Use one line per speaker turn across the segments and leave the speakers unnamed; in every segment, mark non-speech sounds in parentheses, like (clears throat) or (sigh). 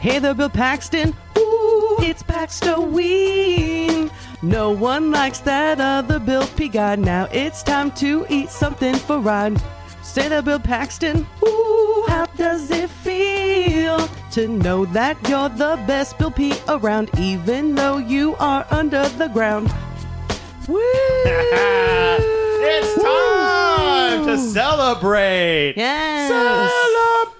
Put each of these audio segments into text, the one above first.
Hey there, Bill Paxton. Ooh, it's Paxtoween. No one likes that other Bill P guy. Now it's time to eat something for Ryan. Say there, Bill Paxton. Ooh, how does it feel to know that you're the best Bill P around, even though you are under the ground? (laughs) Woo!
(laughs) it's time to celebrate.
Yes.
Celebrate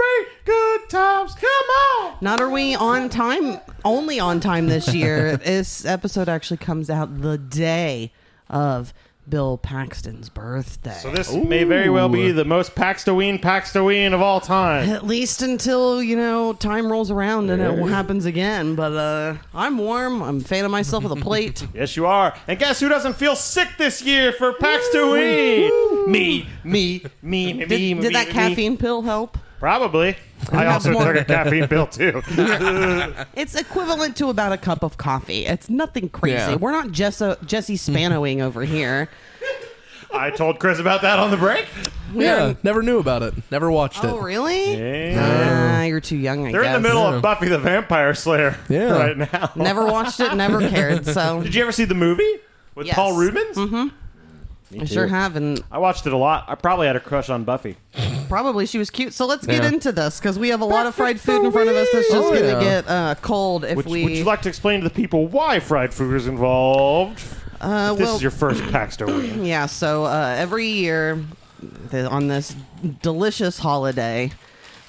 good times. Come on.
Not are we on time, only on time this year. this episode actually comes out the day of Bill Paxton's birthday.
So this may very well be the most Paxtoween Paxtoween of all time.
At least until, you know, time rolls around and it happens again. But uh, I'm warm. I'm fanning myself with a
(laughs)
plate.
yes, you are. And guess who doesn't feel sick this year for Paxtoween? Me, me, me, me, me, me.
Did,
me,
did that
me.
caffeine pill help?
Probably. I also
more.
took a caffeine
(laughs)
pill too.
It's equivalent to about a cup of coffee. It's nothing crazy.
Yeah.
We're not Jessa, Jesse Spanoing over
(laughs)
here.
I told Chris about that on the break.
Yeah, never knew about it. Never watched
Oh,
it.
really? Ah, you're too young, I
They're in
guess.
the middle of Buffy the Vampire Slayer
Yeah.
right now.
Never watched it, never cared.
(laughs)
So
Did you ever see the movie with
Yes. Mm-hmm.
Paul Rubens?
I sure have. And
I watched it a lot. I probably had a crush on Buffy.
Probably she was cute. So let's get
Yeah.
into this because we have a lot of fried food in front of us that's just
Oh,
going to
yeah.
get uh, cold if
Would,
we.
would you like to explain to the people why fried food is involved?
uh,
If this
well,
is your
(clears throat)
first Paxter win.
yeah. So uh, every year the, on this delicious holiday,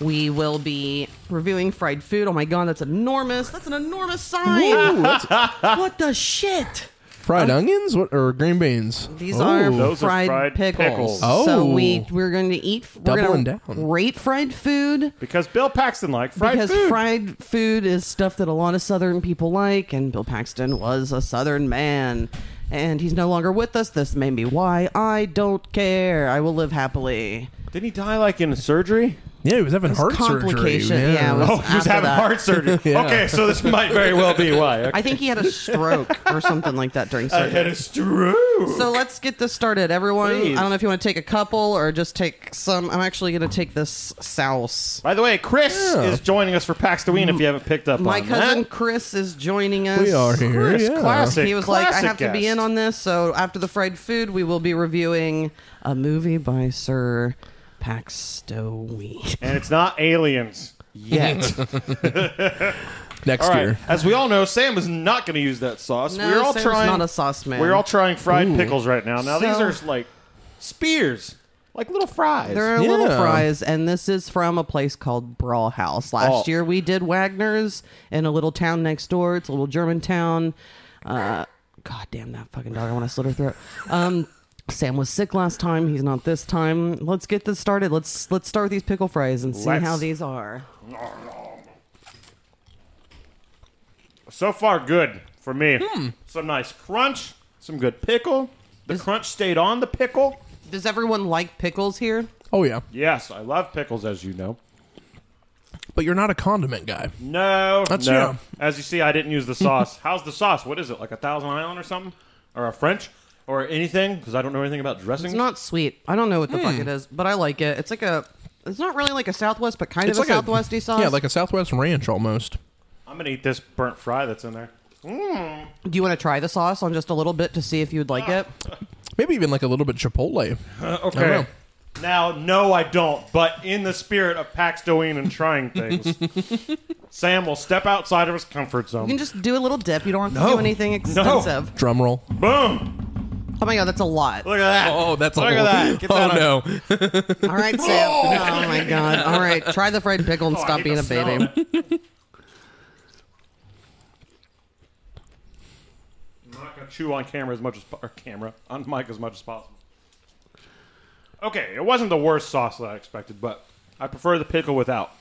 we will be reviewing fried food. Oh my god, that's enormous! That's an enormous sign.
(laughs)
what the shit?
Fried onions what, or green beans?
These
Oh.
are
Those are
fried,
fried
pickles.
pickles.
So
Oh.
we we're going to eat. We're
Doubling
gonna
down.
Rate fried food.
Because Bill Paxton liked fried
because
food.
fried food is stuff that a lot of Southern people like, and Bill Paxton was a Southern man, and he's no longer with us. This may be why I don't care. I will live happily.
Didn't he die like in surgery?
Yeah, he was having heart surgery.
Complication, yeah, it was-
Oh, he was
After
having
that. (laughs)
heart surgery.
Yeah.
Okay, so this might very well be why. Okay.
I think he had
(laughs)
a stroke or something like that during
I
surgery.
had a stroke.
So let's get this started, everyone.
Please.
I don't know if you want to take a couple or just take some. I'm actually going to take this souse.
By the way, Chris
Yeah.
is joining us for Paxtoween if you haven't picked up
My
on
cousin
that.
Chris is joining us.
(laughs) we are here.
Chris,
yeah.
classic.
He was like, I
classic
have to be
guest.
in on this. So after the fried food, we will be reviewing a movie by Sir Paxtowee.
And it's not aliens.
Yet.
Next
All right.
year.
As we all know, Sam is not going to use that sauce.
No,
we're all
Sam's
trying.
not a sauce man.
We're all trying fried pickles right now. Now
So-
these are like spears, like little
(laughs)
fries.
There are little
Yeah.
fries, and this is from a place called Brawl House. Last
Oh.
year we did Wagner's in a little town next door. It's a little German town. Uh, God damn that fucking dog! I want to slit her throat. Um, Sam was sick last time. He's not this time. Let's get this started. Let's let's start with these pickle fries and see
Let's.
how these are.
so far, good for me.
Hmm.
Some nice crunch, some good pickle. The crunch stayed on the pickle.
Does everyone like pickles here?
Oh yeah,
Yes, I love pickles, as you know.
but you're not a condiment guy.
No,
That's
no.
yeah.
As you see, I didn't
(laughs)
use the sauce. How's the sauce? What is it? Like a Thousand Island or something, or a French, or anything? Because I don't know anything about dressing.
It's not sweet. I don't know what the fuck it is, but I like it. It's like a. It's not really like a Southwest, but kind
It's
of
like
a Southwesty
a,
sauce.
Yeah, like a Southwest ranch almost.
I'm gonna eat this burnt fry that's in there.
Do you want to try the sauce on just a little bit to see if you would like it?
Maybe even like a little bit Chipotle.
Okay. Now, no, I don't. But in the spirit of Paxtoween and trying things, Sam will step outside of his comfort
You can
zone.
just do a little dip. You don't have to
No.
do anything
No.
extensive.
Drum roll.
Boom!
Oh my god, that's a
(laughs)
lot.
Look at that.
Oh, that's
Look
a
at
whole- (laughs)
that. Get that
oh
on-
no.
All right, Sam. oh my god. All right, try the fried pickle and
Oh, I
stop
hate
being
the
a
smell
baby.
of it.
(laughs)
I'm not gonna chew on camera as much as or camera on mic as much as possible. Okay, it wasn't the worst sauce that I expected, but I prefer the pickle without.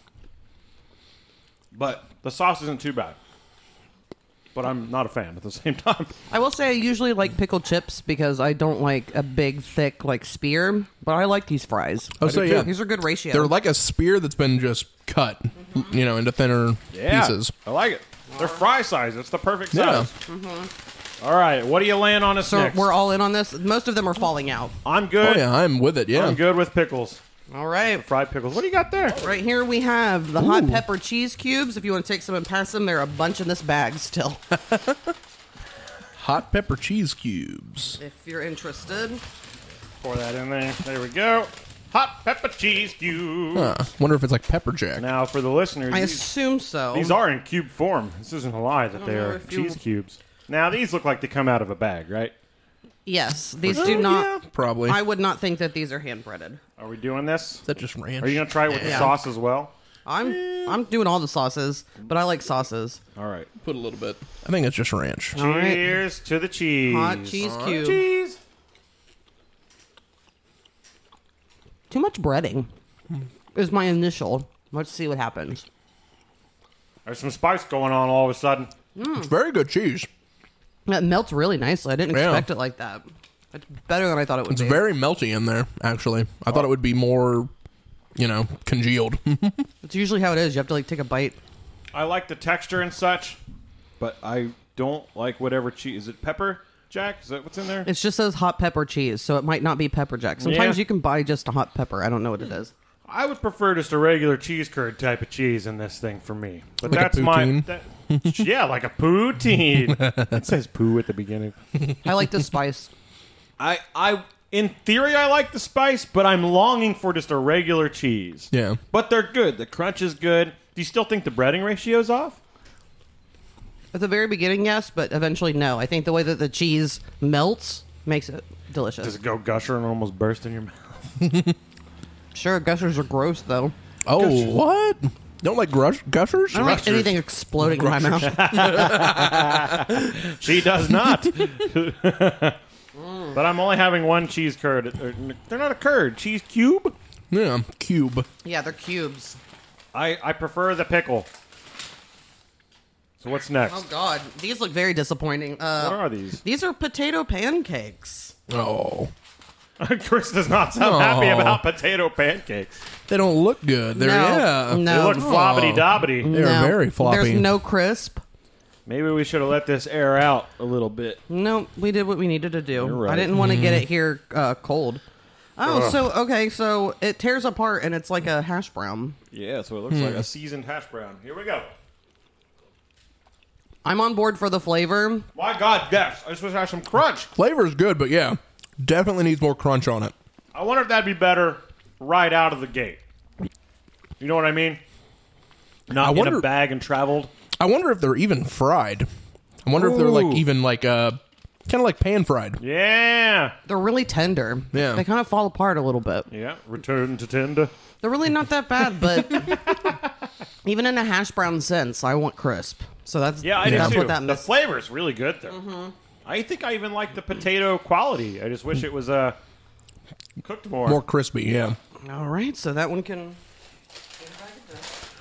But the sauce isn't too bad. But I'm not a fan at the (laughs) same time.
I will say I usually like pickle chips because I don't like a big, thick like spear, but I like these fries.
Oh, so yeah,
These are good ratio.
they're like a spear that's been just cut, you know, into thinner pieces.
I like it. They're fry size. It's the perfect
Yeah.
size. All right, what do you land on us
Mm-hmm. so
next?
we're all in on this. Most of them are falling out.
I'm good.
Oh yeah, I'm with it. Yeah.
I'm good with pickles.
All right.
Fried pickles. What do you got there?
Right here we have the hot pepper cheese cubes. If you want to take some and pass them, there are a bunch in this bag still. (laughs)
Hot pepper cheese cubes.
if you're interested.
Pour that in there. There we go. Hot pepper cheese cube.
Huh. Wonder if it's like pepper jack.
Now for the listeners,
I
these,
assume so.
these are in cube form. This isn't a lie that they
know
are
if you-
cheese cubes. Now these look like they come out of a bag, right?
Yes, these
sure.
do
Oh,
not.
yeah.
Probably.
I would not think that these are hand breaded.
Are we doing this?
that just ranch.
Are you gonna try it with the
Yeah.
sauce as well?
I'm I'm doing all the sauces, but I like sauces.
All right.
put a little bit? I think it's just ranch.
All right.
Cheers to the cheese.
Hot cheese cube.
Cheese.
Too much breading is my initial. Let's see what happens.
There's some spice going on all of a sudden.
It's very good cheese.
That melts really nicely. I didn't
Yeah.
expect it like that. It's better than I thought it would
It's
be.
very melty in there. Actually, I thought it would be more, you know, congealed. (laughs)
it's usually how it is. You have to like take a bite.
I like the texture and such, but I don't like whatever cheese. Is it pepper, Jack? Is that what's in there?
It just says hot pepper cheese, so it might not be pepper jack. Sometimes
Yeah.
you can buy just a hot pepper. I don't know what it is.
I would prefer just a regular cheese curd type of cheese in this thing for me. But
Like a
that's my
poutine?
that, (laughs) yeah, like a poutine. it says poo at the beginning.
I
(laughs)
like the spice.
I I in theory I like the spice, but I'm longing for just a regular cheese.
Yeah.
But they're good. The crunch is good. Do you still think the breading ratio's off?
At the very beginning, yes, but eventually, no. I think the way that the cheese melts makes it delicious.
Does it go gusher and almost burst in your mouth?
Sure, gushers are gross though.
oh, what? Don't like grush- gushers?
I don't like anything exploding in my
(laughs)
mouth.
(laughs) She does not. (laughs) but I'm only having one cheese curd. Or- They're not a curd. Cheese cube.
Yeah, cube.
yeah, they're cubes.
I I prefer the pickle. So what's next?
Oh god, these look very disappointing.
what
Uh,
are these?
these are potato pancakes.
Oh,
(laughs) Chris does not sound
Aw.
happy about potato pancakes.
they don't look good. They're
No.
yeah.
They
No.
look floppity
They
dobbity.
are very floppy.
There's no crisp.
Maybe we should have let this air out a little bit.
No, we did what we needed to do.
You're right. Mm.
I didn't want to get it here uh, cold. Oh, so okay, so it tears apart and it's like a hash brown.
Yeah, so it looks like a seasoned hash brown. Here we go.
I'm on board for the flavor.
My God, yes. I just wish I had some crunch.
Flavor's good, but yeah, definitely needs more crunch on it.
I wonder if that'd be better right out of the gate. You know what I mean? Not
I
in
wonder-
a bag and traveled.
I wonder if they're even fried. I wonder if they're like
Ooh.
even like uh, kind of like pan fried.
Yeah.
They're really tender.
Yeah.
They kind of fall apart a little bit.
Yeah. Return to tender.
They're really not that bad,
(laughs)
but even in a hash brown sense, I want crisp. So that's
Yeah, I
that's
do too.
what that
the
means.
flavor's really good though.
Mm-hmm.
I think I even like the potato quality. I just wish it was uh, cooked more.
More crispy, yeah.
All right, so that one can.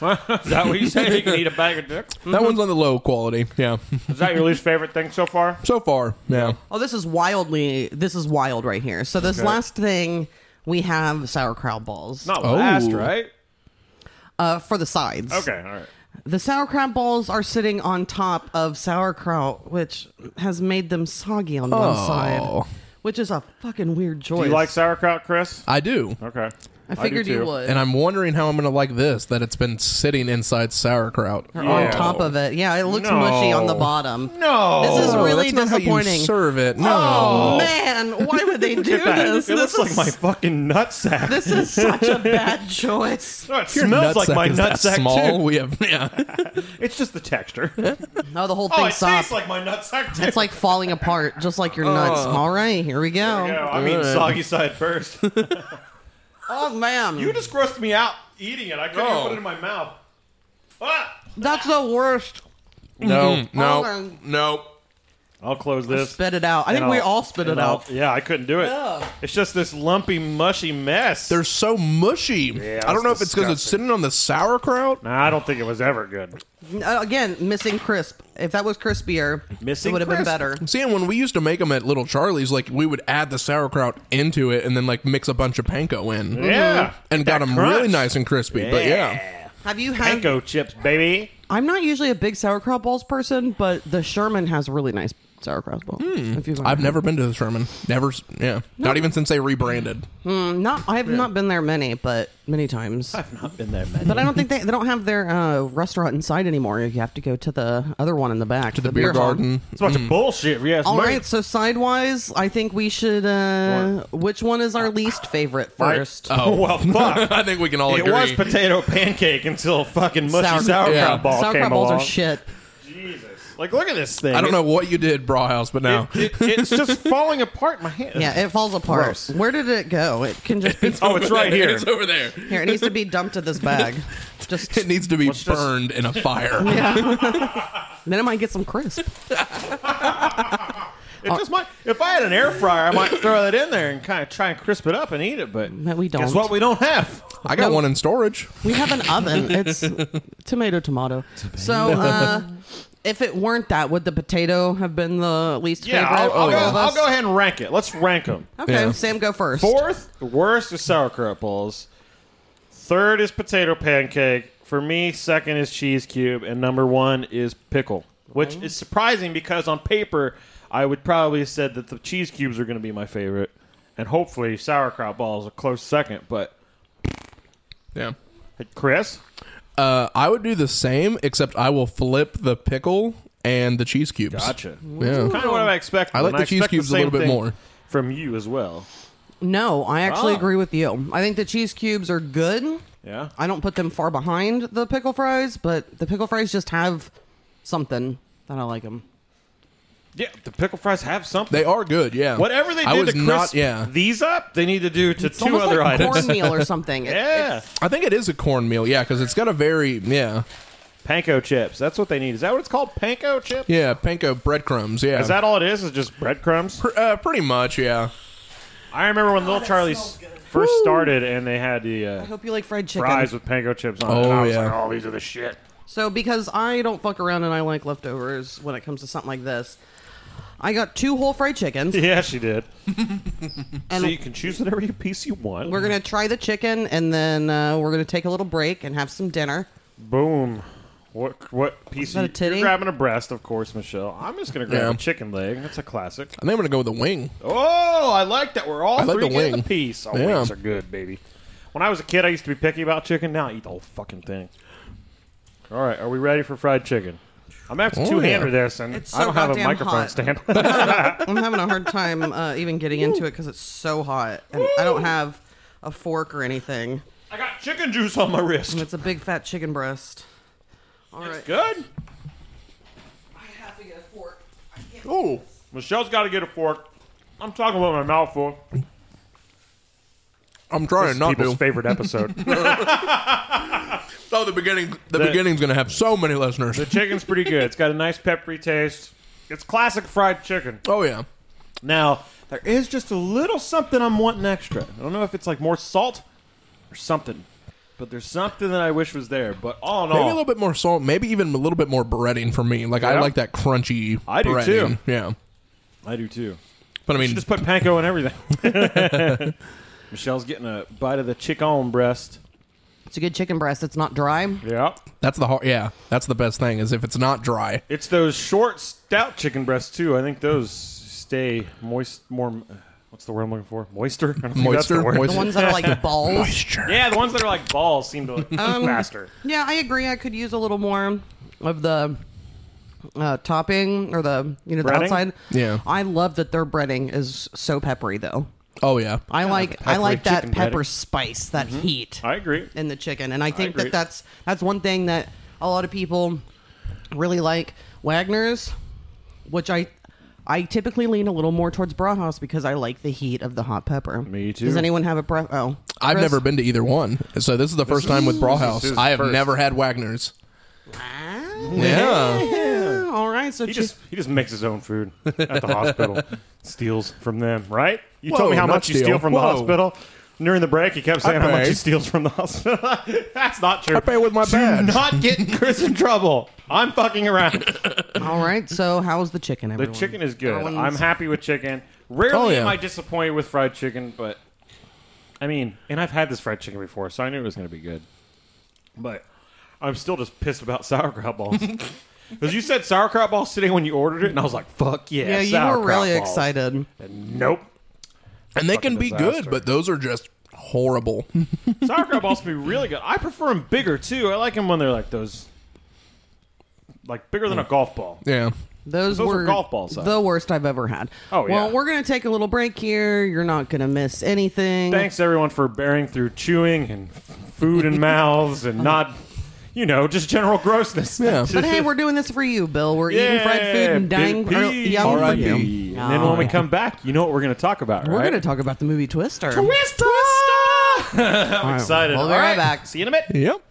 Is that what you say? You can eat a bag of dicks.
That one's on the low quality, yeah. (laughs)
Is that your least favorite thing so far?
so far, yeah.
Oh, this is wildly. This is wild right here. So this
Okay.
last thing we have sauerkraut balls
Not
Oh.
last, right?
uh, for the sides.
Okay, all right.
The sauerkraut balls are sitting on top of sauerkraut, which has made them soggy on one
Oh.
side, which is a fucking weird choice.
Do you like sauerkraut, Chris?
I do.
Okay.
I figured you would.
And I'm wondering how I'm going to like this that it's been sitting inside sauerkraut.
on
Yeah.
top of it. Yeah, it looks
No.
mushy on the bottom.
No.
This is
Oh,
really
that's not how you
disappointing.
serve it. No.
Oh man, why would they do
Look at that.
this?
It
this
looks
is,
like my fucking nutsack.
this is such a bad choice.
Oh, it
Your
smells like
nutsack
my
is that
nutsack
small.
too. Mm-hmm.
We have
(laughs)
yeah.
It's just the texture.
No, the whole
oh,
thing
it
soft.
tastes like my nutsack too.
it's like falling apart, just like your nuts.
Oh.
All right, here we go.
Yeah, I mean, soggy side first.
Oh man,
you just grossed me out eating it. I couldn't
Oh.
even put it in my mouth. Ah!
that's the worst.
no. No.
Okay.
No.
I'll close this.
Spit it out. I think
and
we
I'll-
all spit
and
it
I'll-
out.
Yeah, I couldn't do it.
Ugh.
It's just this lumpy, mushy mess.
They're so mushy. I don't know if it's because it's
disgusting.
sitting on the sauerkraut.
Nah, I don't think it was ever good.
Uh, Again, missing crisp. If that was crispier,
Missing
it would have been
crisp.
better.
Seeing when we used to make them at Little Charlie's, like we would add the sauerkraut into it and then like mix a bunch of panko in, Mm-hmm.
Yeah.
and got
That
them
crunch.
really nice and crispy. But yeah,
Have you had?
Panko chips, baby.
I'm not usually a big sauerkraut balls person, but the Sherman has really nice sauerkraut bowl.
Hmm.
If you've
I've never been to the Sherman. Never. s- Yeah. Not even since they rebranded.
Mm, not I've not been there many, but many times.
I've not been there, man.
But I don't think they they don't have their uh, restaurant inside anymore. You have to go to the other one in the back, to
The, beer,
hall.
garden.
It's a bunch of bullshit. if you ask
All
me.
right, so sidewise, I think we should. Uh, which one is our least favorite
I-
first?
Oh (laughs) well,
(laughs)
fuck.
I think we can all
It
agree.
was potato pancake until fucking mushy
Sour-
sauerkraut
Yeah.
ball
Sauerkraut
came
balls
along.
are shit.
Jesus, like look at this thing.
I don't know what you did, Brauhaus, but now
It, it, it's just
(laughs)
falling apart. in My hand.
Yeah, it falls apart.
Gross.
Where did it go? It can just be
oh, (laughs) it's right
(laughs)
here.
it's over there.
here. It needs to be dumped to this
(laughs)
bag. Just (laughs)
It needs to be
just-
burned in a
(laughs)
fire.
(laughs) then it might get some crisp.
It just might. If I had an air fryer, I might throw that in there and kind of try and crisp it up and eat it. But
But we don't.
Guess what? We don't have.
I got one in storage.
We have an oven. It's (laughs) tomato, tomato. So, (laughs) uh, if it weren't that, would the potato have been the least
Yeah, I'll,
favorite?
I'll,
of
go,
all of
I'll
us?
go ahead and rank it. Let's rank
(laughs)
them.
Okay,
Yeah.
Sam, go first.
Fourth, worst is sauerkraut balls. Third is potato pancake. For me, second is cheese cube, and number one is pickle, which
Mm-hmm.
is surprising because on paper I would probably have said that the cheese cubes are going to be my favorite, and hopefully sauerkraut balls a close second. But
Yeah.
Chris,
Uh, I would do the same, except I will flip the pickle and the cheese cubes.
gotcha.
Yeah.
Kind of what I expected.
I like
and
the cheese
expect
cubes a
same
little
thing
bit more.
from you as well.
No, I actually
Ah.
agree with you. I think the cheese cubes are good.
Yeah,
I don't put them far behind the pickle fries, but the pickle fries just have something that I like them.
yeah. The pickle fries have something.
They are good. Yeah.
Whatever they did
I was
to crisp
not. Yeah.
these up, they need to do to
It's
two
almost
other
like
items.
cornmeal or
(laughs)
something. It-
Yeah.
it's-
I think it is a cornmeal. Yeah, because it's got a very yeah
Panko chips. That's what they need. Is that what it's called? Panko chips?
yeah panko breadcrumbs. Yeah.
Is that all it is? Is just breadcrumbs?
Pr- uh, pretty much? Yeah.
I remember when Little Charlie's first started and they had the
I
uh,
hope you like fried chicken.
fries with panko chips on it.
Oh,
And I was
yeah.
like, oh, these are the shit. (laughs)
So because I don't fuck around and I like leftovers when it comes to something like this, I got two whole fried
(laughs)
chickens.
Yeah, she did.
And
So you can choose whatever you piece you want.
we're gonna try the chicken and then uh, we're gonna take a little break and have some dinner.
Boom. What what piece?
that
Of,
a titty?
You're grabbing a breast, of course, Michelle. I'm just gonna grab
Yeah.
a chicken leg. That's a classic.
I think I'm gonna go with the wing.
Oh, I like that. We're all
like
three
the
getting
wing.
a piece. Oh,
Yeah.
wings are good, baby. When I was a kid, I used to be picky about chicken. Now I eat the whole fucking thing. All right, are we ready for fried chicken? I'm after
Oh,
two hander
yeah.
there, son.
It's
I
so
don't have a
goddamn
microphone
hot.
stand. (laughs)
I'm having a hard time uh, even getting into it because it's so hot and I don't have a fork or anything.
I got chicken juice on my wrist.
It's a big fat chicken breast. All right.
Good.
I have to get a fork. I can't.
Oh.
Michelle's got to get a fork. I'm talking about my mouthful.
I'm trying not
People's
to.
favorite
(laughs)
episode.
oh, the beginning. The, beginning's gonna have so many listeners.
the chicken's pretty good. It's got a nice peppery taste. It's classic fried chicken.
oh yeah.
Now, there is just a little something I'm wanting extra. I don't know if it's like more salt or something, but there's something that I wish was there. But all in
Maybe a
all,
little bit more salt. Maybe even a little bit more breading for me. Like I
Oh. Yeah.
like that crunchy.
I do,
breading.
too.
Yeah.
I do too.
But I mean,
Just put panko in everything. (laughs) Michelle's getting a bite of the chicken breast.
It's a good chicken breast. It's not dry.
(laughs) Yeah,
that's the hard. Yeah, that's the best thing is if it's not dry.
it's those short, stout chicken breasts too. I think those stay moist, more. uh, What's the word I'm looking for? Moister. I don't think that's the
Moisture.
word.
The
moisture.
ones that are
(laughs)
like balls.
Moisture.
Yeah, the ones that are like balls seem
(laughs)
to like
Um,
faster.
Yeah, I agree. I could use a little more of the uh, topping or the you know the
Breading?
outside.
Yeah.
I love that their breading is so peppery though.
Oh yeah.
I like I
peppery
like that
chicken
pepper
breading. Mm-hmm.
spice, that heat
I agree.
in the chicken, and I think
agree.
that that's that's one thing that a lot of people really like Wagner's, which I. I typically lean a little more towards Brauhaus because I like the heat of the hot pepper.
Me too.
Does anyone have a pre- oh?
I've
Chris?
never been to either one, so this is the first time with
this
Brawhouse.
is
I have
first.
never had Wagner's.
Ah.
Yeah,
Yeah, (laughs) All right, so
He
chi-
just he just makes his own food at the hospital, steals from them, right? You
Whoa,
told me how
not
much you steal
steal.
from the
Whoa.
hospital. During the break, he kept saying how much
pay.
he steals from the hospital. (laughs) That's not true.
I pay with my badge.
Do not get Chris in (laughs) trouble. I'm fucking around.
all right. So how's the chicken?
The
Everyone?
chicken is good.
Everyone's-
I'm happy with chicken. Rarely
Oh, yeah.
am I disappointed with fried chicken, but I mean, and I've had this fried chicken before, so I knew it was going to be good. But I'm still just pissed about (laughs) sauerkraut balls. Because you said sauerkraut balls today when you ordered it, and I was like, fuck yeah.
Yeah, you were
sauerkraut
really
balls.
excited.
And nope.
and they can be
disaster.
good, but those are just horrible. (laughs)
Sauerkraut balls can be really good. I prefer them bigger, too. I like them when they're like those, like bigger than a golf ball.
yeah.
Those,
Those are
were
golf ball size.
the worst I've ever had.
Oh, yeah.
Well, we're gonna take a little break here. You're not gonna miss anything.
Thanks, everyone, for bearing through chewing and food in mouths (laughs) and not, you know, just general grossness.
Yeah.
But hey, we're doing this for you, Bill. We're eating fried food and dying
big
ear-
P.
young for
R.I.P.
you. Oh.
And then when we come back, you know what we're going to talk about,
We're
right? (laughs)
gonna talk about the movie Twister.
Twister! (laughs) I'm excited.
We'll be
All
right back.
See you in a bit.
Yep.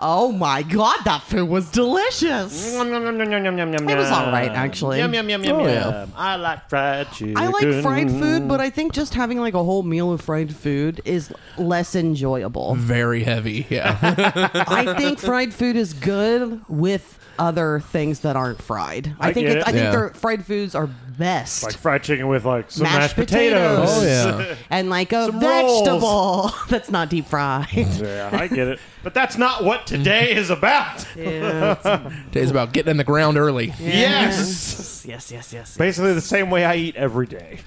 Oh my god, that food was delicious.
Yum, yum, yum, yum, yum, yum, yum, yum.
It was all right, actually.
Yum, yum, yum, yum,
Oh,
yum.
yeah.
I like fried chicken.
I like fried food, but I think just having like a whole meal of fried food is less enjoyable.
Very heavy. Yeah.
(laughs)
(laughs)
I think fried food is good with other things that aren't fried. I,
I
think
get
I
it.
think
Yeah.
their fried foods are best.
Like fried chicken with like some
Mashed
mashed, potatoes.
potatoes.
yeah.
and like a
Some rolls. Mm.
vegetable (laughs) that's not deep fried.
(laughs) yeah, I get it. But that's not what today
(laughs)
is about.
Today's about getting in the ground early.
Yes.
(laughs) yes, yes, yes.
Basically the same way I eat every day.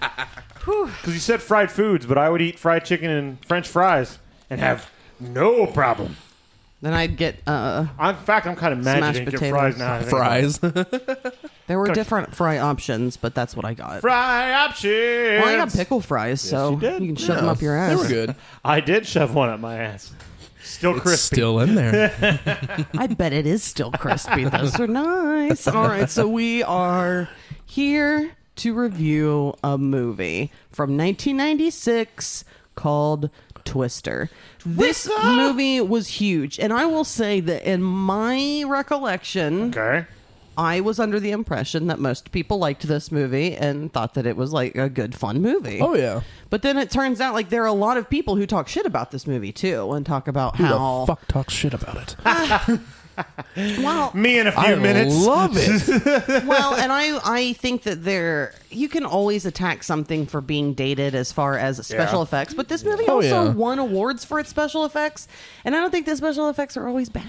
Because you said fried foods, but I would eat fried chicken and French fries and have no problem.
Then I'd get uh
I'm, in fact, I'm kind of mad
Smashed
you didn't get
potatoes.
fries now. I think about it.
Fries.
there were different fry options, but that's what I got.
Fry options.
Well, I got pickle fries, so
you did.
can shove them up your
Oh, They were
ass.
good.
I did shove one up my ass. Still crispy.
Still in there.
(laughs)
I bet it is still crispy. Those are nice. All right, so we are here to review a movie from 1996 called Twister. This movie was huge, and I will say that in my recollection,
okay.
I was under the impression that most people liked this movie and thought that it was like a good, fun movie.
Oh, yeah.
But then it turns out like there are a lot of people who talk shit about this movie too and talk about how
The fuck talks shit about it.
well,
Me in a few
I
minutes.
love
(laughs)
it.
well, and I I think that there you can always attack something for being dated as far as special
Yeah.
effects, but this movie
Oh,
also
yeah.
won awards for its special effects, and I don't think the special effects are always bad.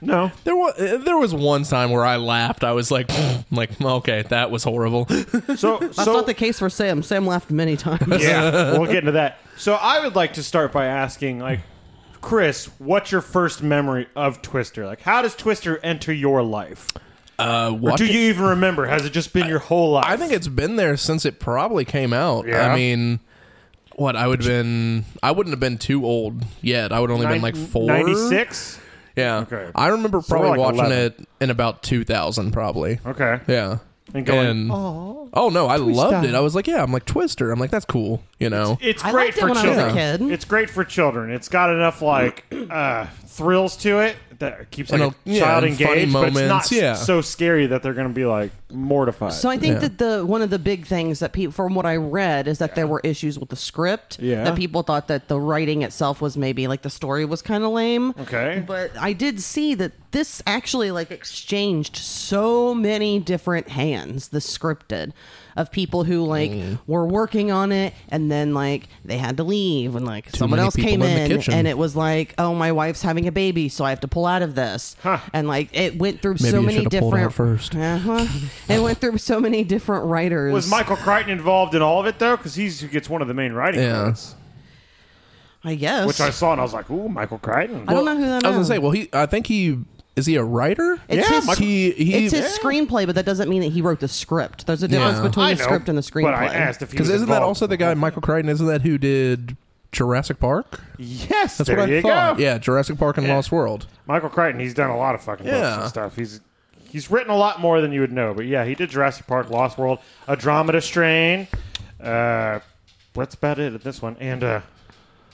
no.
There was there was one time where I laughed. I was like, like okay, that was horrible.
So
That's
so
not the case for Sam. Sam laughed many times.
(laughs) yeah, we'll get into that. So I would like to start by asking, like, Chris, what's your first memory of Twister? Like, how does Twister enter your life?
Uh,
Do
watching,
you even remember? Has it just been your whole life?
I think it's been there since it probably came out.
Yeah.
I mean, what I would have been, I wouldn't have been too old yet. I would only been like four,
ninety six.
Yeah,
Okay.
I remember
we're
probably
like
watching
11.
it in about two thousand, probably.
Okay,
Yeah,
And going,
oh, no, I loved it. I was like, yeah, I'm like Twister. I'm like, that's cool, you know.
it's
I
great
liked it
for
when
children.
I was a kid.
It's great for children. It's got enough like (clears throat) uh, thrills to it that keeps like,
And
a,
a- yeah,
child
and funny
engaged, but it's not
moments, yeah.
so scary that they're going to be like mortified.
So I think
Yeah.
that the one of the big things that people, from what I read, is that there were issues with the script.
Yeah.
That people thought that the writing itself was maybe like the story was kind of lame.
Okay.
But I did see that this actually like exchanged so many different hands. The scripted of people who like
Mm.
were working on it and then like they had to leave and like someone
many
else came
people in the
in,
kitchen.
and it was like oh my wife's having a baby so I have to pull out of this and like it went through
Maybe
so
you
many
should have pulled
different
out first. (laughs)
uh-huh. It went through so many different writers.
was Michael Crichton involved in all of it though? Because he's who gets one of the main writing
Yeah.
credits,
I guess.
which I saw and I was like, "Ooh, Michael Crichton."
I don't know who that
I was gonna
is.
say, well, he, I think he is he a writer?
It's
Yeah,
his,
Michael-
he, he,
it's his screenplay, but that doesn't mean that he wrote the script. There's a difference
Yeah.
between
I
the script and the screenplay.
But I asked if he
Because
was
isn't that
involved.
also the guy Michael Crichton? Isn't that who did Jurassic Park?
Yes,
That's
there
what I
you
thought.
go.
Yeah, Jurassic Park and Lost World.
Michael Crichton. He's done a lot of fucking books
Yeah.
and stuff. He's he's written a lot more than you would know. But yeah, he did Jurassic Park, Lost World, Andromeda Strain. Uh, that's about it at this one. And uh,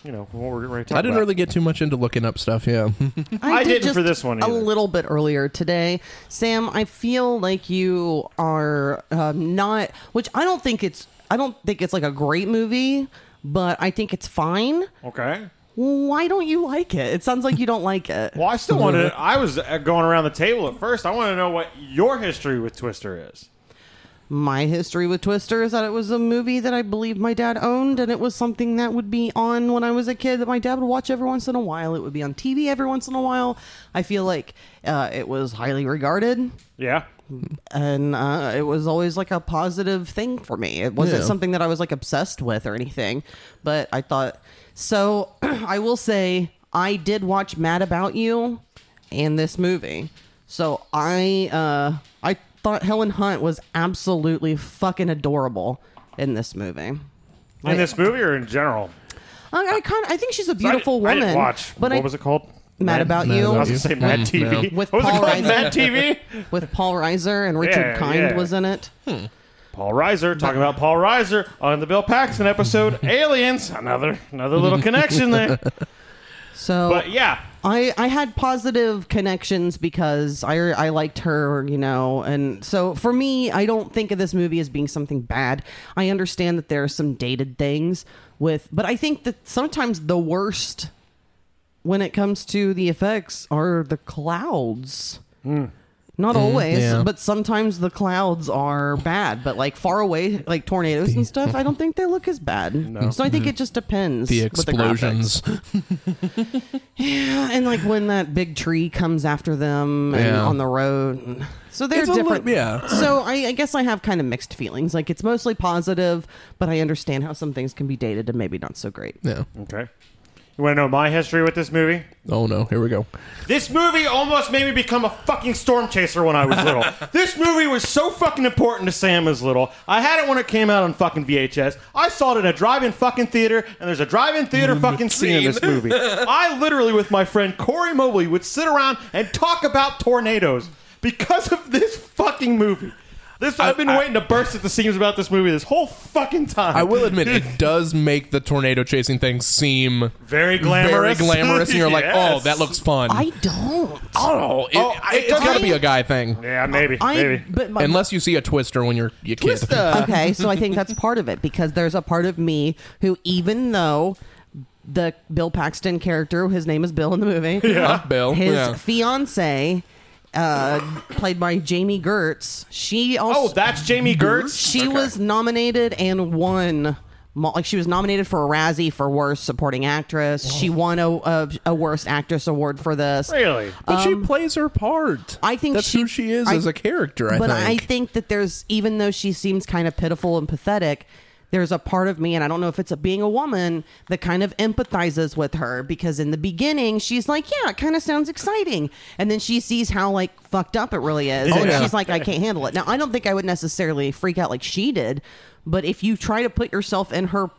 you know what we're going to talk
I didn't
about.
really get too much into looking up stuff. Yeah, (laughs)
I
did
didn't
just
for this one
A
either.
little bit earlier today, Sam. I feel like you are um, not, which I don't think it's. I don't think it's like a great movie, but I think it's fine.
Okay.
Why don't you like it? It sounds like you don't like it.
Well, I
(laughs)
still wanted. I was uh, going around the table at first. I want to know what your history with Twister is.
My history with Twister is that it was a movie that I believe my dad owned, and it was something that would be on when I was a kid that my dad would watch every once in a while. It would be on TV every once in a while. I feel like uh, it was highly regarded
Yeah.
and uh, it was always like a positive thing for me. It wasn't
Yeah.
something that I was like obsessed with or anything, but I thought so. (clears throat) I will say I did watch Mad About You and this movie, so I uh, I thought Helen Hunt was absolutely fucking adorable in this movie.
In this movie or in general?
I, I kind of I think she's a
I-
beautiful
I,
woman.
didn't watch.
but
what
I,
was it called?
Mad About You.
I was gonna say Mad
Mm,
TV.
no. (laughs) With
what was
Paul
it called?
Reiser. (laughs)
Mad TV.
with Paul Reiser and Richard
Yeah,
Kind
yeah.
was in it.
Paul Reiser talking about Paul Reiser on the Bill Paxton episode Aliens. Another another little connection there.
So
But yeah,
I, I had positive connections because I I liked her, you know, and so for me, I don't think of this movie as being something bad. I understand that there are some dated things with, but I think that sometimes the worst when it comes to the effects are the clouds. Not always,
Hmm. yeah.
but sometimes the clouds are bad. But like far away, like tornadoes and stuff, I don't think they look as bad. So I think it just depends.
Hmm. The
with graphics.
explosions.
Yeah, and like when that big tree comes after them and
Yeah.
on the road. So they're
It's a li-
different.
yeah.
So I, I guess I have kind of mixed feelings. Like it's mostly positive, but I understand how some things can be dated and maybe not so great.
yeah.
okay. You want to know my history with this movie?
Oh no, here we go.
This movie almost made me become a fucking storm chaser when I was
(laughs)
little. this movie was so fucking important to Sam as little. I had it when it came out on fucking VHS. I saw it in a drive-in fucking theater, and there's a drive-in
Mm,
theater fucking scene in this
(laughs)
movie. I literally, with my friend Corey Mobley, would sit around and talk about tornadoes because of this fucking movie. This I've been
I-
waiting to burst at the seams about this movie this whole fucking time.
I will admit
(laughs)
it does make the tornado chasing thing seem
Very glamorous.
very glamorous, and
(laughs)
you're like,
Yes.
oh, that looks fun.
I don't.
oh, it,
Oh,
I-
it
it's got
does-
to be a guy thing,
Yeah, maybe,
I
maybe.
but my (laughs)
unless you see a twister when you're you kid.
Okay, so I think that's part of it because there's a part of me who, even though the Bill Paxton character, his name is Bill in the movie,
Huh, Bill.
his
Yeah.
fiance, uh, played by Jamie Gertz, she
Oh,
also
that's Jamie Gertz.
She was nominated and won. mo- Like she was nominated for a Razzie for worst supporting actress. She won a, a, a worst actress award for this.
Really?
But she plays her part.
Um, I think
that's
she-
who she is
I-
as a character. I
but
think.
I think that there's even though she seems kind of pitiful and pathetic, there's a part of me, and I don't know if it's a, being a woman that kind of empathizes with her because in the beginning she's like, "Yeah, it kind of sounds exciting," and then she sees how like fucked up it really is, and
Oh, yeah.
she's like, "I can't handle it." Now, I don't think I would necessarily freak out like she did, but if you try to put yourself in her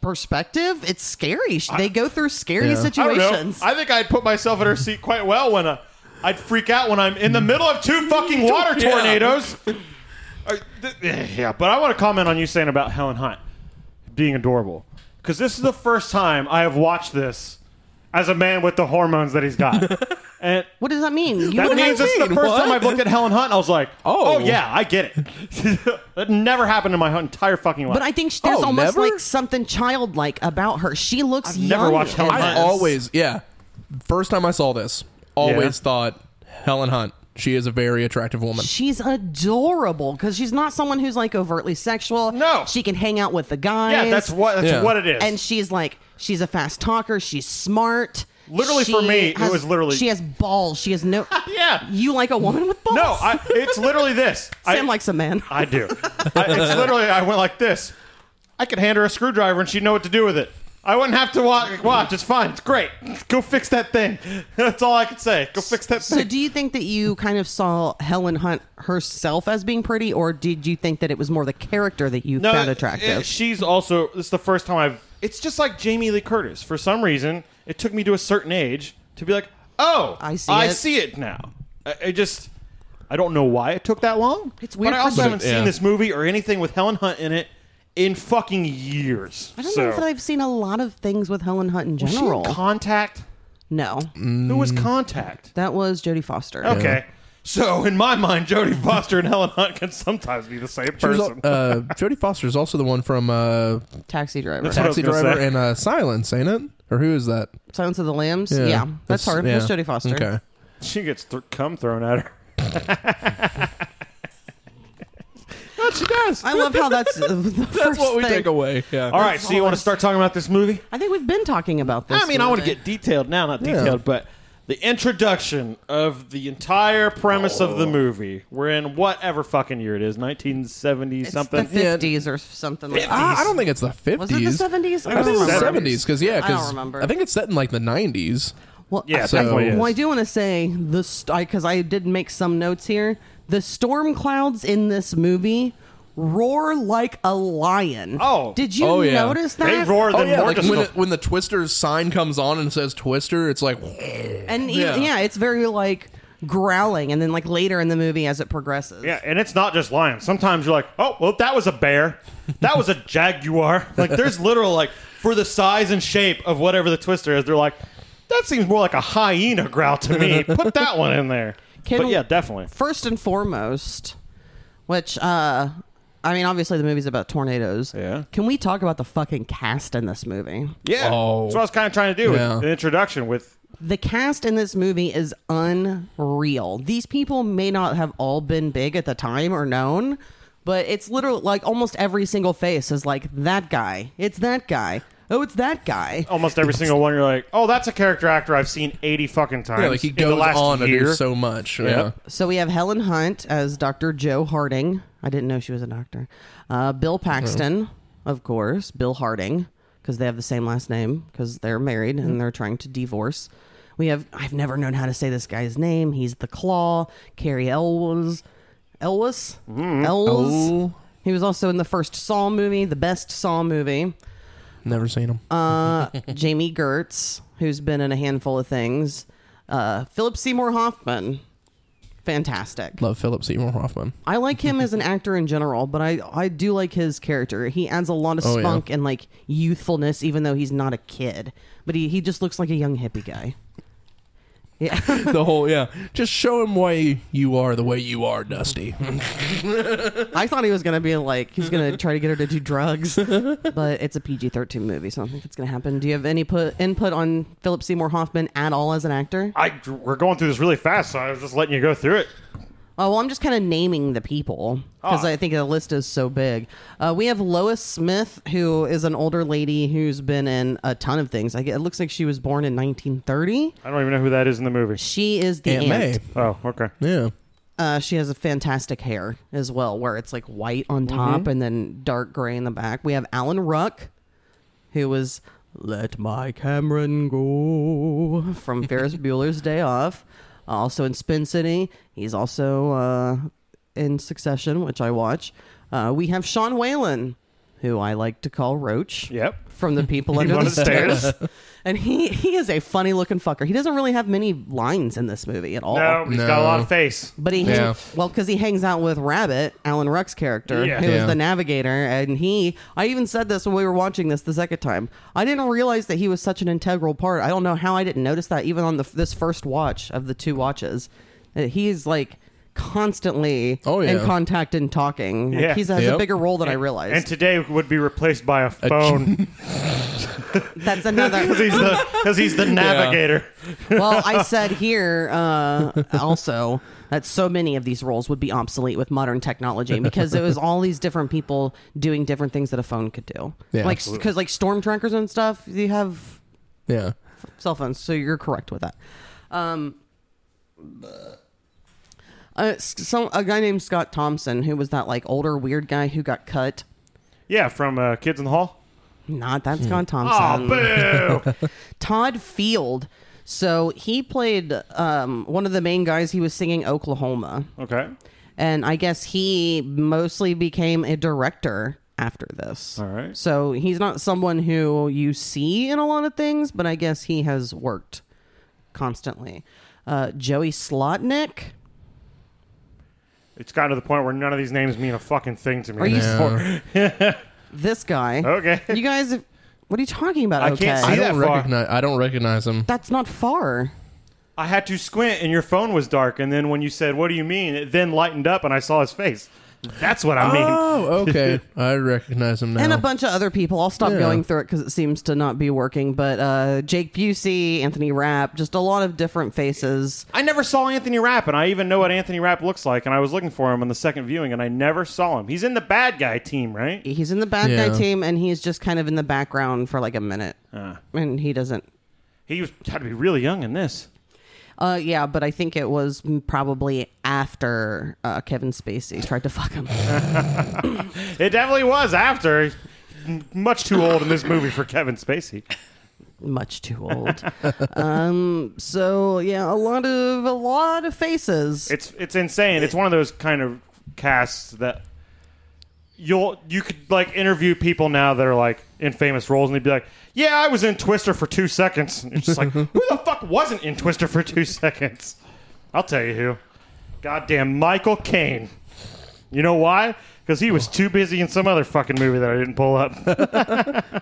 perspective, it's scary. She- they go through scary
Yeah. I don't
I don't
situations.
know. I think I'd put myself in her seat quite well when uh, I'd freak out when I'm in the middle of two fucking
(laughs)
water
Yeah.
tornadoes. Uh, th- yeah, but I want to comment on you saying about Helen Hunt being adorable because this is the first time I have watched this as a man with the hormones that he's
(laughs)
got. and
what does that mean? You
that
wouldn't
means
have-
it's the
mean?
first time
What?
I've looked at Helen Hunt. and I was like,
Oh.
oh, yeah, I get it. (laughs) that never happened in my entire fucking life.
But I think sh- there's
Oh,
almost
never?
like something childlike about her. She looks
I've
young.
never watched Helen
in
Hunt.
this.
I always, yeah. First time I saw this, always
Yeah.
thought Helen Hunt. She is a very attractive woman.
She's adorable because she's not someone who's like overtly sexual.
No.
she can hang out with the guys.
yeah, that's what that's
Yeah.
what it is.
And she's like, she's a fast talker. She's smart.
Literally for
She
me, it
has-
was literally-
she has balls. She has no.
(laughs) Yeah.
you like a woman with balls?
no, I, it's literally this.
(laughs) Sam
I,
likes a man.
I do. I, it's literally, I went like this. I could hand her a screwdriver and she'd know what to do with it. I wouldn't have to watch. watch. It's fine. It's great. Go fix that thing. (laughs) That's all I could say. Go fix
(laughs)
that
So,
thing.
do you think that you kind of saw Helen Hunt herself as being pretty, or did you think that it was more the character that you found attractive?
it- she's also. This is the first time I've. It's just like Jamie Lee Curtis. For some reason, it took me to a certain age to be like, oh,
I see
I
it.
see it now. I, I just. I don't know why it took that long.
It's weird
But I
for
also
some-
haven't
Yeah.
seen this movie or anything with Helen Hunt in it in fucking years.
I don't
so.
know if I've seen a lot of things with Helen Hunt in
Was she in
general.
Contact.
no,
Who was
Mm.
Contact?
that was Jodie Foster.
Okay. So in my mind, Jodie Foster and Helen Hunt can sometimes be the same
She was al-
person.
uh, Jodie Foster is also the one from uh,
Taxi Driver,
what I was
Taxi
gonna
Driver
say.
and uh, Silence, ain't it? Or who is that?
Silence of the Lambs. Yeah, that's, her. That's Jodie Foster.
Okay.
(laughs) she gets th- cum thrown at her. what she does.
I love how that's
(laughs)
uh, the
That's
first
what we
thing.
take away. Yeah.
All right, so you want to start talking about this movie?
I think we've been talking about this.
I mean, I want to
movie.
get detailed now, not detailed, but the introduction of the entire premise of
Oh.
the movie. We're in whatever fucking year it is, 1970
it's
something.
the 50s or something. Like that. Uh,
I, I don't think it's the 50s.
Was it the 70s?
I think
don't
it's the
remember.
70s because yeah,
I don't
because
remember.
I, think it's set in like the 90s.
Well,
Yeah,
I-
it definitely
well,
is.
I do want to say this because I did make some notes here. The storm clouds in this movie roar like a lion.
Oh.
did you
Oh, yeah.
notice that?
they roar
Oh
than
yeah,
more
like
just
when,
a-
it, when the Twister's sign comes on and says Twister, it's like (laughs)
and e- yeah.
Yeah.
it's very like growling, and then like later in the movie as it progresses.
Yeah, and it's not just lions. Sometimes you're like, oh, well, that was a bear. That was a jaguar. Like, there's literal, like, for the size and shape of whatever the twister is, they're like, that seems more like a hyena growl to me. Put that one in there.
Can-
but yeah, definitely.
First and foremost, which uh, I mean, obviously the movie's about tornadoes.
Yeah.
Can we talk about the fucking cast in this movie?
Yeah.
Oh.
That's what I was kind of trying to do
Yeah.
with an introduction with
the cast in this movie is unreal. These people may not have all been big at the time or known, but it's literally like almost every single face is like that guy. It's that guy. Oh, it's that guy.
almost every single one. You're like, oh, that's a character actor I've seen 80 fucking times.
yeah, like he
in the
goes
last
on and
year.
do so much.
Yep.
So we have Helen Hunt as Dr. Joe Harding. I didn't know she was a doctor. Uh, Bill Paxton, of course. Bill Harding, because they have the same last name, because they're married and they're trying to divorce. We have, I've never known how to say this guy's name. He's the Claw, Carrie Elwes. Elwes? Elwes.
Oh.
He was also in the first Saw movie, the best Saw movie.
Yeah, never seen him.
Uh, Jamie Gertz, who's been in a handful of things. Uh, Philip Seymour Hoffman. Fantastic.
Love Philip Seymour Hoffman.
I like him as an actor in general, but I, I do like his character. He adds a lot of
Oh, yeah.
spunk and like youthfulness, even though he's not a kid. But he, he just looks like a young hippie guy. Yeah.
the whole yeah, just show him why you are the way you
(laughs)
are, Dusty.
I thought he was gonna be like he's gonna try to get her to do
(laughs)
drugs. But it's a PG thirteen movie, so I don't think it's gonna happen. Do you have any put input on Philip Seymour Hoffman at all as an actor?
I, we're going through this really fast, so I was just letting you go through it.
Oh, well, I'm just kind of naming the people because
Ah.
I think the list is so big. Uh, we have Lois Smith, who is an older lady who's been in a ton of things. I get, it looks like she was born in 1930.
I don't even know who that is in the movie.
She is the aunt.
Aunt May.
Oh, okay.
Yeah.
Uh, she has a fantastic hair as well, where it's like white on
Mm-hmm.
top and then dark gray in the back. We have Alan Ruck, who was "Let My Cameron Go" from
(laughs)
Ferris Bueller's Day Off, also in Spin City. He's also uh, in Succession, which I watch. Uh, we have Sean Whalen, who I like to call Roach
Yep.
from the
(laughs)
people under
on
the
the stairs.
stairs. and he he is a funny looking fucker. He doesn't really have many lines in this movie at all.
No, he's got a
Oh, No.
lot of face.
But he,
Yeah.
well, because he hangs out with Rabbit, Alan Ruck's character,
Yeah.
who is
Yeah.
the navigator, and he. I even said this when we were watching this the second time. I didn't realize that he was such an integral part. I don't know how I didn't notice that even on the, this first watch of the two watches. Uh, He's like constantly
Oh, yeah.
in contact and talking. Like,
Yeah.
He has a
Yep.
bigger role than I realized.
And today would be replaced by a phone (laughs)
That's another.
because he's the because he's the navigator.
well, I said here uh, also that so many of these roles would be obsolete with modern technology because it was all these different people doing different things that a phone could do.
Yeah,
like because like storm trackers and stuff, you have
Yeah.
cell phones, so you're correct with that. Um, uh, s- some a guy named Scott Thompson who was that like older weird guy who got cut.
Yeah, from uh, Kids in the Hall.
Not that Scott
Oh,
Thompson.
boo!
Todd Field. So he played um, one of the main guys. He was singing Oklahoma.
okay.
And I guess he mostly became a director after this.
All right.
So he's not someone who you see in a lot of things, but I guess he has worked constantly. Uh, Joey Slotnick.
It's gotten to the point where none of these names mean a fucking thing to me.
Are you-
Yeah.
(laughs)
This guy.
Okay.
You guys, what are you talking about?
I
okay.
can't
I
See that
don't
far.
recognize. I don't recognize him.
That's not far.
I had to squint, and your phone was dark. And then when you said, "What do you mean?" it then lightened up, and I saw his face. That's what (laughs) I mean.
Oh,
(laughs)
okay. I recognize him now.
And a bunch of other people. I'll stop
Yeah.
going through it because it seems to not be working. But uh, Jake Busey, Anthony Rapp, just a lot of different faces.
I never saw Anthony Rapp, and I even know what Anthony Rapp looks like, and I was looking for him on the second viewing, and I never saw him. He's in the bad guy team, right?
He's in the bad guy
Yeah.
team, and he's just kind of in the background for like a minute,
Ah.
and he doesn't.
He was had to be really young in this.
Uh, yeah, but I think it was probably after uh, Kevin Spacey tried to fuck him. (laughs)
It definitely was after. He's Much too old in this movie for Kevin Spacey.
Much too
(laughs)
old. um, so yeah, a lot of a lot of faces.
It's it's insane. It's one of those kind of casts that you'll you could like interview people now that are like in famous roles, and they'd be like, "Yeah, I was in Twister for two seconds." And it's just like, who the fuck wasn't in Twister for two seconds? I'll tell you who. Goddamn Michael Caine. You know why? Because he was too busy in some other fucking movie that I didn't pull up.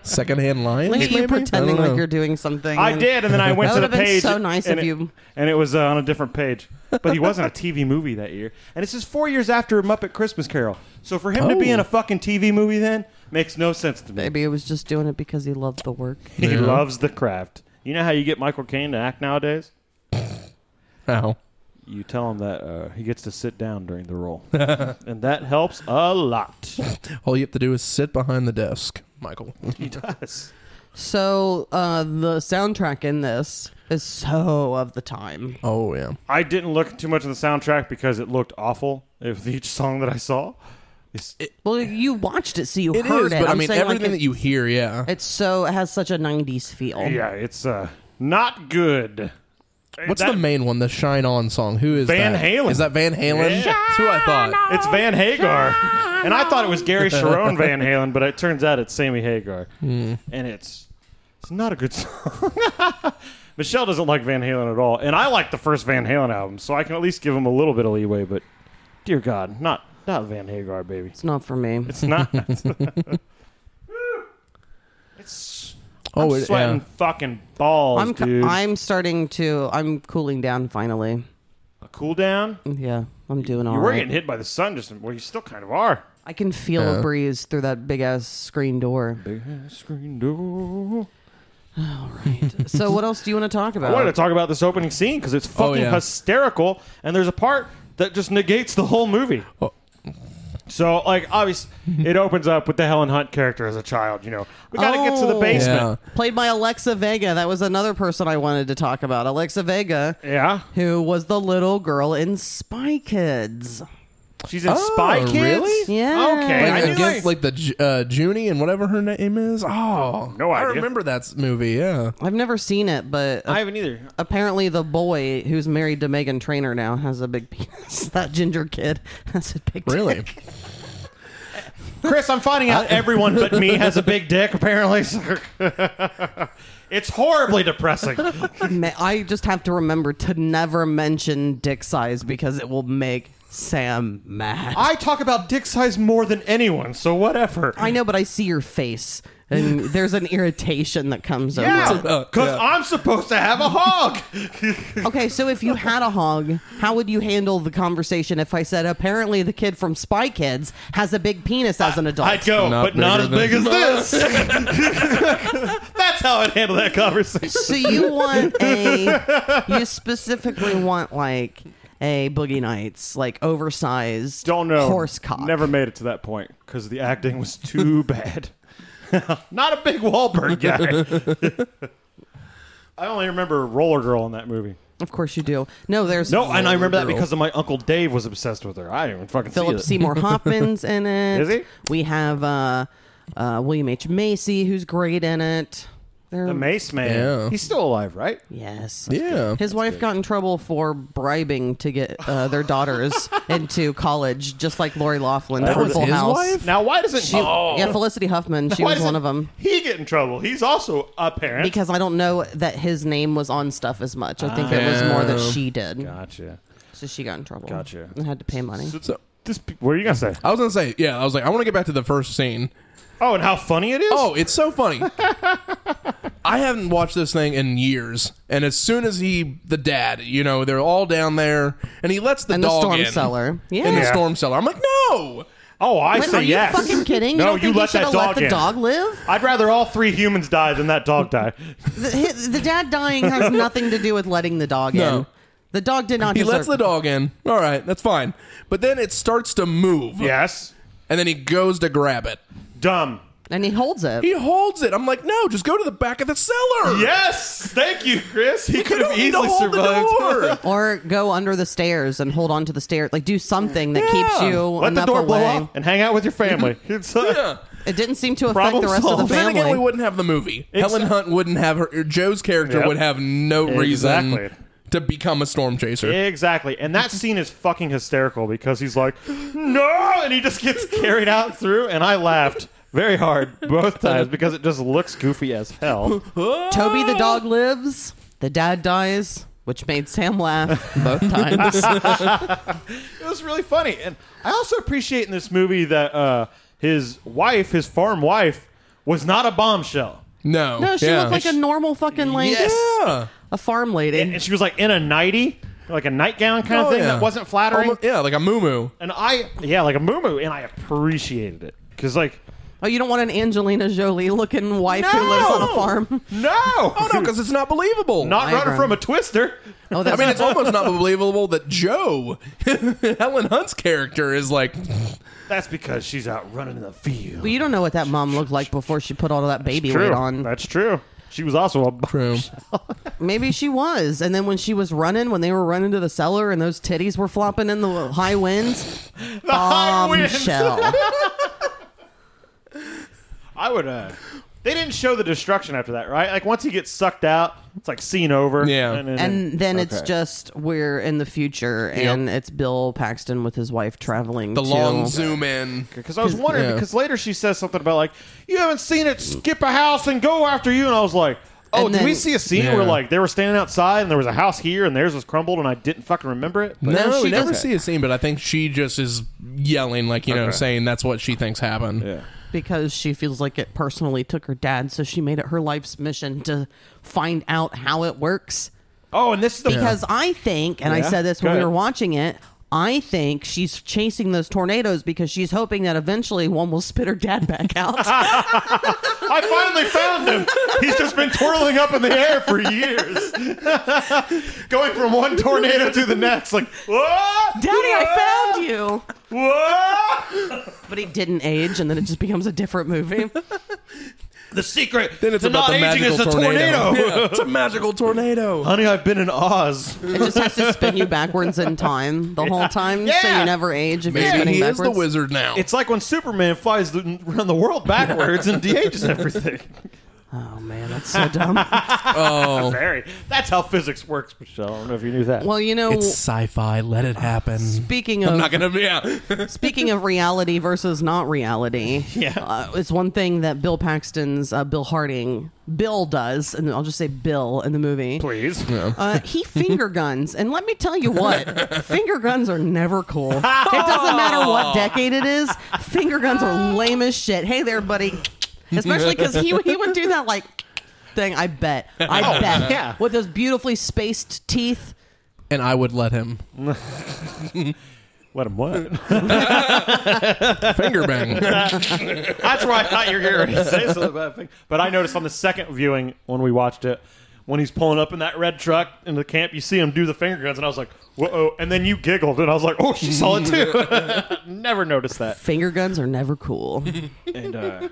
Secondhand lions.
Look at you
maybe? I
pretending
don't
like
know.
you're doing something.
I
and-
did, and
(laughs)
then I went
That
to the
would've been
page.
so nice
and
of
it-
you.
And it was uh, on a different page, but he wasn't a TV movie that year. And this is four years after Muppet Christmas Carol, so for him to be
Oh.
in a fucking TV movie then makes no sense to me.
Maybe he was just doing it because he loved the work.
He
Yeah.
loves the craft. You know how you get Michael Caine to act nowadays?
Ow.
You tell him that uh, he gets to sit down during
(laughs)
the role, and that helps a lot.
All you have to do is sit behind the desk,
(laughs)
Michael.
He does.
So uh, the soundtrack in this is so of the time.
Oh yeah.
I didn't look too much at the soundtrack because it looked awful. If (laughs) each song that I saw, it's,
Well, you watched it, so you
It is,
heard it.
but i
I'm
mean
saying, like,
everything
it-
that you hear, yeah.
It's so it has such a '90s feel.
yeah, it's uh, not good.
What's
That-
the main one? The Shine On song. Who is
Van
that?
Halen.
Is that Van Halen?
Yeah.
That's who I thought.
It's Van Hagar. And I thought it was Gary Sharon Van Halen, but it turns out it's Sammy Hagar. And it's it's not a good song. (laughs) Michelle doesn't like Van Halen at all, and I like the first Van Halen album, so I can at least give him a little bit of leeway, but dear god, not not Van Hagar, baby.
It's not for me.
It's not. it's I'm
Oh, it,
sweating
yeah.
fucking balls,
I'm co-
dude.
I'm starting to. I'm cooling down finally.
cool down.
Yeah, I'm doing all
You
right.
were getting hit by the sun just well, you still kind of are.
I can feel a
Yeah.
breeze through that big ass screen door.
Big ass screen door.
(laughs) so what else do you want to talk
I wanted to
about?
talk about this opening scene because it's fucking
Uh, Oh, yeah.
hysterical, and there's a part that just negates the whole movie.
Oh.
So, like, obviously, it opens up with the Helen Hunt character as a child. You know, we got to get to the
Oh.
basement.
Played by Alexa Vega. That was another person I wanted to talk about. Alexa Vega,
Yeah,
who was the little girl in Spy Kids.
she's in
Oh,
Spy Kids.
really?
Yeah.
Okay.
Like,
I knew I-
against, like the Ju- uh, Junie and whatever her name is. Oh,
No
I
idea.
remember that s- movie. Yeah.
I've never seen it, but
I haven't either.
apparently the boy who's married to Megan Trainer now has a big (laughs) penis. that ginger kid has a big
Really?
dick.
Chris, I'm finding
(laughs)
out everyone but me has a big dick. Apparently, it's horribly depressing.
Ma- I just have to remember to never mention dick size because it will make Sam mad.
I talk about dick size more than anyone, so whatever.
I know, but I see your face, and there's an irritation that comes over.
Yeah,
Uh,
because
yeah.
I'm supposed to have a hog.
Okay, so if you had a hog, how would you handle the conversation if I said, apparently the kid from Spy Kids has a big penis as an adult?
I'd go,
Not
but not as
bigger
big as
than-
this.
(laughs)
That's how I'd handle that
(laughs)
conversation.
So you want a, you specifically want like a Boogie Nights, like oversized
Don't know.
horse cock.
Never made it to that point because the acting was too (laughs) bad. not a big Wahlberg guy. (laughs) I only remember Roller Girl in that movie.
Of course you do. No, there's
No, and I remember that
Girl.
because of my uncle Dave was obsessed with her. I didn't even fucking
Philip
see it. (laughs)
Seymour Hoffman's in it.
Is he?
We have uh, uh, William H Macy, who's great in it. They're-
The Mace Man.
Yeah.
He's still alive, right?
Yes.
Yeah.
His wife got in trouble for bribing to get uh, their
(laughs)
daughters into college, just like Lori Laughlin
That
from
was
Full
his
House.
wife?
Now, why doesn't
She,
he?
Yeah, Felicity Huffman. She
Oh. why
was
doesn't
one of them.
He get in trouble. He's also a parent.
Because I don't know that his name was on stuff as much. I think it was more that she did.
Oh. gotcha.
So she got in trouble.
Gotcha.
And had to pay money.
So
This. What are you gonna say?
I was gonna say, yeah. I was like, I want to get back to the first scene.
Oh. (laughs)
Oh, and how funny it is.
Oh, it's so funny. I haven't watched this thing in years, and as soon as he, the dad, you know, they're all down there, and he lets the
And the
dog
storm
in.
cellar.
in the
Yeah.
storm cellar. I'm like, no,
Oh, I
Wait,
say
are you
yes.
fucking kidding?
No,
you, don't think
let
he should
that
have
dog
let the
in.
dog live?
I'd rather all three humans die than that dog
(laughs)
die.
The, the dad dying
(laughs)
has nothing to do with letting the dog
No.
in. The dog did not.
he
deserve
lets the dog in. All right, that's fine. But then it starts to move,
yes.
and then he goes to grab it.
Dumb.
and he holds it.
He holds it. I'm like, no, just go to the back of the cellar.
Yes. Thank you, Chris. He could
you
have
don't need to
easily
hold
survived. (laughs)
the (laughs) door.
or go under the stairs and hold on to the stairs. Like do something that keeps
Yeah.
you
Let the
enough
door blow
away.
off and hang out with
(laughs)
your family. It's, uh,
yeah.
It didn't seem to affect
Problem
the rest of
solved.
the
(laughs) Then
family.
again, we wouldn't have the movie. Helen Hunt wouldn't have her. or Joe's character
Yep.
would have no reason
Exactly.
to become a storm chaser.
Exactly. And that scene is fucking hysterical because he's like, no! And he just gets carried out through. And I laughed very hard
(laughs)
both times because it just looks goofy as hell.
Toby
"Ah."
the dog lives. The dad dies, which made Sam
(laughs)
laugh both times.
it was really funny. And I also appreciate in this movie that uh, his wife, his farm wife, was not a bombshell.
No.
no, she
yeah.
looked like a normal fucking lady,
Yeah.
a farm lady.
And she was like in a nighty, like a nightgown kind
Oh,
of thing
yeah.
that wasn't flattering.
Almo- yeah, like a moo
and I, yeah, like a moo and I appreciated it. Because, like,
oh, you don't want an Angelina Jolie looking wife who lives on a
No!
farm.
(laughs) no!
Oh no, because it's not believable.
not
I
running
agree.
from a twister.
Oh, that's
I
(laughs)
mean, it's almost not believable that Joe, (laughs) Helen Hunt's character, is like,
That's because she's out running in the field.
you don't know what that mom looked like before she put all of that baby weight on.
That's true. She was also a (laughs)
true.
Maybe she was. And then when she was running, when they were running to the cellar and those titties were flopping in the high winds, um,
the (laughs) high winds. (laughs)
bombshell.
I would. uh They didn't show the destruction after that, right? Like once he gets sucked out, it's like scene over.
Yeah.
and then it's
Okay.
just we're in the future and it's Bill Paxton with his wife traveling
The
to
long zoom in.
Because I was wondering,
yeah.
because later she says something about like, you haven't seen it skip a house and go after you, and I was like, oh,
And
did we
then-
see a scene
Yeah.
where like they were standing outside and there was a house here and theirs was crumbled and I didn't fucking remember it? But-
No,
No, she
we never
doesn't.
see a scene, but I think she just is yelling, like you know,
Okay.
saying that's what she thinks happened.
yeah.
because she feels like it personally took her dad, so she made it her life's mission to find out how it works.
Oh, and this is the
Because I think, and I
Yeah?
said this
Go
when we
ahead.
were watching it, I think she's chasing those tornadoes because she's hoping that eventually one will spit her dad back
(laughs)
out.
I finally found him. He's just been twirling up in the air for years, (laughs) going from one tornado to the next. Like, whoa,
Daddy, I found you.
whoa.
But he didn't age, and then it just becomes a different movie. (laughs)
The secret
Then it's
to not
about the
aging
magical
is a tornado.
(laughs) Yeah, it's a magical tornado.
Honey, I've been in Oz.
It just has to spin you backwards in time the whole time, so
Yeah.
you never age if you're
(laughs) Maybe
spinning
he
backwards.
is the wizard now.
It's like when Superman flies the, around the world backwards and de-ages everything.
Oh man, that's so
(laughs)
dumb.
oh,
(laughs) Very. That's how physics works, Michelle. I don't know if you knew that.
well, you know,
(laughs) it's sci-fi. Let it happen.
speaking
I'm
of
(laughs) not gonna. Yeah,
speaking of reality versus not reality,
Yeah.
uh, it's one thing that Bill Paxton's uh, Bill Harding Bill does, and I'll just say Bill in the movie.
Please.
Uh,
(laughs)
he finger guns, and let me tell you what, finger guns are never cool. It doesn't matter
(laughs)
what decade it is, finger guns are lame as shit. Hey there, buddy. Especially because he he would do that like thing. I bet, I bet,
Oh, yeah.
with those beautifully spaced teeth.
(laughs) and I would let him
Let him
(laughs)
what?
finger (laughs) bang.
That's why I thought you were going to say something about thing. But I noticed on the second viewing when we watched it, when he's pulling up in that red truck in the camp, you see him do the finger guns, and I was like, "Whoa!" And then you giggled, and I was like, "Oh, she saw it too." (laughs) Never noticed that.
Finger guns are never cool.
And
(laughs)
uh,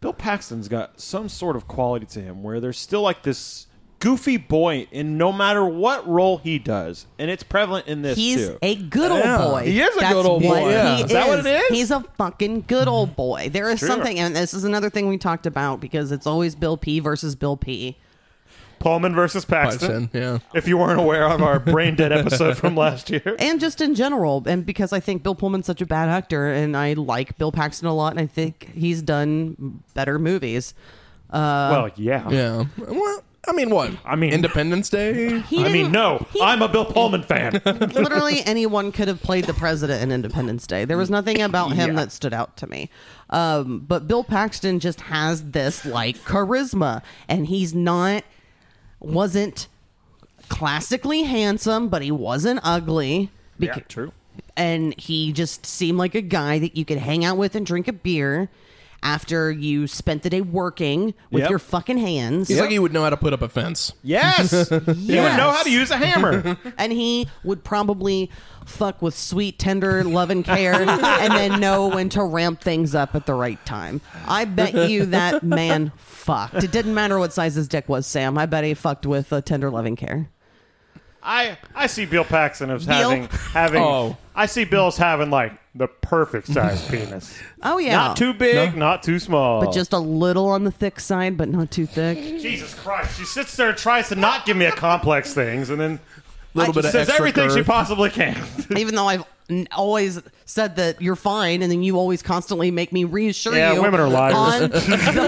Bill Paxton's got some sort of quality to him where there's still like this goofy boy, and no matter what role he does, and it's prevalent in this
He's
too.
a good old
Yeah.
boy.
He is a
That's
good old
what
boy.
He
Yeah. Is that what it is?
He's a fucking good old boy. There is something, and this is another thing we talked about because it's always Bill P versus Bill P.
Pullman versus Paxton.
(laughs) Paxton, yeah.
If you weren't aware of our brain (laughs) dead episode from last year.
and just in general and because i think bill pullman's such a bad actor and i like bill paxton a lot and i think he's done better movies
Uh,
well, yeah.
Yeah. Well, I mean, what?
I mean-
Independence
(laughs)
Day.
He
I mean,
didn't-
no,
he-
I'm a Bill Pullman
(laughs)
fan.
Literally anyone could have played the president in Independence Day. There was nothing about him that stood out to me. Um, but Bill Paxton just has this like charisma, and he's not wasn't classically handsome, but he wasn't ugly.
yeah, true.
and he just seemed like a guy that you could hang out with and drink a beer after you spent the day working with
Yep.
your fucking hands.
It's like he would know how to put up a fence. (laughs)
Yes, you would know how to use a
(laughs)
hammer.
And he would probably fuck with sweet, tender love and care and then know when to ramp things up at the right time. I bet you that man fucked. It didn't matter what size his dick was, Sam. I bet he fucked with uh, tender loving care.
I I see Bill Paxton as
Bill?
having having.
Oh.
I see Bill's having like the perfect
(laughs)
size penis.
Oh, yeah.
Not too big, not too small.
But just a little on the thick side, but not too thick.
Jesus Christ, she sits there and tries to not give me a complex things, and then
A little
I
bit of
just-
says
extra
everything she
girth.
possibly can.
Even though I've n- always said that you're fine, and then you always constantly make me reassure
Yeah,
you.
women are liars. (laughs)
On the
(laughs)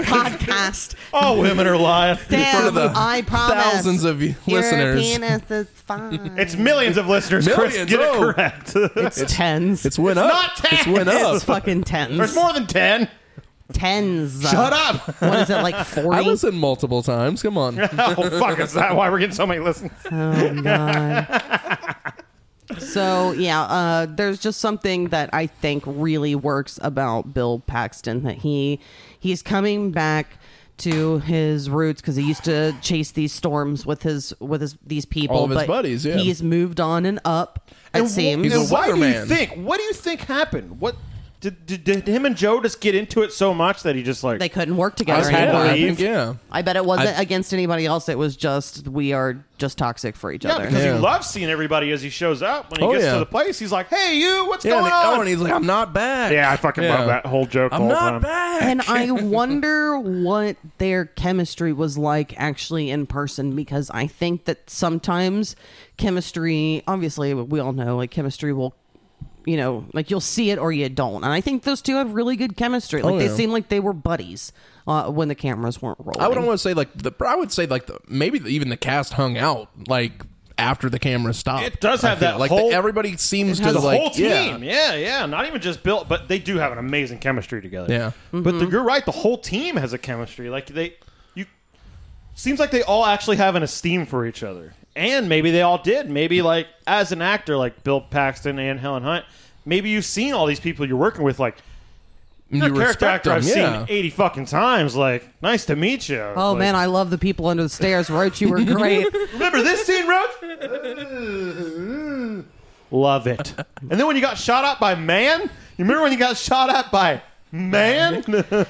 podcast.
oh, women are lying.
Damn,
of the
I promise.
thousands of you- listeners.
Your penis is fine.
It's millions of listeners, Chris.
Millions,
Get
oh.
it correct. (laughs)
It's tens.
It's went up.
not ten.
It's went up.
It's fucking tens.
There's more than ten.
Tens.
Shut up.
What is it like forty?
(laughs) I listened multiple times. Come on.
(laughs) oh fuck! Is that why we're getting so many listens?
So yeah, uh, there's just something that I think really works about Bill Paxton that he he's coming back to his roots because he used to chase these storms with his with his these people.
All of his
but
buddies, yeah.
He's moved on and up. It
And wh-
seems.
He's a
and why do you
weatherman.
think? What do you think happened? What did, did, did him and Joe just get into it so much that he just like
they couldn't work
I,
together
had
anymore.
to
I
leave.
think, yeah.
I bet it wasn't against anybody else. It was just we are just toxic for each
yeah
other.
because
Yeah.
he loves seeing everybody as he shows up when he
Oh,
gets
yeah.
to the place he's like hey you what's
Yeah,
going
and, he-
on
oh, and he's like, I'm not back.
yeah I fucking
Yeah.
love that whole joke
I'm
the whole
not
time
back. (laughs)
and I wonder what their chemistry was like actually in person because I think that sometimes chemistry, obviously, we all know like chemistry will, you know, like you'll see it or you don't. And I think those two have really good chemistry. Like
Oh,
they
yeah.
seemed like they were buddies uh, when the cameras weren't rolling.
I would almost say like the. I would say like the maybe the, even the cast hung out like after the camera stopped.
It does
I
have
feel
that
like
whole-
the, everybody seems
the
to like
whole team
yeah.
yeah. yeah not even just Bill but they do have an amazing chemistry together
Yeah.
but the, you're right the whole team has a chemistry like they you seems like they all actually have an esteem for each other and maybe they all did maybe like as an actor like Bill Paxton and Helen Hunt maybe you've seen all these people you're working with like
You
Their character
respect
actor
them.
I've seen
yeah.
80 fucking times. Like, nice to meet you.
Oh man, I love the people under the stairs. Roach, you were great.
(laughs)
remember this scene, Roach? Love it. And then when you got shot at by man, you remember when you got shot at by man?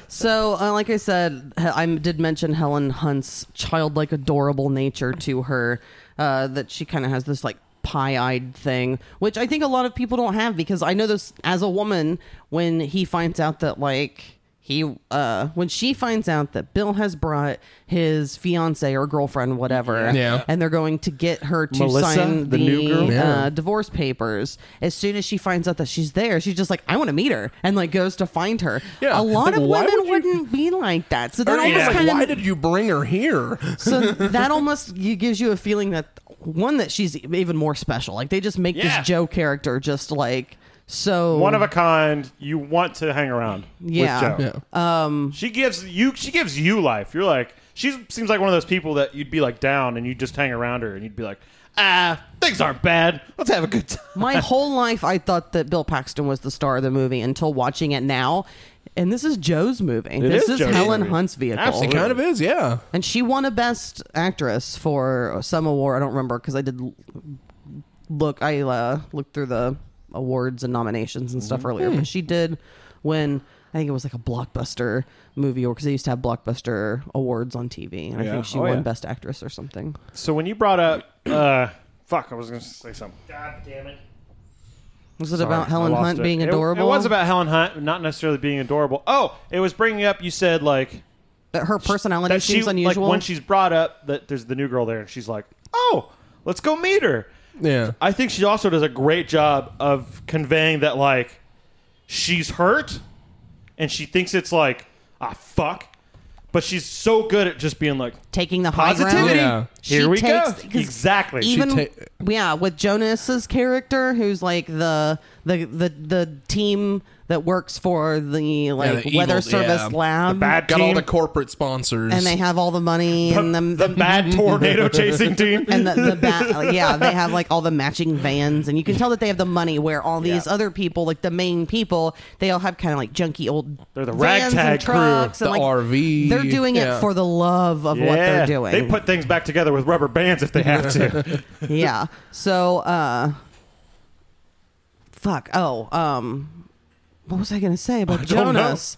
So, uh, like I said, he- I did mention Helen Hunt's childlike, adorable nature to her, uh, that she kind of has this like pie eyed thing, which I think a lot of people don't have because I know this as a woman when he finds out that, like, he, uh, when she finds out that Bill has brought his fiance or girlfriend, whatever,
Yeah.
and they're going to get her to
Melissa,
sign the,
the new girl?
uh, divorce papers. As soon as she finds out that she's there, she's just like, "I want to meet her," and like goes to find her.
Yeah.
A lot
Like,
of
why
women
would you-
would not be like that. So that
Or even,
almost
like,
kind
why
of
did you bring her here?
so that almost you- gives you a feeling that one that she's even more special. Like they just make
Yeah.
this Joe character just like so
One of a kind. You want to hang around
Yeah.
with Joe. She gives you she gives you life. You're like she seems like one of those people that you'd be like down and you'd just hang around her and you'd be like, ah, things aren't bad. Let's have a good time.
My whole life, I thought that Bill Paxton was the star of the movie until watching it now. And this is Joe's movie. this is,
is Joe's
Helen
movie.
Hunt's vehicle.
It
Absolutely.
kind of is, yeah.
And she won a Best Actress for some award. I don't remember because I did l- look. I uh, looked through the awards and nominations and stuff earlier,
Hmm.
but she did win. I think it was like a blockbuster movie, or because they used to have blockbuster awards on TV, and I
Yeah.
think she
Oh,
won
yeah.
Best Actress or something.
So when you brought up, uh, fuck, I was going to say something. God damn it.
Was it
Sorry,
about
I
Helen
lost
Hunt
it.
being
It-
adorable?
It, was about Helen Hunt not necessarily being adorable. Oh, it was bringing up. You said like
that her personality
that she
seems unusual.
like when she's brought up that there's the new girl there, and she's like, "Oh, let's go meet her."
Yeah.
I think she also does a great job of conveying that like she's hurt, and she thinks it's like ah fuck, But she's so good at just being like,
taking the high ground.
positivity.
Yeah.
Here
She
we
takes-
go.
'cause
Exactly.
Even
ta-
yeah, with Jonas's character, who's like the the the, the team that works for the like
the
weather
evil-
service
yeah.
lab,
the bad
Got all
team,
the corporate sponsors.
and they have all the money and them. (laughs)
the bad tornado chasing team.
and the, the bat, (laughs) yeah, they have like all the matching vans, and you can tell that they have the money. Where all these
Yeah.
other people, like the main people, they all have kind of like junky old
They're the
vans and
ragtag crew.
trucks,
the
and like
RV.
they're doing
Yeah.
it for the love of what they're doing.
They put things back together with rubber bands if they have
(laughs)
to.
yeah. So, uh, fuck. Oh, um, what was I going to say about
don't know.
Jonas?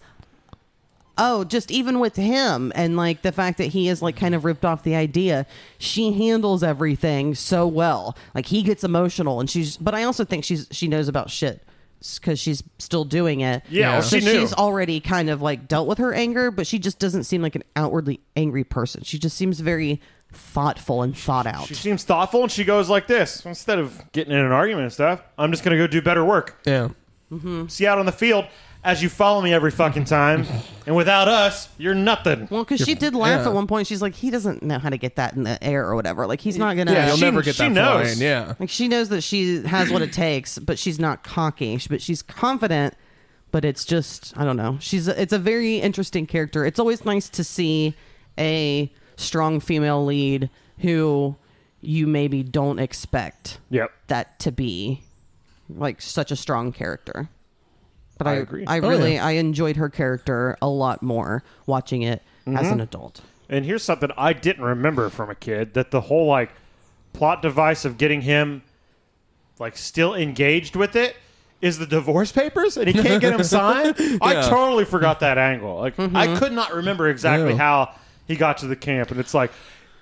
Oh, just even with him and like the fact that he is like kind of ripped off the idea, she handles everything so well. Like he gets emotional and she's, but I also think she's, she knows about shit because she's still doing it.
Yeah, well,
So
she knew.
she's already kind of like dealt with her anger, but she just doesn't seem like an outwardly angry person. She just seems very thoughtful and thought out.
she seems thoughtful and she goes like this instead of getting in an argument and stuff. I'm just gonna go do better work.
yeah.
See you out on the field as you follow me every fucking time. and without us, you're nothing.
Well, because she did laugh
yeah.
at one point. She's like, he doesn't know how to get that in the air or whatever. Like, he's not gonna.
Yeah, you'll
she,
never get
she
that
knows.
flying. Yeah.
like she knows that she has what it takes, but she's not cocky. She- But she's confident. But it's just I don't know. She's a, it's a very interesting character. It's always nice to see a strong female lead who you maybe don't expect
Yep.
that to be like such a strong character. But
I
I,
agree.
I
Oh,
really
yeah.
I enjoyed her character a lot more watching it as
Mm-hmm.
an adult.
And here's something I didn't remember from a kid that the whole like plot device of getting him like still engaged with it is the divorce papers and he can't get them signed. I
Yeah.
totally forgot that angle. Like I could not remember exactly
No.
how he got to the camp and it's like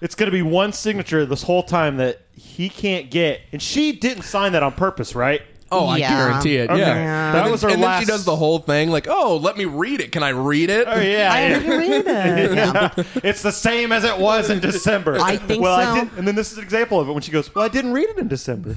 it's going to be one signature this whole time that he can't get. And she didn't sign that on purpose, right?
Oh, I
Yeah.
guarantee it.
Okay.
Yeah.
Yeah.
And
That
then-
was her
and then
last-
she does the whole thing like, oh, let me read it. Can I read it?
Oh yeah.
I
yeah.
didn't read
(laughs)
it. Yeah.
it's the same as it was in December.
I think
well, I
so.
did, and then this is an example of it when she goes, "Well, I didn't read it
(laughs)
in December."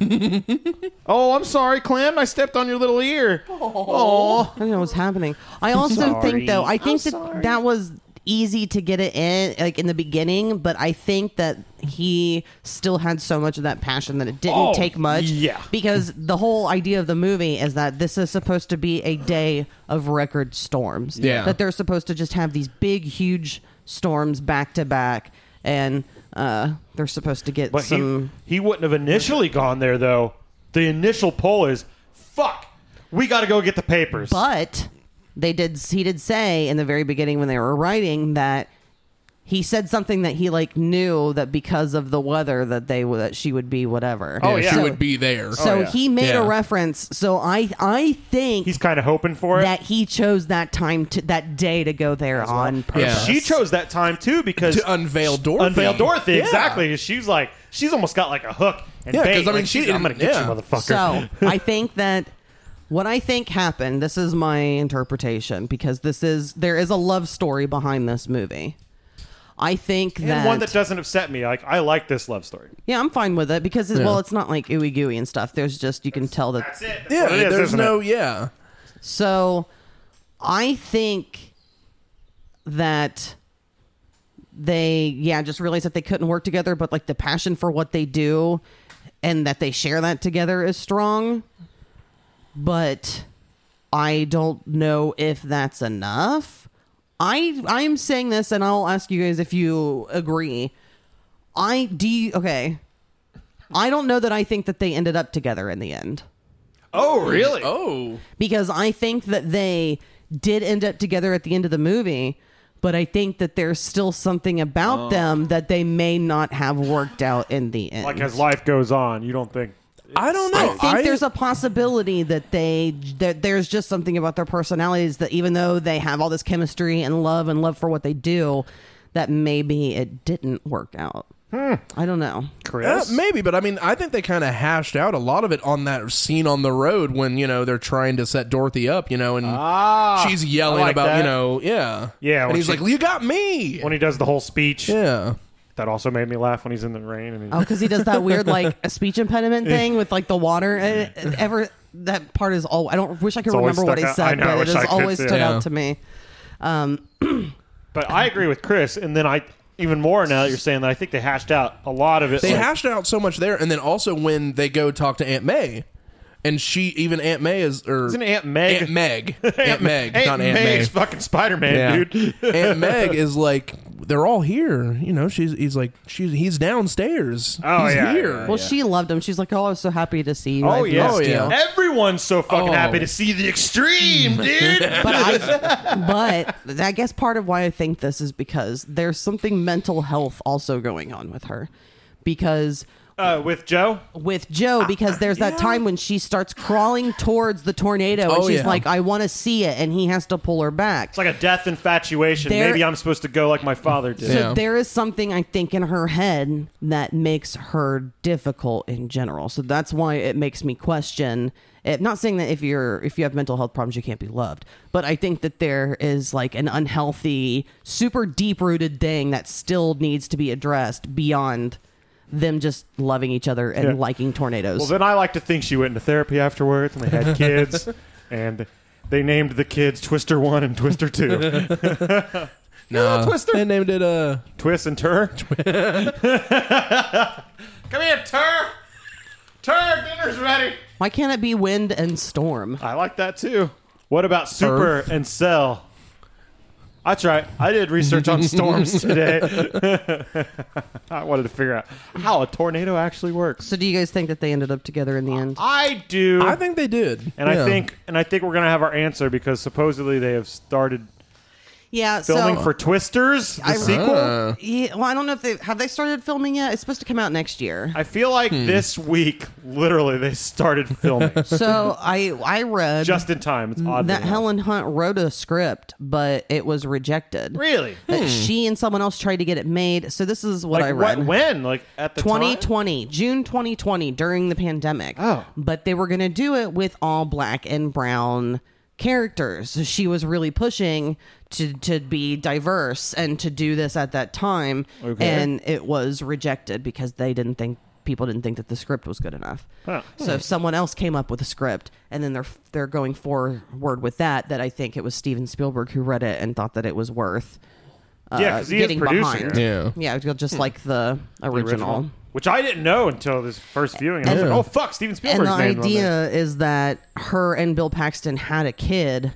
oh, I'm sorry, Clem. I stepped on your little ear. Oh,
I don't know what's happening. I also think though, I
sorry.
think
I'm
that
sorry.
that was easy to get it in like in the beginning, but I think that he still had so much of that passion that it didn't
Oh,
take much.
yeah.
Because the whole idea of the movie is that this is supposed to be a day of record storms.
Yeah.
That they're supposed to just have these big, huge storms back to back and uh, they're supposed to get
but
some
he he wouldn't have initially gone there though. The initial pull is, "Fuck, we got to go get the papers."
but they did he did say in the very beginning when they were writing that he said something that he like knew that because of the weather that they would that she would be whatever
Oh, yeah.
She
so,
would be there.
so
Oh, yeah.
he made
Yeah.
a reference so i i think
He's kind of hoping for it.
that he chose that time to that day to go there on purpose
she chose that time too because
to unveil Dorothy.
unveil Dorothy
Yeah.
exactly. She's like, she's almost got like a hook and
Yeah, 'cause,
bait.
I mean,
Like,
she
she's, I'm gonna get
didn't-
you,
yeah.
motherfucker.
So I think that what I think happened, this is my interpretation, because this is there is a love story behind this movie. I think
and
that,
one that doesn't upset me. Like I like this love story.
yeah, I'm fine with it because it,
Yeah.
well, it's not like ooey gooey and stuff. There's just you can tell that.
That's it. That's
Yeah,
what it is,
there's
isn't
no
it?
yeah.
So I think that they yeah just realized that they couldn't work together, but like the passion for what they do and that they share that together is strong. But I don't know if that's enough. I I'm saying this, and I'll ask you guys if you agree. I do you- okay. I don't know that I think that they ended up together in the end
Oh, really?
Oh.
because I think that they did end up together at the end of the movie, but I think that there's still something
Oh.
about them that they may not have worked out in the end.
Like as life goes on, you don't think.
I don't know.
I think there's a possibility that they that there's just something about their personalities that even though they have all this chemistry and love and love for what they do, that maybe it didn't work out.
Hmm.
I don't know.
Yeah,
Chris,
maybe, but I mean, I think they kind of hashed out a lot of it on that scene on the road when you know they're trying to set Dorothy up, you know, and
Ah,
she's yelling
I like
about
that.
you know, yeah,
Yeah,
and
when
he's
she-
like, "You got me,"
when he does the whole speech,
yeah,
that also made me laugh when he's in the rain. And he,
Oh, because he does that weird
(laughs)
like a speech impediment thing with like the water. Uh, Ever that part is all. I don't wish I could
It's always
remember what he
stuck out. I
said,
know, I
but it
wish
has
I could
always
too.
stood
Yeah.
out to me. Um,
But I agree with Chris, and then I even more now that you're saying that I think they hashed out a lot of it.
They
like,
hashed out so much there, and then also when they go talk to Aunt May, and she even Aunt May is or
Isn't Aunt Meg-
Aunt Meg, Aunt
(laughs)
Meg,
Aunt
not Aunt
Meg's (laughs)
May.
fucking Spider Man,
Yeah.
dude.
Aunt Meg is like they're all here. You know, she's he's like she's he's downstairs.
Oh,
he's
yeah,
here.
yeah,
Well,
Well, she loved him. She's like, "Oh, I was so happy to see you.
Oh
I've
yeah.
missed you."
yeah.
everyone's so fucking
Oh.
happy to see the extreme, dude.
(laughs)
But
(laughs)
I, but I guess part of why I think this is because there's something mental health also going on with her, because
uh, with Joe,
with
Ah,
Joe because there's that time when she starts crawling towards the tornado and
Oh,
she's
yeah.
like, I want to see it, and he has to pull her back.
it's like a death infatuation.
There-
Maybe I'm supposed to go like my father did.
so
Yeah.
there is something I think in her head that makes her difficult in general. So that's why it makes me question. It, not saying that if you're if you have mental health problems you can't be loved, but I think that there is like an unhealthy, super deep rooted thing that still needs to be addressed beyond them just loving each other and
Yeah.
liking tornadoes.
Well, then I like to think she went into therapy afterwards, and they had kids, and they named the kids Twister One and Twister Two,
no, Twister. They named it uh
Twist and Tur. Come here, Tur. Tur, dinner's ready.
Why can't it be wind and storm?
I like that too. What about Super
Earth.
and Cell? That's right. I did research on storms today. (laughs) I wanted to figure out how a tornado actually works.
So do you guys think that they ended up together in the end?
I do.
I think they did.
and
Yeah.
I think and I think we're gonna have our answer because supposedly they have started
Yeah,
filming
so
for Twisters, the
I-
sequel.
Uh.
Yeah, well, I don't know if they have they started filming yet. It's supposed to come out next year.
I feel like
Hmm.
this week, literally, they started
(laughs)
filming (laughs)
So I I read
just in time. It's odd
that Helen Hunt wrote a script, but it was rejected.
really
That she and someone else tried to get it made. So this is what
like
I read.
What, when like at the time?
2020, June 2020, during the pandemic.
Oh.
But they were going to do it with all black and brown characters. So she was really pushing to, to be diverse and to do this at that time.
Okay.
And it was rejected because they didn't think. People didn't think that the script was good enough,
Huh.
so if someone else came up with a script and then they're they're going forward with that, that I think it was Steven Spielberg who read it and thought that it was worth
Yeah,
uh,
because he is
getting
producing.
behind.
it.
Yeah.
yeah, just like the original.
which I didn't know until this first viewing. And I was
Yeah.
like, "Oh fuck, Steven
and
Spielberg's
the
name." on there.
idea is that her and Bill Paxton had a kid.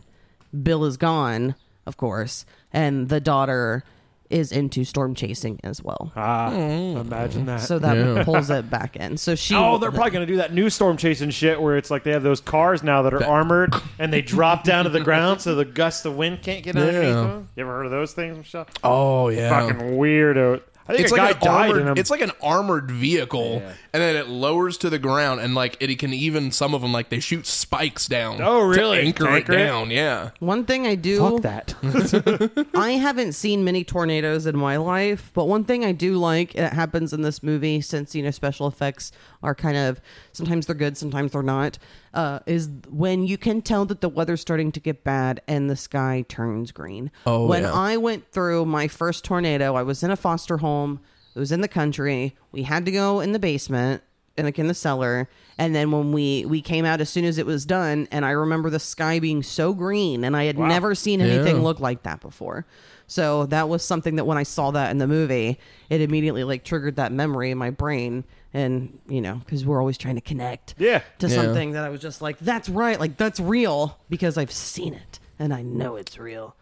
Bill is gone, of course, and the daughter is into storm chasing as well.
Ah,
Hmm.
imagine that.
So that pulls it back in. So she.
Oh, they're probably going to do that new storm chasing shit where it's like they have those cars now that are armored and they drop down to the ground so the gust of wind can't get underneath
Yeah.
them. You ever heard of those things, Michelle?
Oh yeah.
Fucking weirdo. I think
it's
a
like
guy
an
died in
armored,
them.
it's like an armored vehicle, and then it lowers to the ground, and like it can even some of them like they shoot spikes down.
Oh, really?
To anchor,
Anchor it?
it down, yeah.
One thing I do.
Fuck that.
(laughs) I haven't seen many tornadoes in my life, but one thing I do like and it happens in this movie since you know special effects are kind of sometimes they're good, sometimes they're not. Uh, is when you can tell that the weather's starting to get bad and the sky turns green.
Oh,
when
yeah.
I went through my first tornado, I was in a foster home. It was in the country. We had to go in the basement and like in the cellar. And then when we we came out as soon as it was done, and I remember the sky being so green, and I had never seen anything
Yeah.
look like that before. So that was something that when I saw that in the movie, it immediately like triggered that memory in my brain, and you know, because we're always trying to connect
Yeah.
to
Yeah.
something that I was just like, that's right, like that's real because I've seen it and I know it's real.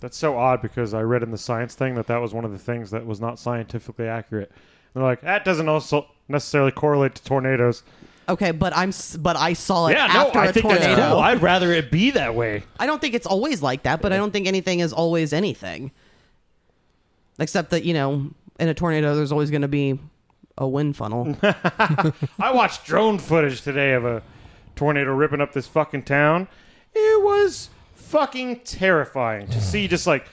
That's so odd because I read in the science thing that that was one of the things that was not scientifically accurate. They're like, that doesn't also necessarily correlate to tornadoes.
Okay, but I'm s- but I saw it
Yeah, no,
after a
I think
tornado.
that's cool. I'd rather it be that way.
I don't think it's always like that, but I don't think anything is always anything. Except that, you know, in a tornado there's always going to be a wind
(laughs)
funnel.
I watched drone footage today of a tornado ripping up this fucking town. It was fucking terrifying to see just like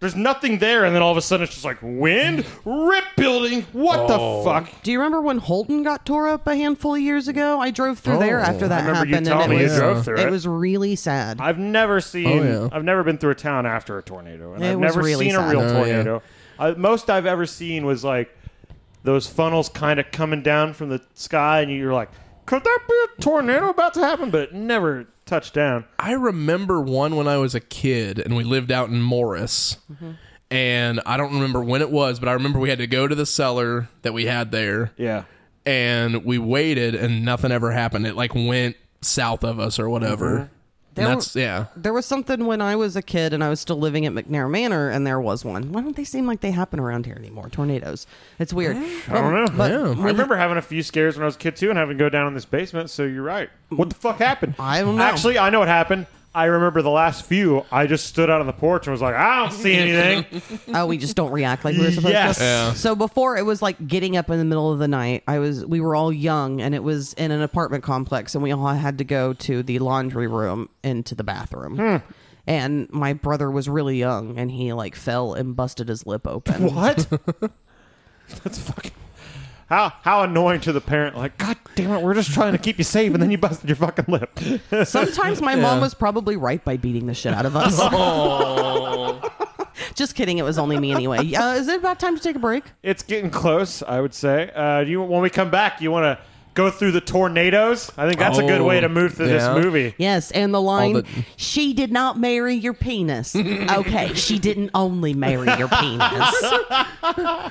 there's nothing there and then all of a sudden it's just like wind rip building. What
Oh.
the fuck?
Do you remember when Holton got tore up a handful of years ago? I drove through there
Oh,
after that
I remember you
happened
telling
and it
me you
was
drove through it.
was really sad.
I've never seen
Oh, yeah.
I've never been through a town after a tornado and
It
I've
was
never
really
seen a
sad.
real
Oh,
yeah.
tornado. I, most I've ever seen was like those funnels kind of coming down from the sky and you're like could that be a tornado about to happen? But it never touchdown.
I remember one when I was a kid and we lived out in Morris.
Mm-hmm.
And I don't remember when it was, but I remember we had to go to the cellar that we had there
Yeah.
and we waited and nothing ever happened. It like went south of us or whatever.
There
Mm-hmm.
And that's yeah.
There was something when I was a kid and I was still living at McNair Manor, and there was one. Why don't they seem like they happen around here anymore? Tornadoes. It's weird.
I don't know.
Yeah.
I remember having a few scares when I was a kid too, and having to go down in this basement. So you're right. What the fuck happened?
I don't know.
Actually, I know what happened. I remember the last few. I just stood out on the porch and was like, I don't
(laughs)
see anything.
oh, we just don't react like we were supposed
Yes.
to.
Yeah.
So before it was like getting up in the middle of the night. I was we were all young and it was in an apartment complex and we all had to go to the laundry room into the bathroom.
Hmm.
And my brother was really young and he like fell and busted his lip open.
what? That's fucking. How, how annoying to the parent. Like, God damn it, we're just trying to keep you safe, and then you busted your fucking lip. (laughs)
Sometimes my mom was probably right by beating the shit out of
(laughs)
us.
Oh.
(laughs) Just kidding. It was only me anyway. Uh, is it about time to take a break?
It's getting close, I would say. Uh, do you when we come back, you want to go through the tornadoes? I think that's a good
Oh,
way to move through
yeah.
this movie.
Yes. And the line,
the-
she did not marry your penis. okay. She didn't only marry your penis. (laughs)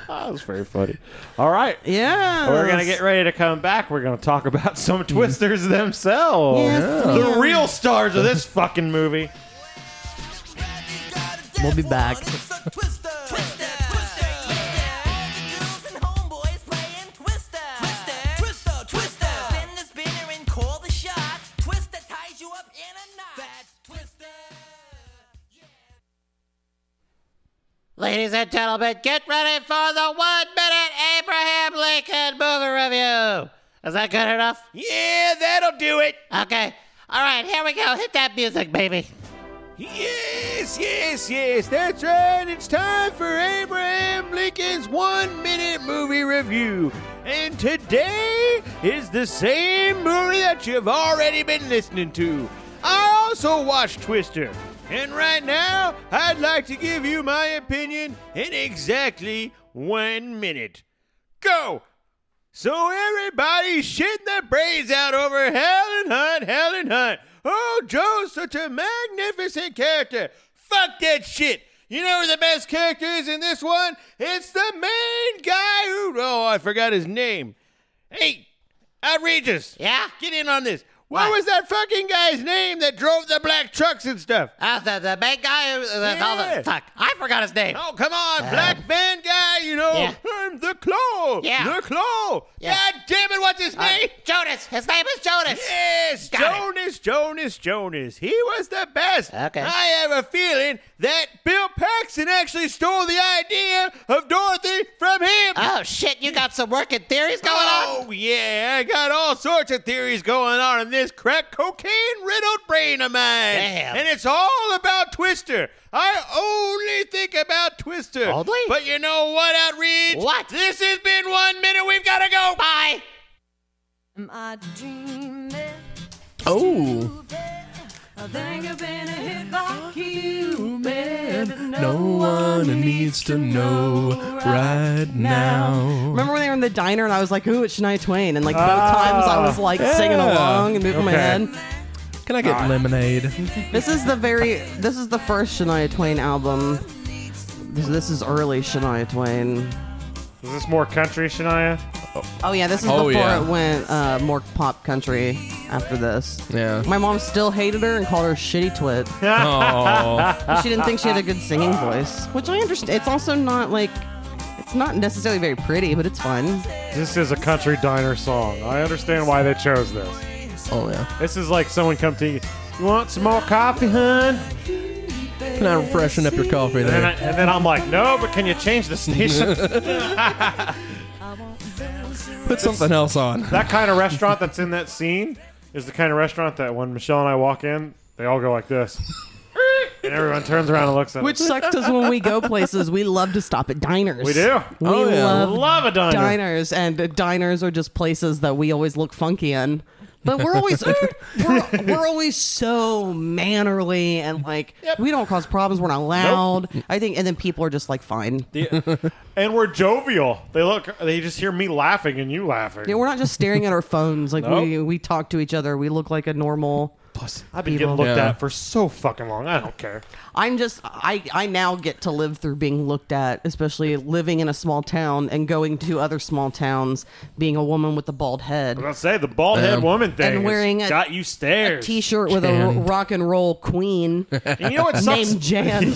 That was very funny. All right,
yeah.
we're gonna get ready to come back. We're gonna talk about (laughs) some twisters themselves,
Yes,
the
ma'am.
real stars of this fucking movie.
We'll be back.
Ladies and gentlemen, get ready for the one minute Abraham Lincoln movie review. Is that good enough?
Yeah, that'll do it.
Okay. All right, here we go. Hit that music, baby.
Yes, yes, yes. That's right. It's time for Abraham Lincoln's one minute movie review. And today is the same movie that you've already been listening to. I also watched Twister. And right now, I'd like to give you my opinion in exactly one minute. Go! So everybody shit their brains out over Helen Hunt, Helen Hunt. Oh, Joe's such a magnificent character. Fuck that shit. You know who the best character is in this one? It's the main guy who. Oh, I forgot his name. Hey, outrageous.
Yeah?
Get in on this. What,
What?
was that fucking guy's name that drove the black trucks and stuff?
That's Uh, the, the big guy who. That's all
Yeah.
the, fuck. I forgot his name.
Oh, come on, black man guy, you know.
Uh, Yeah.
I'm the claw.
Yeah.
The claw.
Yeah.
God damn it, what's his
Uh,
name?
Jonas. His name is Jonas.
Yes,
Got
Jonas, Jonas, Jonas. He was the best.
Okay.
I have a feeling that Bill Paxton actually stole the idea of Dorothy from him.
Oh, shit. You got some working theories going on?
Oh, yeah, I got all sorts of theories going on in this crack cocaine riddled brain of mine.
Damn.
And it's all about Twister. I only think about Twister.
Only?
But you know what, Outreach?
What?
This has been one minute. We've got to go.
Bye.
Am I dreaming?
Oh.
I think I've been hit by you,
No one needs to know right now.
Remember when they were in the diner and I was like, ooh, it's Shania Twain. And like both times I was like singing
Ah, yeah.
along and moving my
Okay.
head.
Can I get lemonade?
This is the very. This is the first Shania Twain album. This, this is early Shania Twain.
Is this more country, Shania?
Oh yeah, this is
Oh,
before
yeah.
it went uh, more pop country. After this,
Yeah.
my mom still hated her and called her shitty twit.
(laughs) Oh.
she didn't think she had a good singing voice, which I understand. It's also not like. It's not necessarily very pretty, but it's fun.
This is a country diner song. I understand why they chose this.
(laughs) oh yeah.
This is like someone come to you. You want some more coffee, hun?
Can I freshen up your coffee
And,
there?
I, and then I'm like, no, but can you change the station?
(laughs) Put something else on.
that kind of restaurant that's in that scene is the kind of restaurant that when Michelle and I walk in, they all go like this, and everyone turns around and looks at
Which
us.
sucks because when we go places, we love to stop at diners.
We do.
We
Oh, yeah.
love
Love a diner.
diners and uh, diners are just places that we always look funky in but we're always we're, we're always so mannerly and like we don't cause problems we're not loud i think and then people are just like fine
And we're jovial. They look. They just hear me laughing and you laughing.
yeah, we're not just staring at our phones like we we talk to each other we look like a normal
Plus, I've been
People.
getting looked
Yeah.
at for so fucking long. I don't care.
I'm just I I now get to live through being looked at, especially living in a small town and going to other small towns, being a woman with a bald head.
I was gonna say the bald head
Um,
woman thing
and
has
wearing a-
got you
A
stairs.
t-shirt with a ro-
Jan.
rock and roll queen
(laughs)
And you know what sucks?
named Jan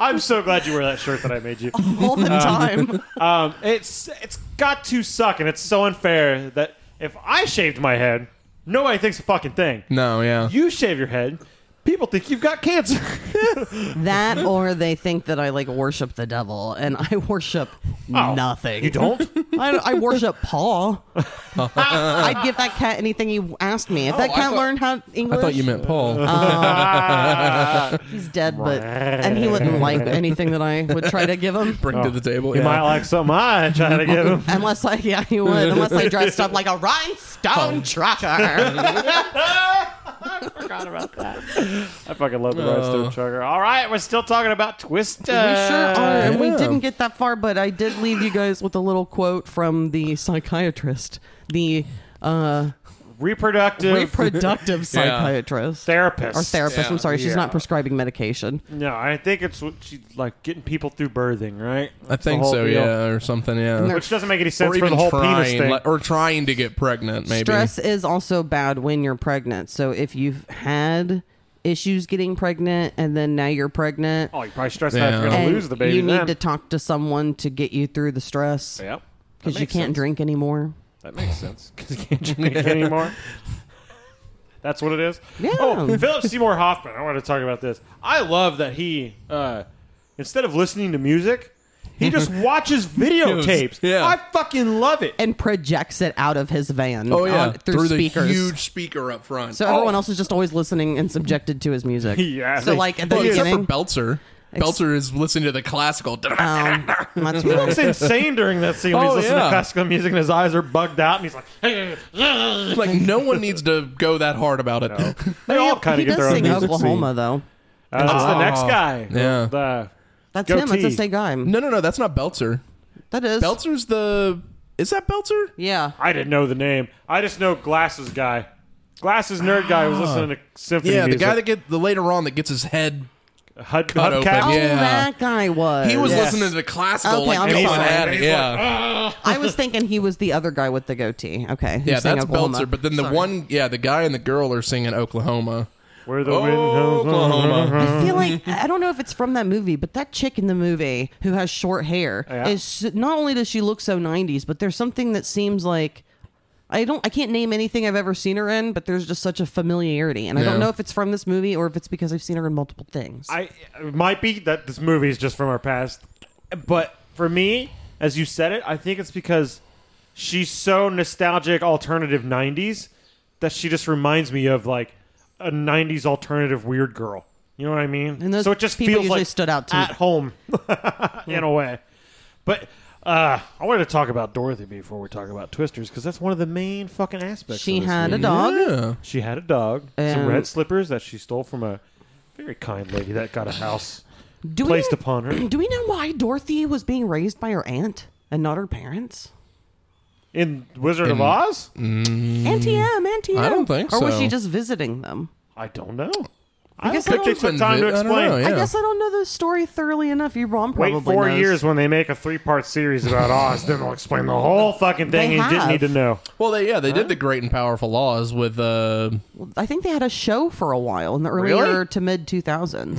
I'm so glad you wear that shirt that I
(laughs)
made you.
all the
(laughs)
time.
Um, it's it's got to suck, and it's so unfair that if I shaved my head, nobody thinks a fucking thing.
(laughs) No, yeah.
You shave your head, people think you've got
(laughs)
cancer.
That or they think that I like worship the devil and I worship nothing.
Oh, you don't?
(laughs) I, I worship
(laughs)
Paul. I'd give that cat anything he asked me. If
Oh,
that cat learned how English,
I thought you meant Paul.
he's dead, but and he wouldn't like anything that I would try to give
(laughs)
him.
Bring to the table.
Oh. You
yeah.
might like something I try to give him.
Unless I, yeah, he would. Unless I dressed up like a rhinestone
(laughs)
trucker.
I fucking love the
Oh.
Redstone Trucker. All right, we're still talking about Twister.
we sure are, and we
Yeah.
didn't get that far, but I did leave you guys with a little quote from the psychiatrist, the uh,
Reproductive (laughs)
reproductive psychiatrist
therapist.
or therapist. I'm sorry, she's not prescribing medication.
No, I think it's what she's like getting people through birthing, right?
I
That's the
think
whole
so,
deal.
yeah, or something, yeah.
they're-
Which doesn't make any sense for the whole penis
trying,
thing.
like- or trying to get pregnant, maybe.
Stress is also bad when you're pregnant. So if you've had issues getting pregnant and then now you're pregnant,
oh, you probably stressed out
Yeah.
if you're gonna
and
lose the baby.
you need
then.
to talk to someone to get you through the stress
Yep. That
because you
makes
can't
sense.
drink anymore.
That makes (laughs) sense because you can't drink anymore. That's what it is.
Yeah.
Oh, Philip Seymour Hoffman. I want to talk about this. I love that he, uh, instead of listening to music,
(laughs)
he just watches videotapes.
Yeah.
I fucking love it.
And projects it out of his van
Oh, yeah.
on- through, speakers.
the huge speaker up front. Oh,
so everyone else is just always listening and subjected to his music.
(laughs) Yeah,
So
they-
like at the
Well, except
(laughs)
for
beginning,
Belzer. Belzer is listening to the classical.
um, that's
He
what I-
looks insane during that scene when
Oh,
he's listening to
yeah.
classical music and his eyes are bugged out and he's like,
like, no one needs to go that hard about it.
they all kind
he
of
does
get their own
sing
music.
Oklahoma though.
Uh, that's the next guy.
Yeah.
The-
That's him.
Goatee.
That's the same guy.
(laughs) No, no, no, that's not Belzer.
That is.
Belzer's the. Is that Belzer?
Yeah.
I didn't know the name. I just know Glasses guy. Glasses nerd guy was listening to symphony
Ah. Yeah, the
music.
guy that get the later on that gets his head.
Hud-
cut open,
hubcaps.
Oh,
Yeah.
that guy was.
He was
Yes.
listening to the classical
Okay,
like
I'm
going
sorry.
at it. Yeah,
I was thinking he was the other guy with the goatee. Okay. who
yeah,
sang
that's
Oklahoma.
Belzer. But then the
Sorry.
one, yeah, the guy and the girl are singing Oklahoma.
Where the wind
Oh,
goes.
Oklahoma.
I feel like I don't know if it's from that movie, but that chick in the movie who has short hair
Yeah.
is not only does she look so '90s, but there's something that seems like I don't I can't name anything I've ever seen her in, but there's just such a familiarity, and I
Yeah.
don't know if it's from this movie or if it's because I've seen her in multiple things.
I it might be that this movie is just from our past, but for me, as you said it, I think it's because she's so nostalgic, alternative '90s that she just reminds me of like a '90s alternative weird girl. You know what I mean?
And those
so it just
people
feels
usually
like
stood out to me.
at home (laughs) in a way. But uh, I wanted to talk about Dorothy before we talk about Twisters because that's one of the main fucking aspects.
she
of this
had a
movie.
dog.
Yeah.
She had a dog, some
And-
red slippers that she stole from a very kind lady that got a house
Do we-
placed upon her
Do we know why Dorothy was being raised by her aunt and not her parents?
in Wizard of Oz.
Auntie M, Auntie M.
I don't think
or was
so.
she just visiting them?
I don't know. I,
guess
don't
I
think they
don't
took time to
I don't
explain.
know,
I
yeah.
guess I don't know the story thoroughly enough. Your mom probably
Wait four
knows.
years when they make a three-part series about Oz, then they'll explain the whole fucking thing.
They
and you didn't
have.
need to know.
Well, they, yeah, they did the Great and Powerful Laws with uh,
I think they had a show for a while in the earlier
Really?
to mid 2000s.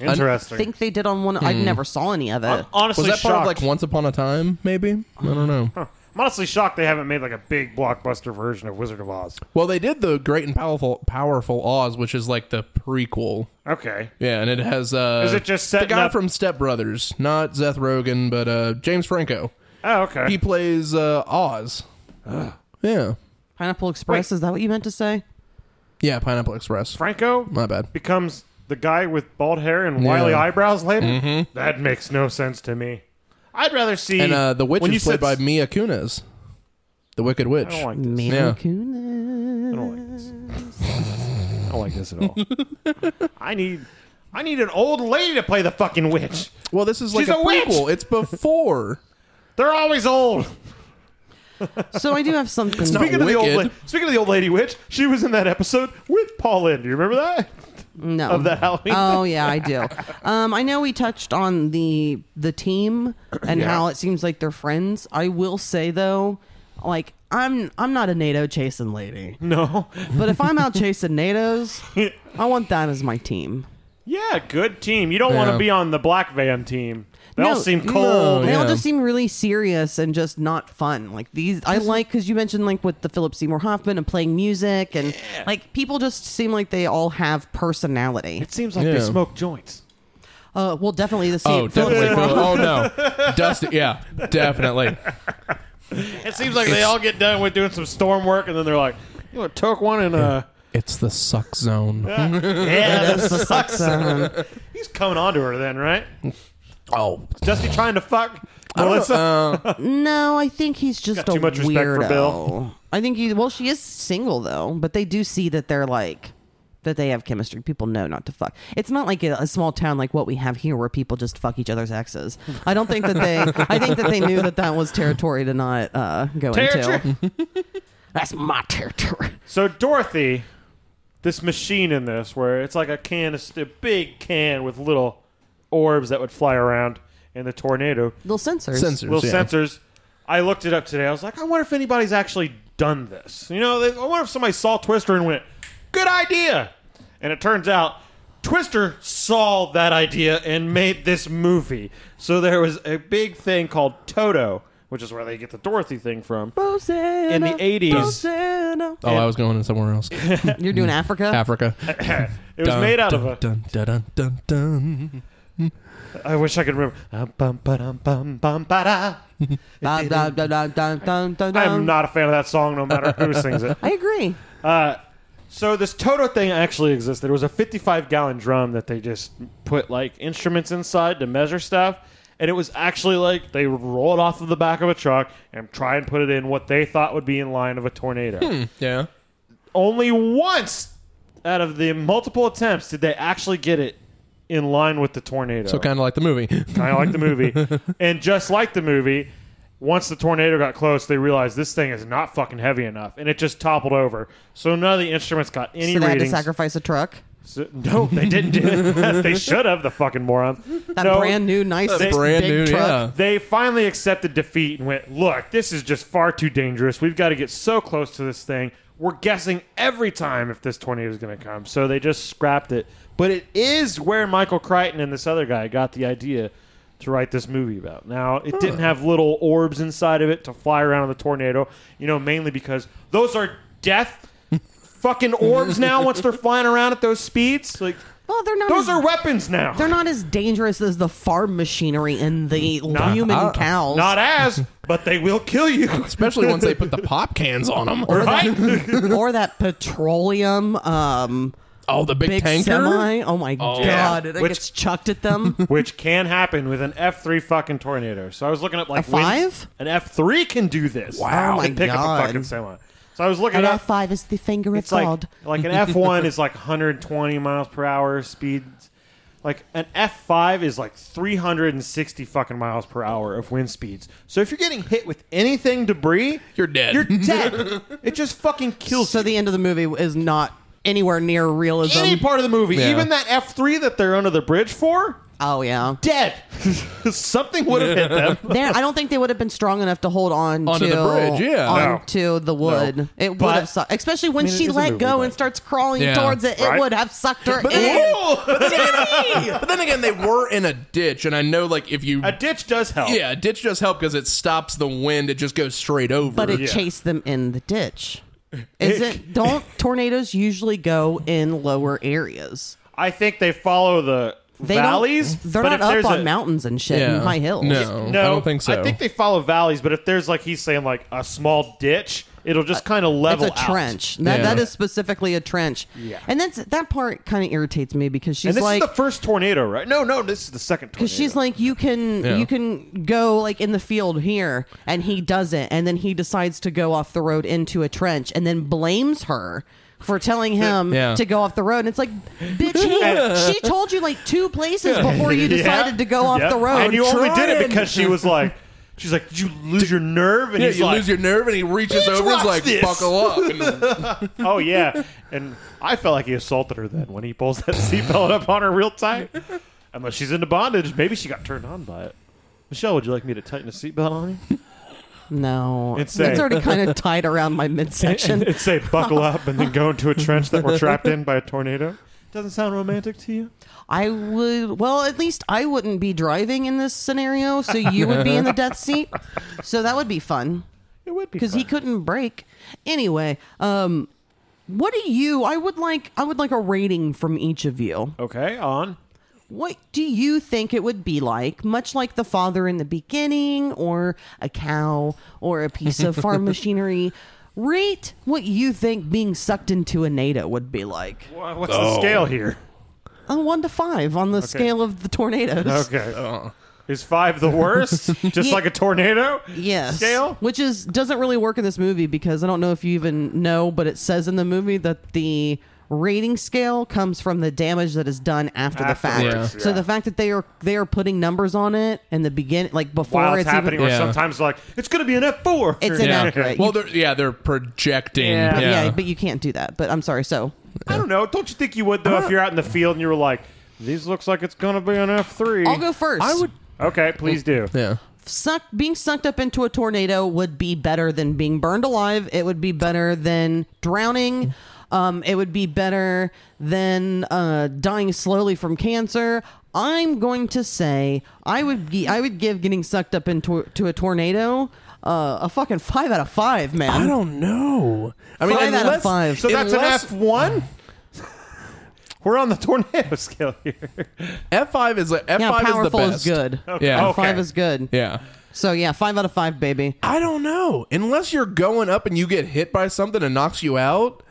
I
Interesting.
think they did on one. I never saw any of it.
honestly
was that part
shocked.
of like Once Upon a Time? Maybe I don't know.
I'm honestly shocked they haven't made like a big blockbuster version of Wizard of Oz.
Well, they did the Great and Powerful Powerful Oz, which is like the prequel.
Okay.
Yeah, and it has uh,
Is it just
the
setting
guy
up-
from Step Brothers, not Seth Rogen, but uh, James Franco.
Oh, okay.
He plays uh, Oz. Yeah,
Pineapple Express, is that what you meant to say?
yeah, Pineapple Express.
Franco
My bad.
becomes the guy with bald hair and wily eyebrows later.
Mhm.
That makes no sense to me. I'd rather see
And uh, the witch
when you
is played
said-
by Mia Kunis, the Wicked
I
Witch.
don't like this.
Mila
Yeah.
I
Kunis.
don't like this. I don't like this at all. (laughs) I need I need an old lady to play the fucking witch.
Well, this is like
She's a witch!
prequel. It's before. (laughs)
They're always old.
So I do have something.
not-
Speaking of, the old la-
Wicked.
speaking of the old lady witch, she was in that episode with Paul Lynn. Do you remember that?
no.
Of the Halloween.
Oh yeah, I do. Um, I know we touched on the the
(clears throat)
team and how it seems like they're friends. I will say though, like I'm I'm not a NATO chasing lady,
No.
but if I'm
(laughs)
out chasing NATOs, I want that as my team.
Yeah, good team. You don't want
Yeah.
to be on the black van team. They all
No,
seem
no.
cold.
They all
yeah.
just seem really serious and just not fun. Like these, I like because you mentioned like with the Philip Seymour Hoffman and playing music and like people just seem like they all have personality.
It seems like
Yeah.
they smoke joints.
Uh, well, definitely the
(laughs)
same.
Oh, definitely.
(laughs)
Phil- Oh no, Dusty. Yeah, definitely.
It seems like they all get done with doing some storm work, and then they're like, "You want to took one?" And uh,
It's the suck zone.
yeah, that sucks.
um,
He's coming onto her then, right?
Oh,
Dusty trying to fuck Melissa.
uh,
No, I think he's just
got
a
too much respect for
weirdo.
Bill.
I think he. Well, she is single though, but they do see that they're like that they have chemistry. People know not to fuck. It's not like a, a small town like what we have here, where people just fuck each other's exes. I don't think that they. I think that they knew that that was territory to not uh, go
Territory.
into. (laughs) That's my territory.
so Dorothy, this machine in this where it's like a canister, big can with little orbs that would fly around in the tornado.
Little sensors.
sensors.
little
yeah.
sensors. I looked it up today. I was like, I wonder if anybody's actually done this. You know, they- I wonder if somebody saw Twister and went, "Good idea," and it turns out Twister saw that idea and made this movie. So there was a big thing called Toto, which is where they get the Dorothy thing from.
Rosanna,
In the 80s.
Rosanna.
Oh, I was going somewhere
(laughs)
else.
You're doing (laughs) Africa.
Africa. It
It was made out of a.
Dun, dun, dun, dun, dun.
I wish I could remember. Um, bum, ba-dum, bum, bum, ba-da.
Dun, dun, dun, dun, dun, dun, dun,
I am
dun.
not a fan of that song, no matter who sings it.
I agree.
So this Toto thing actually existed. It was a 55 gallon drum that they just put like instruments inside to measure stuff. And it was actually like they would roll it off of the back of a truck and try and put it in what they thought would be in line of a tornado.
Yeah.
Only once out of the multiple attempts did they actually get it in line with the tornado.
So kind of like the movie. (laughs)
I like the movie. and just like the movie, once the tornado got close, they realized this thing is not fucking heavy enough, and it just toppled over. So none of the instruments got any
So they had to
readings.
sacrifice a truck.
So- (laughs) no, they didn't do that. they should have. The fucking morons.
That
No,
brand new, nice,
They-
Brand
big
new.
truck.
Yeah.
They finally accepted defeat and went, "Look, this is just far too dangerous. We've got to get so close to this thing. We're guessing every time if this tornado is going to come." So they just scrapped it. But it is where Michael Crichton and this other guy got the idea to write this movie about. Now, it didn't have little orbs inside of it to fly around in the tornado, you know, mainly because those are death fucking orbs now once they're flying around at those speeds. Like
Well, they're not.
those
as,
are weapons now.
They're not as dangerous as the farm machinery and the human cows.
Not
(laughs)
as, but they will kill you.
Especially once they put the pop cans on them.
Right?
or that petroleum um,
(laughs) Oh, the big,
big
tanker.
semi. Oh my god! It
Which-
gets chucked at
(laughs)
them.
(laughs) Which can happen with an F three fucking tornado. So I was looking up like
A five?
winds- An F three can do this.
Wow. Oh my
(laughs)
and pick up
God.
a fucking semi. So I was looking
and
up.
F five is the finger
It's
of
like
God. (laughs)
like an F one is like 120 miles per hour speed. Like an F five is like 360 fucking miles per hour of wind speeds. So if you're getting hit with anything debris,
You're dead. (laughs)
You're dead. it just fucking kills.
so
you.
the end of the movie is not anywhere near realism.
any part of the movie,
Yeah.
even that F three that they're under the bridge for,
oh yeah.
dead. (laughs) Something would have hit them.
There, I don't think they would have been strong enough to hold on
Onto
to
the bridge, yeah. No.
onto the wood. It would
But-
have sucked, especially when
it
she
is a
let
movie,
go
but-
and starts crawling
Yeah.
towards it. It
Right?
would have sucked her in.
but then again, they were in a ditch, and I know, like, if you.
A ditch does help.
yeah, a ditch does help because it stops the wind. It just goes straight over.
but it
Yeah.
chased them in the
(laughs)
ditch. Is it? Don't tornadoes usually go in lower areas?
I think they follow the
They
valleys.
Don't, they're
but
not
if
up
there's
on
a-
mountains and shit
yeah.
and high hills.
No,
No,
I don't think so.
I think they follow valleys, but if there's like he's saying like a small ditch, it'll just kind of
Uh, It's
level
a
out.
trench. That,
Yeah.
that is specifically a trench. Yeah. And that's that part kind of irritates me because she's
And this
like
is the first tornado, right? No, no, this is the second tornado.
Because she's like, you can
Yeah.
you can go like in the field here, and he doesn't, and then he decides to go off the road into a trench, and then blames her for telling him
Yeah.
to go off the road. And it's like, bitch,
(laughs)
he, she told you like two places before you
Yeah.
decided to go off
Yep.
the road.
and you only did it
trying.
because she was like, She's like, "Did you lose your nerve?" And
Yeah,
he's
you
like,
lose your nerve, and he reaches over, and
watch
is like,
this.
"Buckle
(laughs)
up!" And
"Oh yeah." And I felt like he assaulted her then when he pulls that (laughs) seatbelt up on her real tight. Unless she's into bondage, maybe she got turned on by it. Michelle, would you like me to tighten a seatbelt on you
No,
It's safe.
it's already kind of tied around my
(laughs)
midsection.
(laughs) and say "buckle up" and then go into a trench that we're trapped in by a tornado? Doesn't sound romantic to you?
I would. Well, at least I wouldn't be driving in this scenario, so you would be in the death seat. So that would be fun
It would be
because he couldn't break. Anyway, um, what do you? I would like. I would like a rating from each of you.
Okay, on.
What do you think it would be like? Much like the father in the beginning, or a cow, or a piece of farm machinery. Rate what you think being sucked into a NATO would be like.
Wha- What's the scale here?
A one to five on the scale of the tornadoes.
Okay. Is five the worst?
(laughs)
Just
Yeah.
like a tornado?
Yes.
Scale?
Which is doesn't really work in this movie because I don't know if you even know, but it says in the movie that the rating scale comes from the damage that is done after the fact.
Afterwards,
So
yeah.
the fact that they are they are putting numbers on it in the begin like before
While it's,
it's
happening,
even
or
Yeah.
sometimes like, it's going to be an F4.
it's
Yeah.
inaccurate.
well,
You-
they're, yeah, they're projecting.
Yeah.
Yeah,
yeah. but you can't do that. But I'm sorry. So
I don't know. Don't you think you would, though, if you're out in the field and you were like, these looks like it's going to be an F3?
I'll go first.
I would.
Okay, please do.
Yeah,
sucked being sucked up into a tornado would be better than being burned alive. It would be better than drowning. Um, it would be better than uh, dying slowly from cancer. I'm going to say I would be, I would give getting sucked up into to a tornado uh, a fucking five out of five, man.
I don't know. I mean,
Five out of
unless-
five.
So that's
unless-
an (laughs) F1? We're on the tornado scale here.
F five is like F
yeah,
five is the
powerful
best.
is
(laughs)
good.
Yeah.
Okay.
Five is good.
Yeah.
So yeah, five out of five, baby.
I don't know. Unless you're going up and you get hit by something and knocks you out.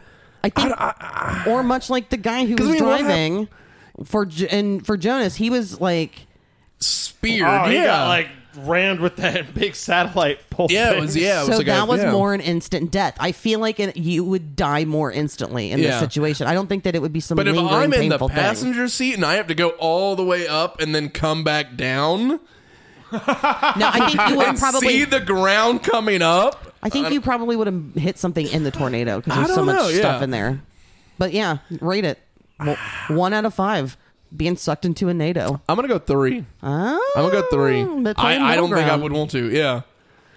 I think, or much like the guy who was
(laughs) 'Cause I mean, what hap-
driving for J- and for Jonas, he was like
Speared.
Oh,
yeah.
he got like rammed with that (laughs) big satellite pole.
yeah, it
thing.
was. Yeah, it
so
was like
that
a,
was
yeah.
more an instant death. I feel like it, you would die more instantly in this
Yeah.
situation. I don't think that it would be some
But if
lingering
I'm in the
painful thing.
passenger seat and I have to go all the way up and then come back down
No, I think you would
and (laughs) see
probably.
the ground coming up,
I think you probably would have hit something in the tornado because
I
there's so
don't
much
know, yeah.
stuff in there. But yeah, rate it Well, one out of five. Being sucked into a NATO.
I'm gonna go three.
Oh,
I'm gonna go three.
they're playing
I, I don't think I
Middleground.
would want to. Yeah.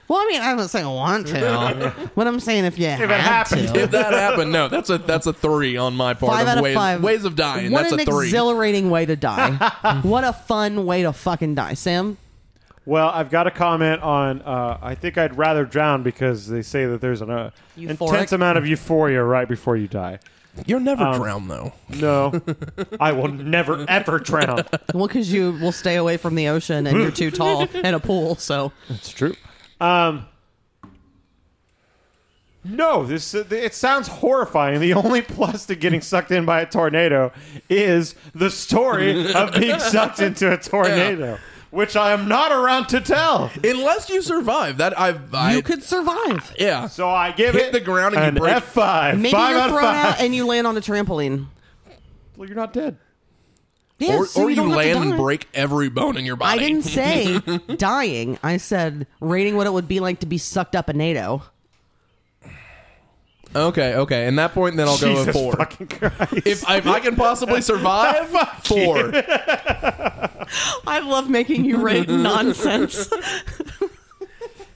Well, I mean, I wasn't saying I want
(laughs)
to. what I'm saying, if you if
it happened.
to,
If that happened, no, that's a that's a three on my part.
five
of
out of
ways,
five
ways of dying.
What
that's
an
a three.
exhilarating way to
(laughs)
die! what a fun way to fucking die, Sam.
Well, I've got a comment on. Uh, I think I'd rather drown because they say that there's an uh,
Euphoric?
intense amount of euphoria right before you die.
You'll never
Um,
drown though. (laughs)
No, I will never ever drown.
Well, because you will stay away from the ocean and you're too tall and a pool, so
That's true. Um, no, this uh, it sounds horrifying. The only plus to getting sucked in by a tornado is the story of
(laughs)
being sucked into a tornado, which I am not around to tell.
Unless you survive, that I've I,
you could survive.
yeah.
So I give
Hit
it
the ground and you
an
break-
F five.
Maybe
five
you're
out of
thrown
five.
out and you land on a trampoline.
Well, you're not dead.
Yeah,
or
so
or you,
don't have to
land and
die.
break every bone in your
I
body.
didn't say dying. I said rating what it would be like to be sucked up a NATO.
Okay, okay. In that point, then I'll go with
Jesus
four.
fucking Christ. (laughs)
If I, if I
(laughs)
can possibly survive, four.
I love making you (laughs) rate nonsense.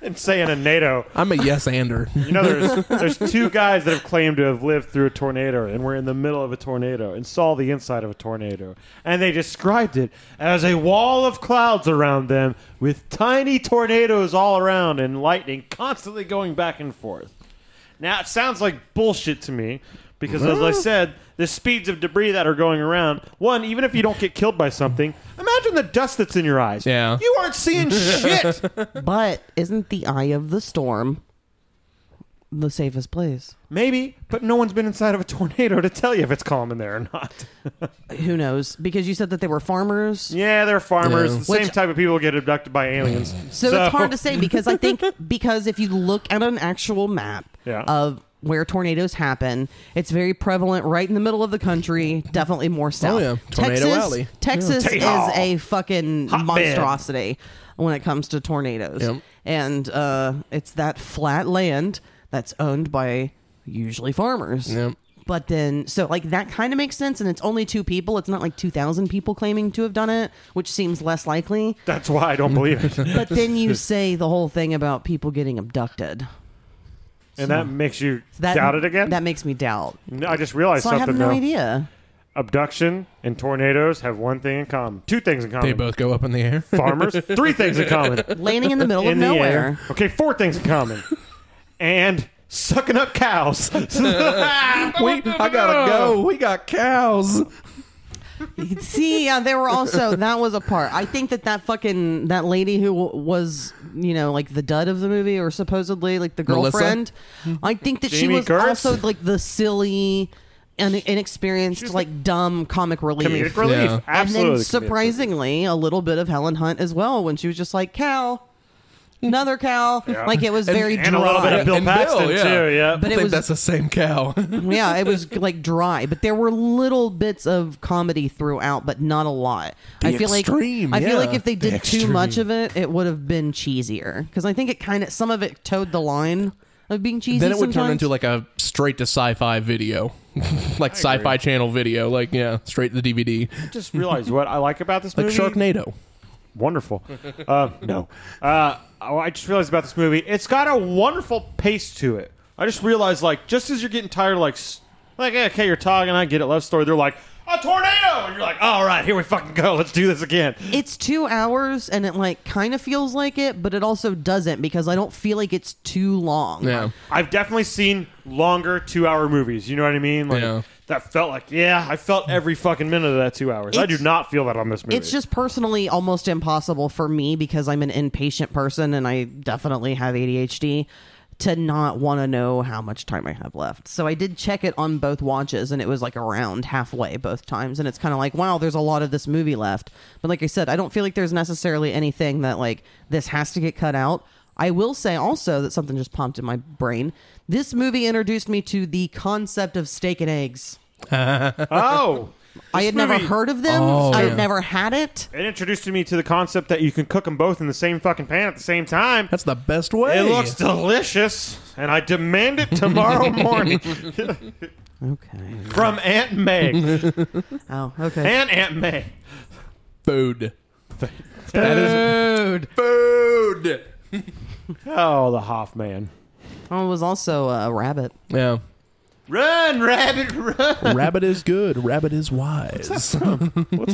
and saying a NATO.
I'm a yes-ander.
You know, there's, there's two guys that have claimed to have lived through a tornado and were in the middle of a tornado and saw the inside of a tornado. And they described it as a wall of clouds around them with tiny tornadoes all around and lightning constantly going back and forth. Now, it sounds like bullshit to me because, as I said, the speeds of debris that are going around, one, even if you don't get killed by something, imagine the dust that's in your eyes.
Yeah.
You aren't seeing shit.
but isn't the eye of the storm the safest place?
Maybe, but no one's been inside of a tornado to tell you if it's calm in there or not.
Who knows? Because you said that they were farmers.
Yeah, they're farmers.
Yeah.
The same
Which-
type of people get abducted by aliens.
So, it's hard to say because I think because if you look at an actual map
Yeah.
of where tornadoes happen. It's very prevalent right in the middle of the country. Definitely more south.
Oh, yeah. Tornado
Texas,
Alley.
Texas
Yeah.
is a fucking monstrosity when it comes to tornadoes,
Yep.
and uh, it's that flat land that's owned by usually farmers.
Yep.
But then, so like that kind of makes sense, and it's only two people. It's not like two thousand people claiming to have done it, which seems less likely.
(laughs) That's why I don't believe
(laughs)
it. and
But then you say the whole thing about people getting abducted.
that makes you
That,
doubt it again?
That makes me doubt.
No, I just realized
So I
something.
have no
though.
idea.
Abduction and tornadoes have one thing in common. Two things in common.
They both go up in
(laughs)
the air.
Farmers. Three things in common.
Landing in the
(laughs)
middle
in
of
the
nowhere.
air. Okay, four things in common. and sucking up cows. (laughs)
we, I gotta go. We got cows.
See, yeah, they were also that was a part. I think that that fucking that lady who w- was, you know, like the dud of the movie, or supposedly like the
Melissa?
girlfriend. I think that she
Jamie
was
Gertz?
also like the silly, and inexperienced, like dumb comic relief.
Comedic relief.
Yeah. And then
and
Absolutely.
then
comedic
surprisingly, a little bit of Helen Hunt as well when she was just like cow, another cow. (laughs) Like it was very
relief. And a little bit
dry.
of Bill
And Bill,
Paxton,
yeah.
too. Yeah.
But it
I think
was-
that's the
(laughs)
same cow.
yeah, it was like dry, but there were little bits of comedy throughout, but not a lot. I feel
extreme,
like I feel
yeah.
like if they
The
did too much of it, it would have been cheesier because I think it kind of some of it towed the line of being cheesy.
then it would turn
sometimes.
into like a straight to sci-fi video, (laughs) like sci-fi channel video, like yeah, straight to the DVD,
I just realized what I like about this
like
movie.
Sharknado.
wonderful.
(laughs)
Uh, no, uh, oh, I just realized about this movie. It's got a wonderful pace to it. I just realized, like, just as you're getting tired, of, like, s- like eh, okay, you're talking, I get it, love story. They're like a tornado, and you're like, all right, here we fucking go, let's do this again.
it's two hours and it like kind of feels like it, but it also doesn't because I don't feel like it's too long.
Yeah,
I've definitely seen longer two-hour movies. You know what I mean? Like,
Yeah.
That felt like, yeah, I felt every fucking minute of that two hours. I do
It's-
not feel that on this movie. (laughs)
It's just personally almost impossible for me because I'm an impatient person and I definitely have ADHD to not want to know how much time I have left. So I did check it on both watches and it was like around halfway both times and it's kind of like wow, there's a lot of this movie left. But like I said, I don't feel like there's necessarily anything that like this has to get cut out. I will say also that something just popped in my brain. This movie introduced me to the concept of steak and eggs.
oh.
I had never
movie-
heard of them.
Oh,
I had
yeah.
never had it.
It introduced me to the concept that you can cook them both in the same fucking pan at the same time.
that's the best way.
It looks delicious, and I demand it tomorrow morning
Okay.
from Aunt May.
Oh, okay.
And Aunt May.
food. That is food.
Oh, the Hoffman.
Oh, it was also a rabbit.
Yeah.
Run, rabbit, run.
Rabbit is good. Rabbit is wise.
What's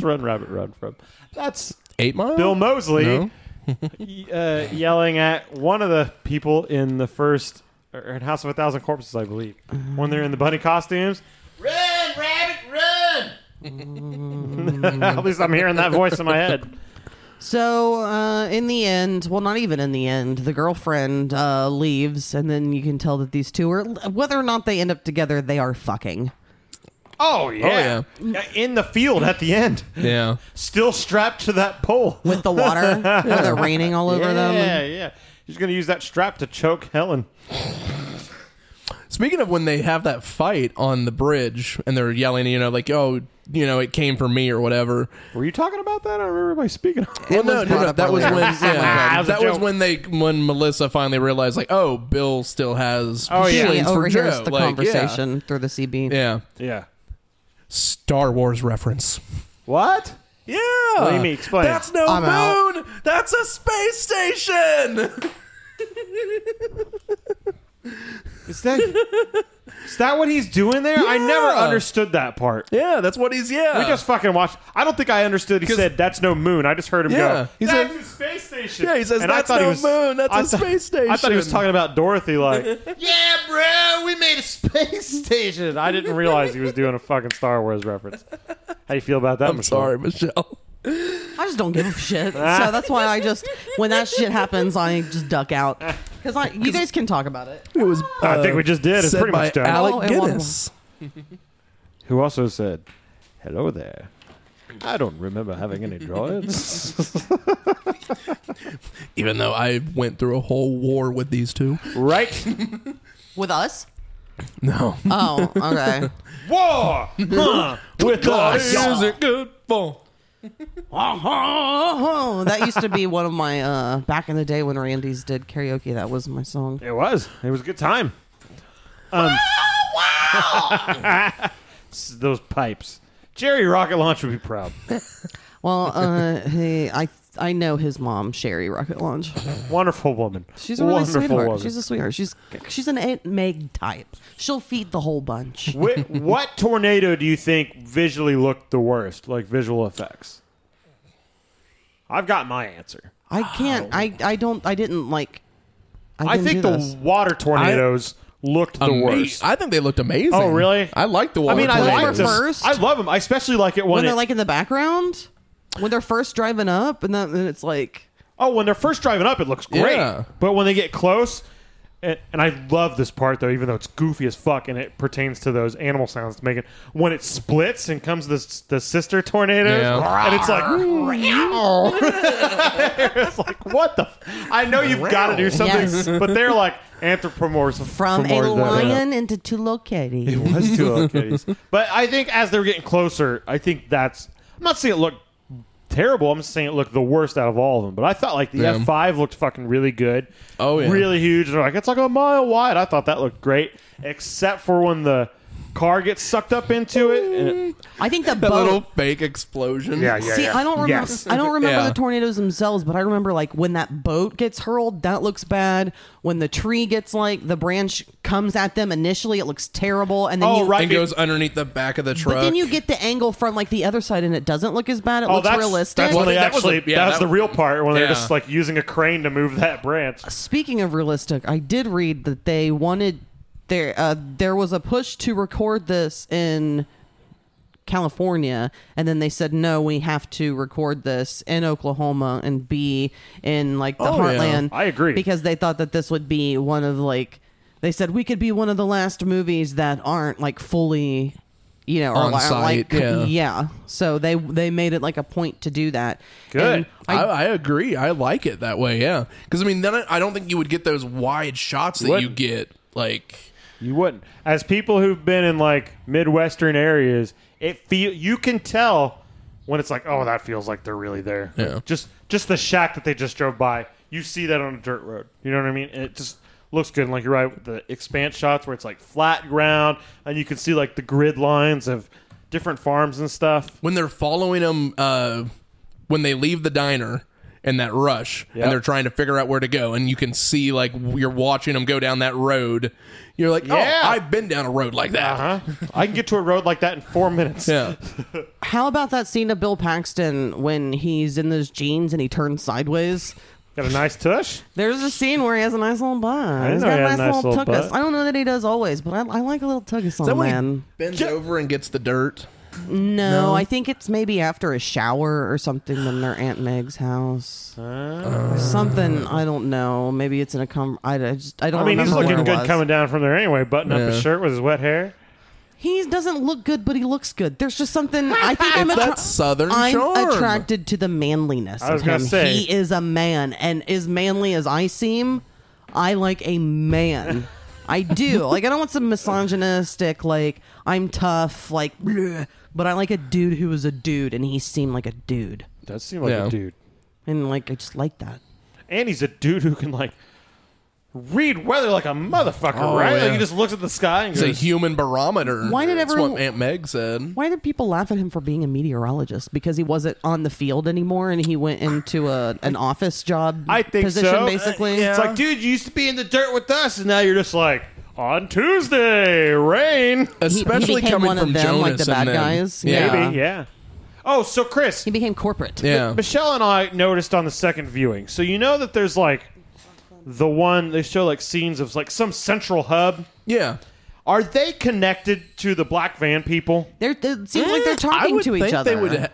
Run, Rabbit, Run from? That's
(laughs) Eight Mile.
Bill Mosley
No?
y- uh, yelling at one of the people in the first or in House of a Thousand Corpses, I believe, when they're in the bunny costumes. (laughs) Run, rabbit, run! at least I'm hearing that voice in my head.
So, uh, in the end, well, not even in the end, the girlfriend uh, leaves, and then you can tell that these two are, whether or not they end up together, they are fucking.
Oh yeah. In the field at the end.
Yeah.
Still strapped to that pole.
With the
(laughs)
water, where they're raining all over
(laughs) Yeah,
them.
yeah. He's gonna use that strap to choke Helen.
Speaking of when they have that fight on the bridge and they're yelling, you know, like, oh, you know, it came from me or whatever.
Were you talking about that? I don't remember everybody speaking.
Well,
was
no, no,
brought
no,
up
that was
earlier.
when yeah,
That was a
that was
joke.
when they when Melissa finally realized, like, oh, Bill still has oh,
She
yeah.
feelings for
overhears
Joe.
the
Like, yeah.
conversation through the CB.
Yeah.
yeah.
Star Wars reference.
What?
Yeah,
do you mean? Explain.
That's no
I'm out.
moon. That's a space station.
Is that Is that what he's doing there? I never
Yeah.
understood that part.
(laughs) yeah, that's what he's. Yeah,
We just fucking watched. I don't think I understood. He
'Cause-
said, "That's no moon." I just heard him
Yeah.
go.
He
that's
said-
a space station.
Yeah, he says,
I
"That's
thought he
no moon, that's
I
a
thought-
space
I thought he was
station.
talking about Dorothy.
(laughs)
Like, yeah, bro, we made a space (laughs) station. I didn't realize he was doing a fucking Star Wars reference. How you feel about that?
I'm sorry, Michelle.
I just don't give a
(laughs)
shit. so that's why I just, when that shit happens, I just duck
(laughs)
out. Because you guys can talk about it.
It was.
I
uh,
think we just did. It's
said
pretty
by
much done.
Oh,
Alec
it was.
Guinness.
who also said, "Hello there." I don't remember having
(laughs)
any droids.
Even though I went through a whole war with these two.
right?
With us?
(laughs) No.
Oh, okay.
War huh, with (laughs)
(laughs)
us.
Is it good for? Uh-huh.
Oh, that used to be one of my uh back in the day when Randy's did karaoke. That was my song.
It was. It was a good time. Um, S- (laughs) Those pipes. Jerry Rocket Launch would be proud.
Well, uh, hey, I I know his mom, Sherry Rocket Launch.
Wonderful woman.
She's a really
Wonderful
sweetheart.
woman.
She's a sweetheart. She's she's an Aunt Meg type. She'll feed the whole bunch.
Wh- what tornado do you think visually looked the worst, like visual effects? I've got my answer.
I can't. I I don't. I didn't like.
I,
didn't
think
do
the
this.
water tornadoes looked the
Ama-
worst.
I think they looked amazing.
Oh, really?
I like the
I
water.
mean, I
tornadoes.
like them.
First?
I love them. I especially like it when,
when
it,
they're like in the background when they're first driving up, and then and it's like
oh, when they're first driving up, it looks great.
Yeah.
But when they get close, and, and I love this part though, even though it's goofy as fuck, and it pertains to those animal sounds it's making. When it splits and comes the s- the sister tornadoes,
Yeah.
and it's like, (laughs) it's like what the? F-? I know you've got to do something,
Yes.
but they're like anthropomorphic
from a
anthropomorphic.
lion into two little
(laughs)
kitties.
That's
(laughs)
two little kitties. But I think as they're getting closer, I think that's. I'm not saying it looked terrible. I'm just saying it looked the worst out of all of them. But I thought like the
Yeah.
F5 looked fucking really good.
Oh, yeah.
really huge. They're like it's like a mile wide. I thought that looked great, except for when the car gets sucked up into it. And it
I think the
that
boat.
little fake explosion.
See, I don't remember.
Yes.
I don't remember
Yeah.
the tornadoes themselves, but I remember like when that boat gets hurled, that looks bad. When the tree gets like the branch comes at them initially, it looks terrible, and then
Oh,
you,
right.
And goes underneath the back of the truck.
but then you get the angle from like the other side, and it doesn't look as bad. It
Oh,
looks
that's
realistic.
That's when
Well,
they
that was
actually.
a- yeah,
that was
that-
the real part when they're
Yeah.
just like using a crane to move that branch.
Speaking of realistic, I did read that they wanted there uh, there was a push to record this in California, and then they said no, we have to record this in Oklahoma and be in like the
Oh, yeah.
heartland.
I agree.
because they thought that this would be one of like they said we could be one of the last movies that aren't like fully. You know, or
On
like-
site,
like
yeah.
So they they made it like a point to do that.
Good.
And
I, I agree. I like it that way. Yeah, because I mean, then I, I don't think you would get those wide shots that
Wouldn't.
you get. Like,
You wouldn't. As people who've been in like midwestern areas, it feel you can tell when it's like, oh, that feels like they're really there.
Yeah.
Just just the shack that they just drove by, you see that on a dirt road. You know what I mean? And it just looks good. And like you're right, the expanse shots where it's like flat ground, and you can see like the grid lines of different farms and stuff.
when they're following them uh, when they leave the diner in that rush
Yep.
and they're trying to figure out where to go and you can see like you're watching them go down that road you're like
Yeah.
oh i've been down a road like that (laughs)
Huh? Uh-huh. I can get to a road like that in four minutes.
yeah
How about that scene of Bill Paxton when he's in those jeans and he turns sideways?
Got a nice tush.
There's a scene where he has a nice little butt.
didn't
He's
know
got
he
a
had
nice, little, tuckus.
butt.
I don't know that he does always, but I, I like a little tuckus on
that when he
man.
bends over and gets the dirt
No, I think it's maybe after a shower or something when they're Aunt Meg's house.
Ah.
something I don't know. Maybe it's in a com. I, I just I don't.
I mean, he's
remember where
looking
it
good
was.
coming down from there anyway. Button up his
Yeah.
shirt with his wet hair.
He doesn't look good, but he looks good. There's just (laughs) something I think I'm
It's
attra-
that southern
I'm
charm.
attracted to the manliness.
I was
of
gonna
him.
say.
he is a man, and as manly as I seem, I like a man. I do.
(laughs)
Like I don't want some misogynistic like I'm tough like, bleh, but I like a dude who is a dude, and he seemed like a dude,
Does seem like
Yeah.
a dude.
and like I just like that.
and he's a dude who can like read weather like a motherfucker,
Oh,
right? Like
yeah.
he just looks at the sky and
it's a
goes,
human barometer
Why did
That's
everyone-
what aunt meg said
Why did people laugh at him for being a meteorologist? Because he wasn't on the field anymore, and he went into a an office job.
"I think
position,
so." Uh,
Basically,
it's like, dude, you used to be in the dirt with us, and now you're just like on Tuesday, rain.
he
especially
became
coming
one of
from
them,
jonas
like the bad
and them.
guys?
yeah
Maybe.
Yeah. Oh, so Chris,
he became corporate.
yeah
Michelle and I noticed on the second viewing. So you know that there's like the one they show like scenes of like some central hub.
yeah
Are they connected to the black van people?
They're, they- it seems like they're
Mm,
Eh,
I
talking
would
to each
think
other.
they would ha-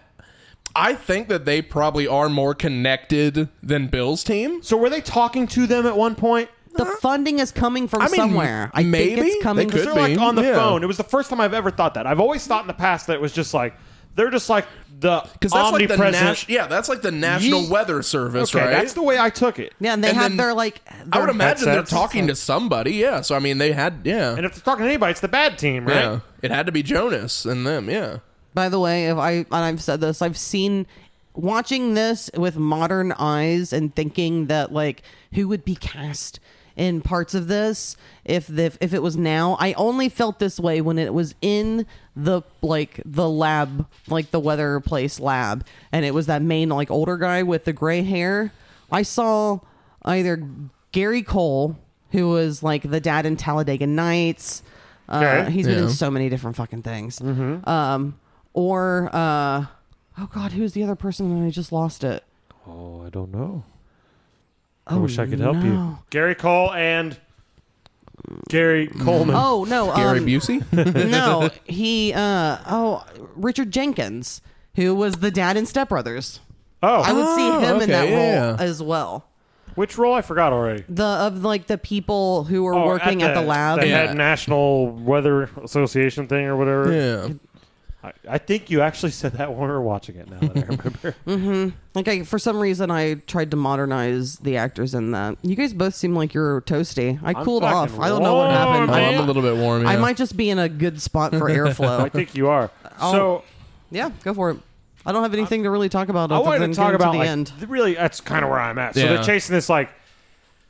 i think that they probably are more connected than bill's team
So were they talking to them at one point?
the funding is coming from
I mean,
somewhere. I think
maybe.
it's coming.
They could
They're
from
be.
like on the
yeah.
phone. It was the first time I've ever thought that. I've always thought in the past that it was just like They're just like the
Because that's like the
omnipresent.
nas- yeah, that's like the National
Ye-
Weather Service,
okay,
right?
that's the way I took it.
Yeah, and they
And
have
then-
their like.
I
their
would imagine they're
headsets.
talking to somebody. Yeah, so I mean, they had yeah,
And if they're talking to anybody, it's the bad team, right?
yeah. It had to be Jonas and them. Yeah,
By the way, if I and I've said this, I've seen watching this with modern eyes and thinking that like who would be cast in parts of this if the, if it was now. I only felt this way when it was in the like the lab, like the weather place lab, and it was that main like older guy with the gray hair. I saw either Gary Cole, who was like the dad in Talladega Nights. Uh,
Okay.
he's been in
Yeah.
so many different fucking things. Um, or uh, oh god, who's the other person? I just lost it.
Oh, I don't know. I wish I could help
no.
Gary Cole and Gary Coleman.
Oh no,
(laughs) Gary
um,
Busey.
(laughs) no, he. Uh, oh, Richard Jenkins, who was the dad in Step Brothers.
Oh,
I would see him in
okay,
that
yeah.
role as well.
which role I forgot already.
The of like the people who were
Oh,
working at the, lab.
that
Yeah.
had National Weather Association thing or whatever.
yeah,
I, I think you actually said that when we were watching it. Now that I remember,
Like I, for some reason, I tried to modernize the actors in that. You guys both seem like you're toasty. I cooled
fucking
off. I don't know what
warm,
happened. Um,
oh, I'm a little bit warm. Yeah.
I might just be in a good spot
(laughs)
for
I
airflow.
think you are. so
yeah, go for it. I don't have anything to really talk about.
I
other
wanted
than
to talk
getting
about
the
like,
end.
th- really that's kind of where I'm at. So
Yeah.
they're chasing this like,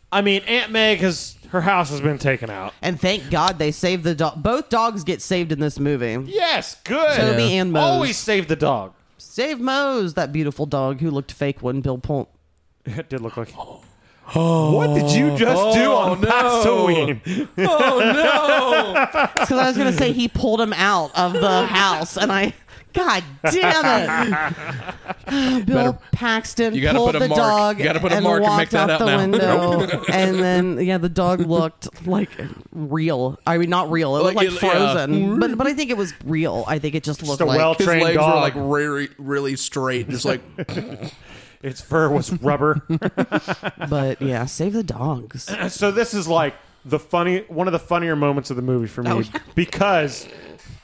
I mean, Aunt Meg has her house has been taken out.
And thank God they saved the dog. Both dogs get saved in this movie.
Yes, good.
Toby
Yeah.
and Mose.
Always save the dog.
Save Mose, that beautiful dog who looked fake when Bill Pullman.
(laughs) It did look like. what did you just do on
no.
Halloween?
(laughs)
It's because I was going to say he pulled him out of the house, and I. God damn
(laughs)
it! Bill
Better-
Paxton
you gotta
pulled
put a
the
mark-
dog
you gotta put a
and
mark and
walked
make that
out the
out now.
window, (laughs) and then yeah, the dog looked like real. I mean, not real. It looked
Like,
like,
yeah.
frozen, but but I think it was real. I think it just looked
a
like
well-
His
Trained
legs were
dog.
like really, really straight,
(laughs)
just like
Its fur was rubber. (laughs)
But yeah, save the dogs.
so this is like the funny one of the funnier moments of the movie for me
Oh, yeah. (laughs)
because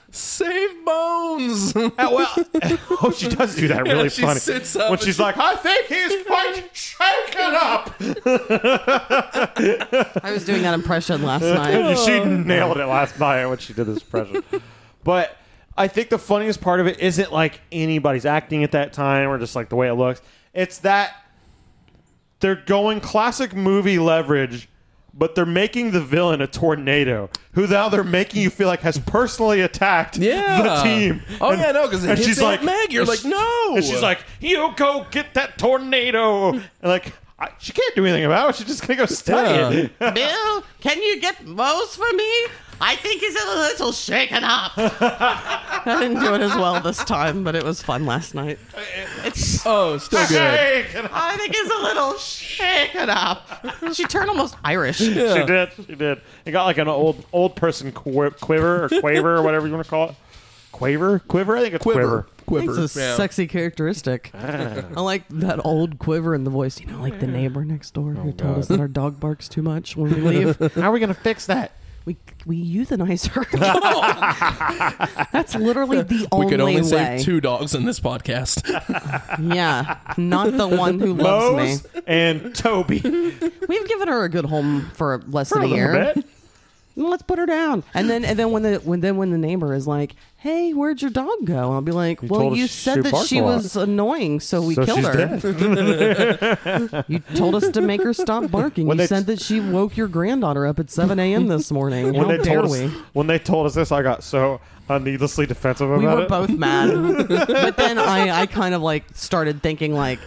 save bones.
oh, well, (laughs) oh she does do that really
she
funny
sits up
when
and
she's
she-
like I think he's quite shaken up.
I was doing that impression last night.
(laughs)
she nailed it last night when she did this impression. but I think the funniest part of it isn't like anybody's acting at that time or just like the way it looks. It's that they're going classic movie leverage, but they're making the villain a tornado, who now they're making you feel like has personally attacked
Yeah.
the team.
Oh, yeah, no, 'cause it
and
hits
she's
Aunt
like
Meg. You're
and
like,
she-
"No."
and she's like, you go get that tornado, and like. I, she can't do anything about it. She's just gonna go study it.
uh,
Bill, can you get Mose for me? I think he's a little shaken up. (laughs) I didn't do it as well this time, but it was fun last night. It's,
oh, still good.
Shaken up.
I think he's a little shaken up. She turned almost
(laughs)
Irish.
She did. She did. It got like an old old person qui- quiver or quaver or whatever you want to call it. Quaver, quiver. I think it's quiver.
Quiver, quiver.
It's a
yeah. Ah.
sexy characteristic. I like that old quiver in the voice. You know, like the neighbor next door
Oh,
who told us that our dog barks too much when we
(laughs)
leave.
How are we gonna fix that?
we we euthanize her. (laughs) That's literally the
we
only
could only
way.
save two dogs in
(laughs)
this podcast.
Yeah, not the one who loves
Bose
me.
and Toby
We've given her a good home for less
for a
than a, year.
little bit.
(laughs) Let's put her down. And then and then when the when then when the neighbor is like, "Hey, where'd your dog go?" I'll be like, "Well,
told us
you
she
said that
barked
she
a lot."
was annoying, so we
So
killed
she's
her. (laughs)
dead.
You told us to make her
(laughs)
stop barking.
When
you
they-
said that she woke your granddaughter up at 7 a.m. this morning.
When
How
they
dare
told
we?
us, when they told us this, I got so uh, needlessly defensive about
we were
it.
both
(laughs)
mad but then I, I kind of like started thinking like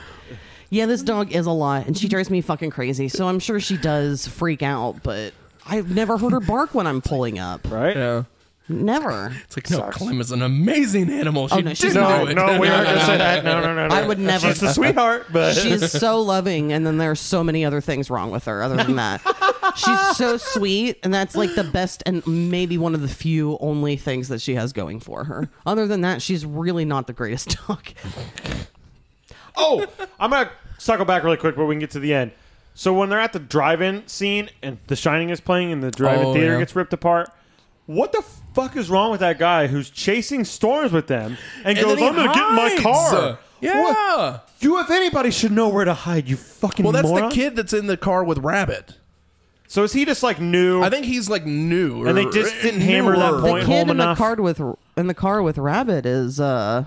yeah this dog is a lot and she drives me fucking crazy so i'm sure she does freak out but i've never heard her bark when i'm pulling up
right?
yeah.
never
It's like, no, Clem is an amazing animal. She
Oh, no, she's
didn't
not.
No,
do it. (laughs)
no, we aren't gonna
no,
say
no.
that. No, no, no, no.
I would never-
She's the sweetheart, but (laughs)
she's so loving and then there are so many other things wrong with her other than that she's so sweet and that's like the best and maybe one of the few only things that she has going for her other than that she's really not the greatest (laughs) dog
Oh, I'm gonna circle back really quick, but we can get to the end. So when they're at the drive-in scene and The Shining is playing and the drive-in
Oh,
theater
yeah.
gets ripped apart, what the fuck is wrong with that guy who's chasing storms with them and,
And then
goes,
he
I'm going to get in my
hides.
car?
Yeah.
What? You, if anybody, should know where to hide, you fucking
Well, that's
moron.
the kid that's in the car with Rabbit.
So is he just like new?
I think he's like new.
And they
or-
just didn't hammer that
newer.
The
Point
kid
home
in the
enough.
car with in the car with Rabbit is uh,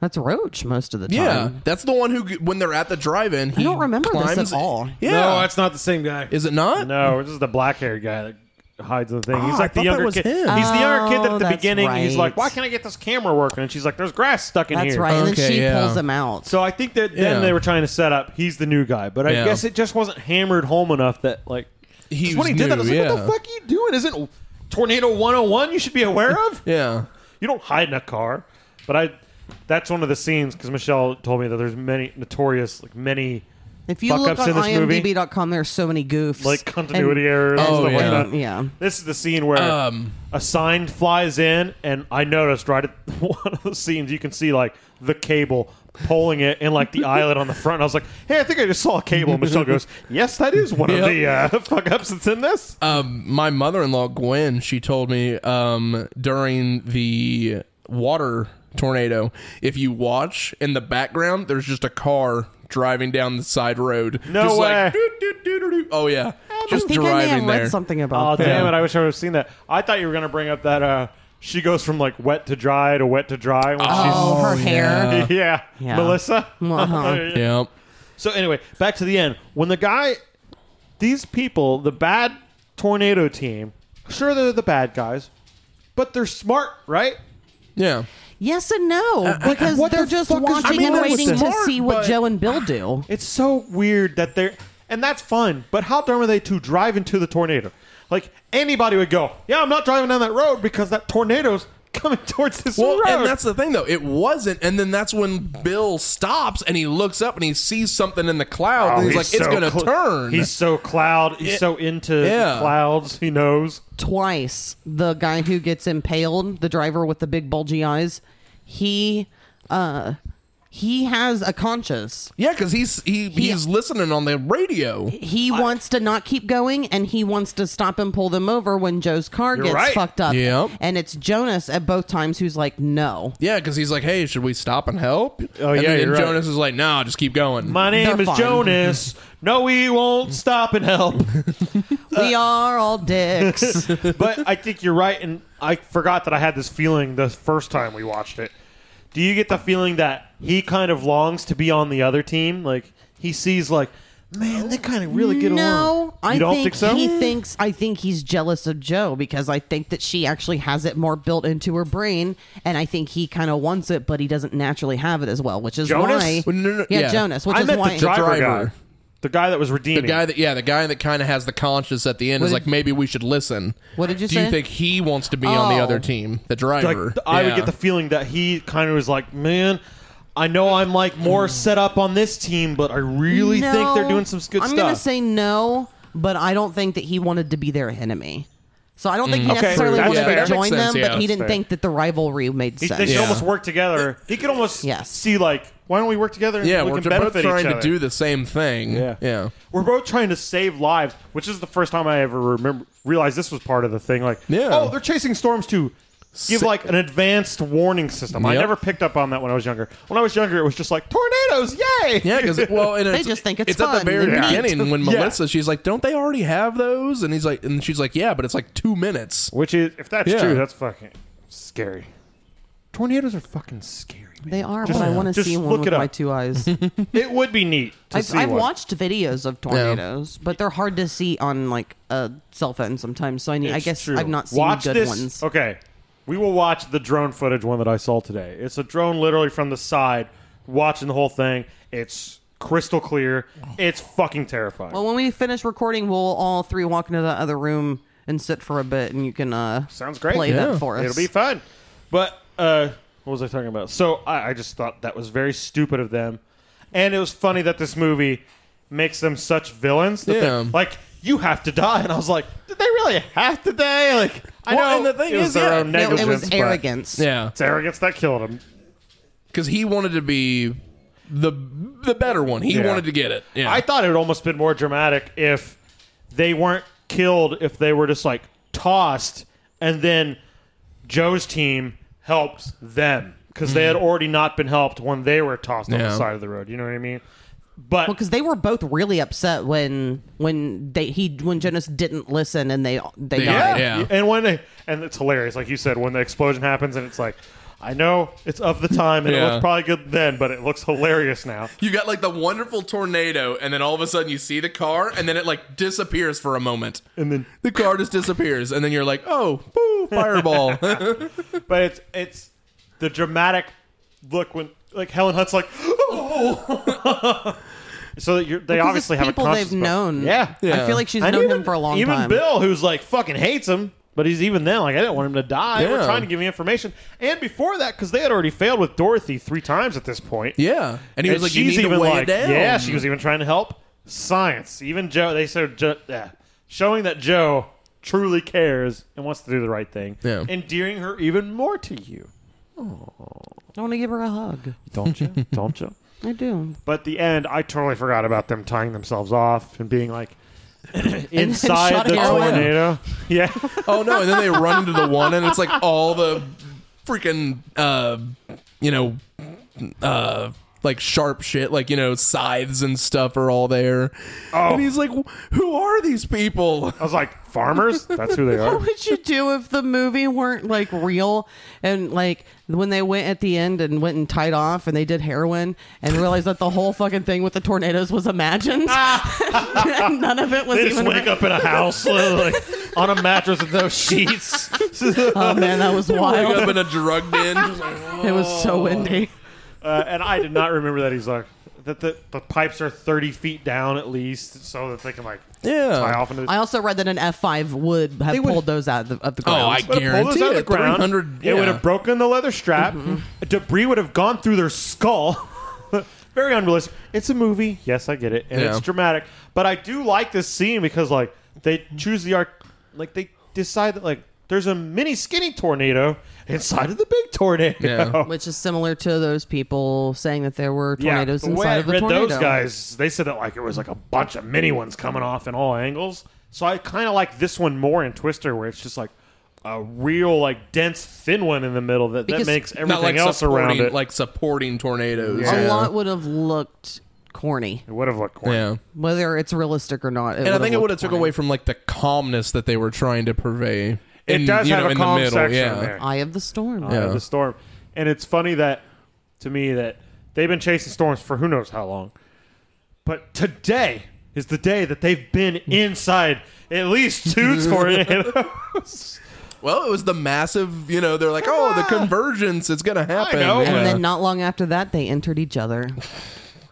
that's Roach most of the time.
Yeah, that's the one who, when they're at the drive-in, he
don't remember this at
climbs,
all.
Yeah,
not the same guy.
is it not?
No, this is the black haired guy that hides the thing.
Ah,
he's
I
like
thought
the younger
that was
kid.
him.
He's the younger kid that
Oh,
at the
that's
beginning he's like,
right.
Why can't I get this camera working? And she's like, There's grass stuck in
that's
here.
right. and
Okay,
then she
yeah.
pulls him out.
So I think that then
Yeah.
they were trying to set up he's the new guy, but I
Yeah.
guess it just wasn't hammered home enough that like 'cause
He was
when he did that, I
new,
was like,
yeah.
What the fuck are you doing? Isn't Tornado one oh one you should be aware of? (laughs)
Yeah,
you don't hide in a car. But I that's one of the scenes because Michelle told me that there's many notorious like many
if you
fuck
look
ups
on
in this movie?
IMDb.com, there's so many goofs,
like continuity
And-
errors
Oh,
and stuff
yeah.
like that.
Yeah.
This is the scene where
Um,
a sign flies in, and I noticed right at (laughs) one of the scenes, you can see like the cable pulling it and
(laughs)
like the island on the front. And I was like, hey, I think I just saw a cable. And Michelle goes, yes, that is one of the uh, (laughs) fuck ups that's in this.
um, my mother-in-law Gwen, she told me um, during the water tornado, if you watch in the background, there's just a car driving down the side road.
No
just
way.
Like, "Doo, doo, doo, doo, doo." Oh yeah,
I
just
think I may have
driving
read
there.
something
Oh,
about that.
damn it. I wish I would have seen that. I thought you were going to bring up that uh, she goes from like wet to dry to wet to dry when
Oh, her hair.
she's. (laughs) Yeah.
Yeah.
Melissa? (laughs)
Uh-huh.
Yeah.
So anyway, back to the end. When the guy, these people, the bad tornado team, sure they're the bad guys, but they're smart, right?
Yeah.
Yes and no, because
Uh, what
they're
the
just
fuck is-
watching
I mean,
and
that was
waiting to
smart,
see what
but-
Joe and Bill do.
It's so weird that they're, and that's fun. But how dumb are they to drive into the tornado? Like anybody would go, yeah, I'm not driving down that road because that tornado's (laughs) coming towards this
Well,
road.
and that's the thing though. It wasn't, and then that's when Bill stops and he looks up and he sees something in the cloud. and he's, like, "It's
Oh, so
gonna
cl-
turn."
He's so cloud. He's so into
Yeah.
clouds. He knows.
Twice, the guy who gets impaled, the driver with the big bulgy eyes, he uh he has a conscience.
yeah, because he's he, he's listening on the radio.
He wants to not keep going and he wants to stop and pull them over when Joe's car gets
right.
fucked up.
Yep.
And it's Jonas at both times who's like, "No."
Yeah, because he's like, "Hey, should we stop and help?"
Oh,
and
yeah,
then
you're right.
Jonas is like, "No, just keep going."
My name
They're
is
fine.
(laughs)
Jonas. no, we won't stop and help. Uh,
we are all
(laughs)
dicks.
but I think you're right, and I forgot that I had this feeling the first time we watched it. Do you get the feeling that he kind of longs to be on the other team? Like he sees, like, man, they kind of really get along.
No, I
you don't
think,
so.
he thinks. I think he's jealous of Joe because I think that she actually has it more built into her brain, and I think he kind of wants it, but he doesn't naturally have it as well, which is
Jonas?
why.
Well, no, no,
yeah,
yeah.
Jonas, which
I
is
meant
why.
the driver,
driver.
guy, the guy that was redeeming.
The guy that yeah, the guy that kind of has the conscience at the end is
did-
like, "Maybe we should listen."
What did you
Do
say?
you think he wants to be on the
Oh.
other team, the
like,
driver?
I would
Yeah.
get the feeling that he kind of was like, man. I know I'm like more set up on this team, but I really think they're
No,
doing some good
I'm
stuff.
gonna say no, but I don't think that he wanted to be their enemy. So I don't think he
Mm. Okay,
necessarily
that's
wanted
fair.
to
That
join
makes sense,
them,
yeah,
but he
that's
didn't
fair.
think that the rivalry made
He-
sense.
They should
Yeah.
almost work together. He could almost
Yes.
see like, why don't we work together?
yeah,
we
we're
can
both
benefit
trying
each
to
other.
do the same thing. yeah.
We're both trying to save lives, which is the first time I ever remember realized this was part of the thing. Like,
Yeah.
oh, they're chasing storms to give
Sa-
like an advanced warning system. I
Yep.
never picked up on that when I was younger. When I was younger, it was just like tornadoes, yay!
Yeah, because
(laughs)
well, and it's,
just think it's
at the
fun
very
and neat.
(laughs)
beginning when
Yeah.
Melissa, she's like, "Don't they already have those?" And he's like, and she's like, "Yeah, but it's like two minutes."
Which is, if that's
Yeah.
true, that's fucking scary. Tornadoes are fucking scary. Man.
They are,
Just-
but I want to
just
see one
look
with
it up.
my two eyes.
It would be neat to
I've,
see
I've
one.
watched videos of tornadoes, but they're hard to see on like a cell phone sometimes. So I, need, I
It's
guess
true.
I've not seen
watch
good
this.
ones.
Okay, we will watch the drone footage one that I saw today. It's a drone literally from the side, watching the whole thing. It's crystal clear. It's fucking terrifying.
Well, when we finish recording, we'll all three walk into the other room and sit for a bit, and you can uh
Sounds great.
Play
Yeah.
that for us.
It'll be fun. But uh, what was I talking about? So I, I just thought that was very stupid of them, and it was funny that this movie makes them such villains. That
Yeah.
they- like you have to die, and I was like, did they really have to die? Like I
Well,
know
and the thing
it was
is,
their
yeah,
own
No,
no,
negligence.
it was
but
arrogance.
Yeah,
It's arrogance that killed him.
because he wanted to be the the better one. He
Yeah.
wanted to get it. Yeah,
I thought it would almost been more dramatic if they weren't killed, if they were just like tossed and then Joe's team helps them because they had already not been helped when they were tossed on
Mm-hmm. Yeah.
the side of the road. You know what I mean? But
Well, because they were both really upset when when they he when Jonas didn't listen and they they
Yeah.
died.
Yeah.
And when they, and it's hilarious, like you said, when the explosion happens and it's like, I know it's of the time and it
Yeah.
looks probably good then, but it looks hilarious now.
You got like the wonderful tornado, and then all of a sudden you see the car, and then it like disappears for a moment.
And then,
The car just disappears, and then you're like, oh, boo, fireball. (laughs)
but it's it's the dramatic look when like Helen Hunt's like, (laughs) "Oh!" so that you're, they
Because
obviously
it's
have a
people
conscious
they've known.
Yeah,
Yeah.
I feel like she's
And
known
even-
him for a long
even
time.
Bill, who's like fucking hates him, but he's even then like I didn't want him to die. We're
Yeah.
trying to give me information, and before that, because they had already failed with Dorothy three times at this point.
yeah. And he was
And
like, you need to weigh it down.
yeah, she was even trying to help science. Even Joe, they said, jo- yeah, showing that Joe truly cares and wants to do the right thing,
Yeah.
endearing her even more to you,
I want to give her a hug.
don't you? (laughs) don't you?
I do.
But at the end, I totally forgot about them tying themselves off and being like (clears throat)
shot
inside the
it all in.
tornado. (laughs) Yeah,
(laughs) Oh no! And then they run into the one, and it's like all the freaking, uh, you know, uh, like sharp shit, like you know, scythes and stuff are all there. Oh. And he's like, "Who are these people?" (laughs)
I was like, farmers. That's who they are.
(laughs) What would you do if the movie weren't like real and like when they went at the end and went and tied off and they did heroin and realized that the whole fucking thing with the tornadoes was imagined? (laughs) and none of it was
They just
even.
wake
real.
up in a house (laughs) like, on a mattress with no sheets. (laughs) Uh,
Oh man, that was
Wake up Oh.
wild.
in a drug
(laughs)
den. Just like,
It was so windy.
Uh, and I did not remember that he's like that the, the pipes are thirty feet down at least, so that they can like tie
yeah.
off into.
I also read that an F five would have
would-
pulled those out of the, of the
Oh,
ground.
I
But it pulled
guarantee
those out of the
it.
ground.
300
It would
yeah.
have broken the leather strap. Debris would have gone through their skull. (laughs) Very unrealistic. It's a movie. Yes, I get it, and
Yeah.
it's dramatic. But I do like this scene because like they choose the arc, like they decide that like there's a mini skinny tornado inside of the big tornado. (laughs)
Yeah.
which is similar to those people saying that there were tornadoes
the way
inside
I
of the
read
tornado.
Those guys, they said that like it was like a bunch of mini ones coming off in all angles. So I kind of like this one more in Twister, where it's just like a real like dense thin one in the middle that
Because-
that makes everything
Not like
else around
supporting,
it.
like supporting tornadoes.
a
yeah.
lot would have looked corny,
it would have looked corny.
Yeah.
whether it's realistic or not.
and I think it would have took away from like the calmness that they were trying to purvey.
It
in,
does
you
have
know,
a
in
calm
the middle,
section
yeah.
there.
Eye of the storm.
Eye
Yeah.
of the storm. And it's funny that to me that they've been chasing storms for who knows how long. But today is the day that they've
(laughs)
been inside at least two tornadoes.
Well, it was the massive, you know, they're like, oh, the convergence is going to happen.
know.
And
Yeah.
then not long after that, they entered each other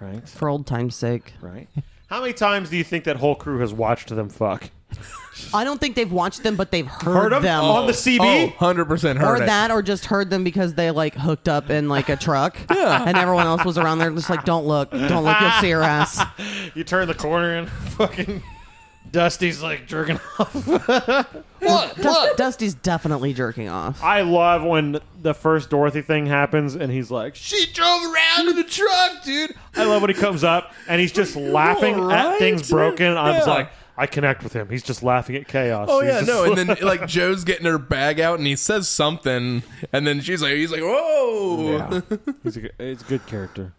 right.
for old time's sake.
right? How many times do you think that whole crew has watched them fuck?
I don't think they've watched them, but they've heard,
Heard of
them.
on the
oh,
CB?
100% heard
or
it.
that, or just heard them because they like hooked up in like a
(laughs)
truck, and everyone else was around there, just like, "Don't look, don't look, you'll see her
(laughs)
ass."
You turn the corner and (laughs) fucking Dusty's like jerking off.
Dust, Dusty's definitely jerking off.
I love when the first Dorothy thing happens and he's like, "She drove around in the truck, dude." I love when he comes up and he's just laughing at
alright?
things broken. I'm just
Yeah.
like, I connect with him. He's just laughing at chaos.
Oh
He's
yeah,
just
no, and then like Joe's getting her bag out, and he says something, and then she's like, he's like, whoa,
(laughs) Yeah. he's a, good- he's a good character.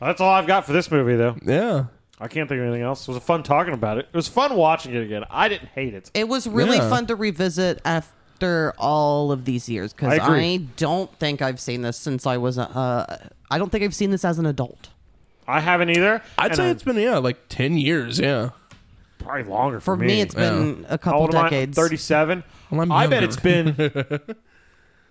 That's all I've got for this movie, though.
yeah,
I can't think of anything else. It was fun talking about it. It was fun watching it again. I didn't hate it.
It was really
Yeah.
fun to revisit after all of these years
I
because I,
agree.
don't think I've seen this since I was. Uh, I don't think I've seen this as an adult.
I haven't either.
I'd
and
say
I'm
it's been yeah, like ten years, yeah.
probably longer for,
For me, it's been a
How
couple
old am I?
decades.
37.
Well, I'm
I bet
younger.
it's (laughs) been. I,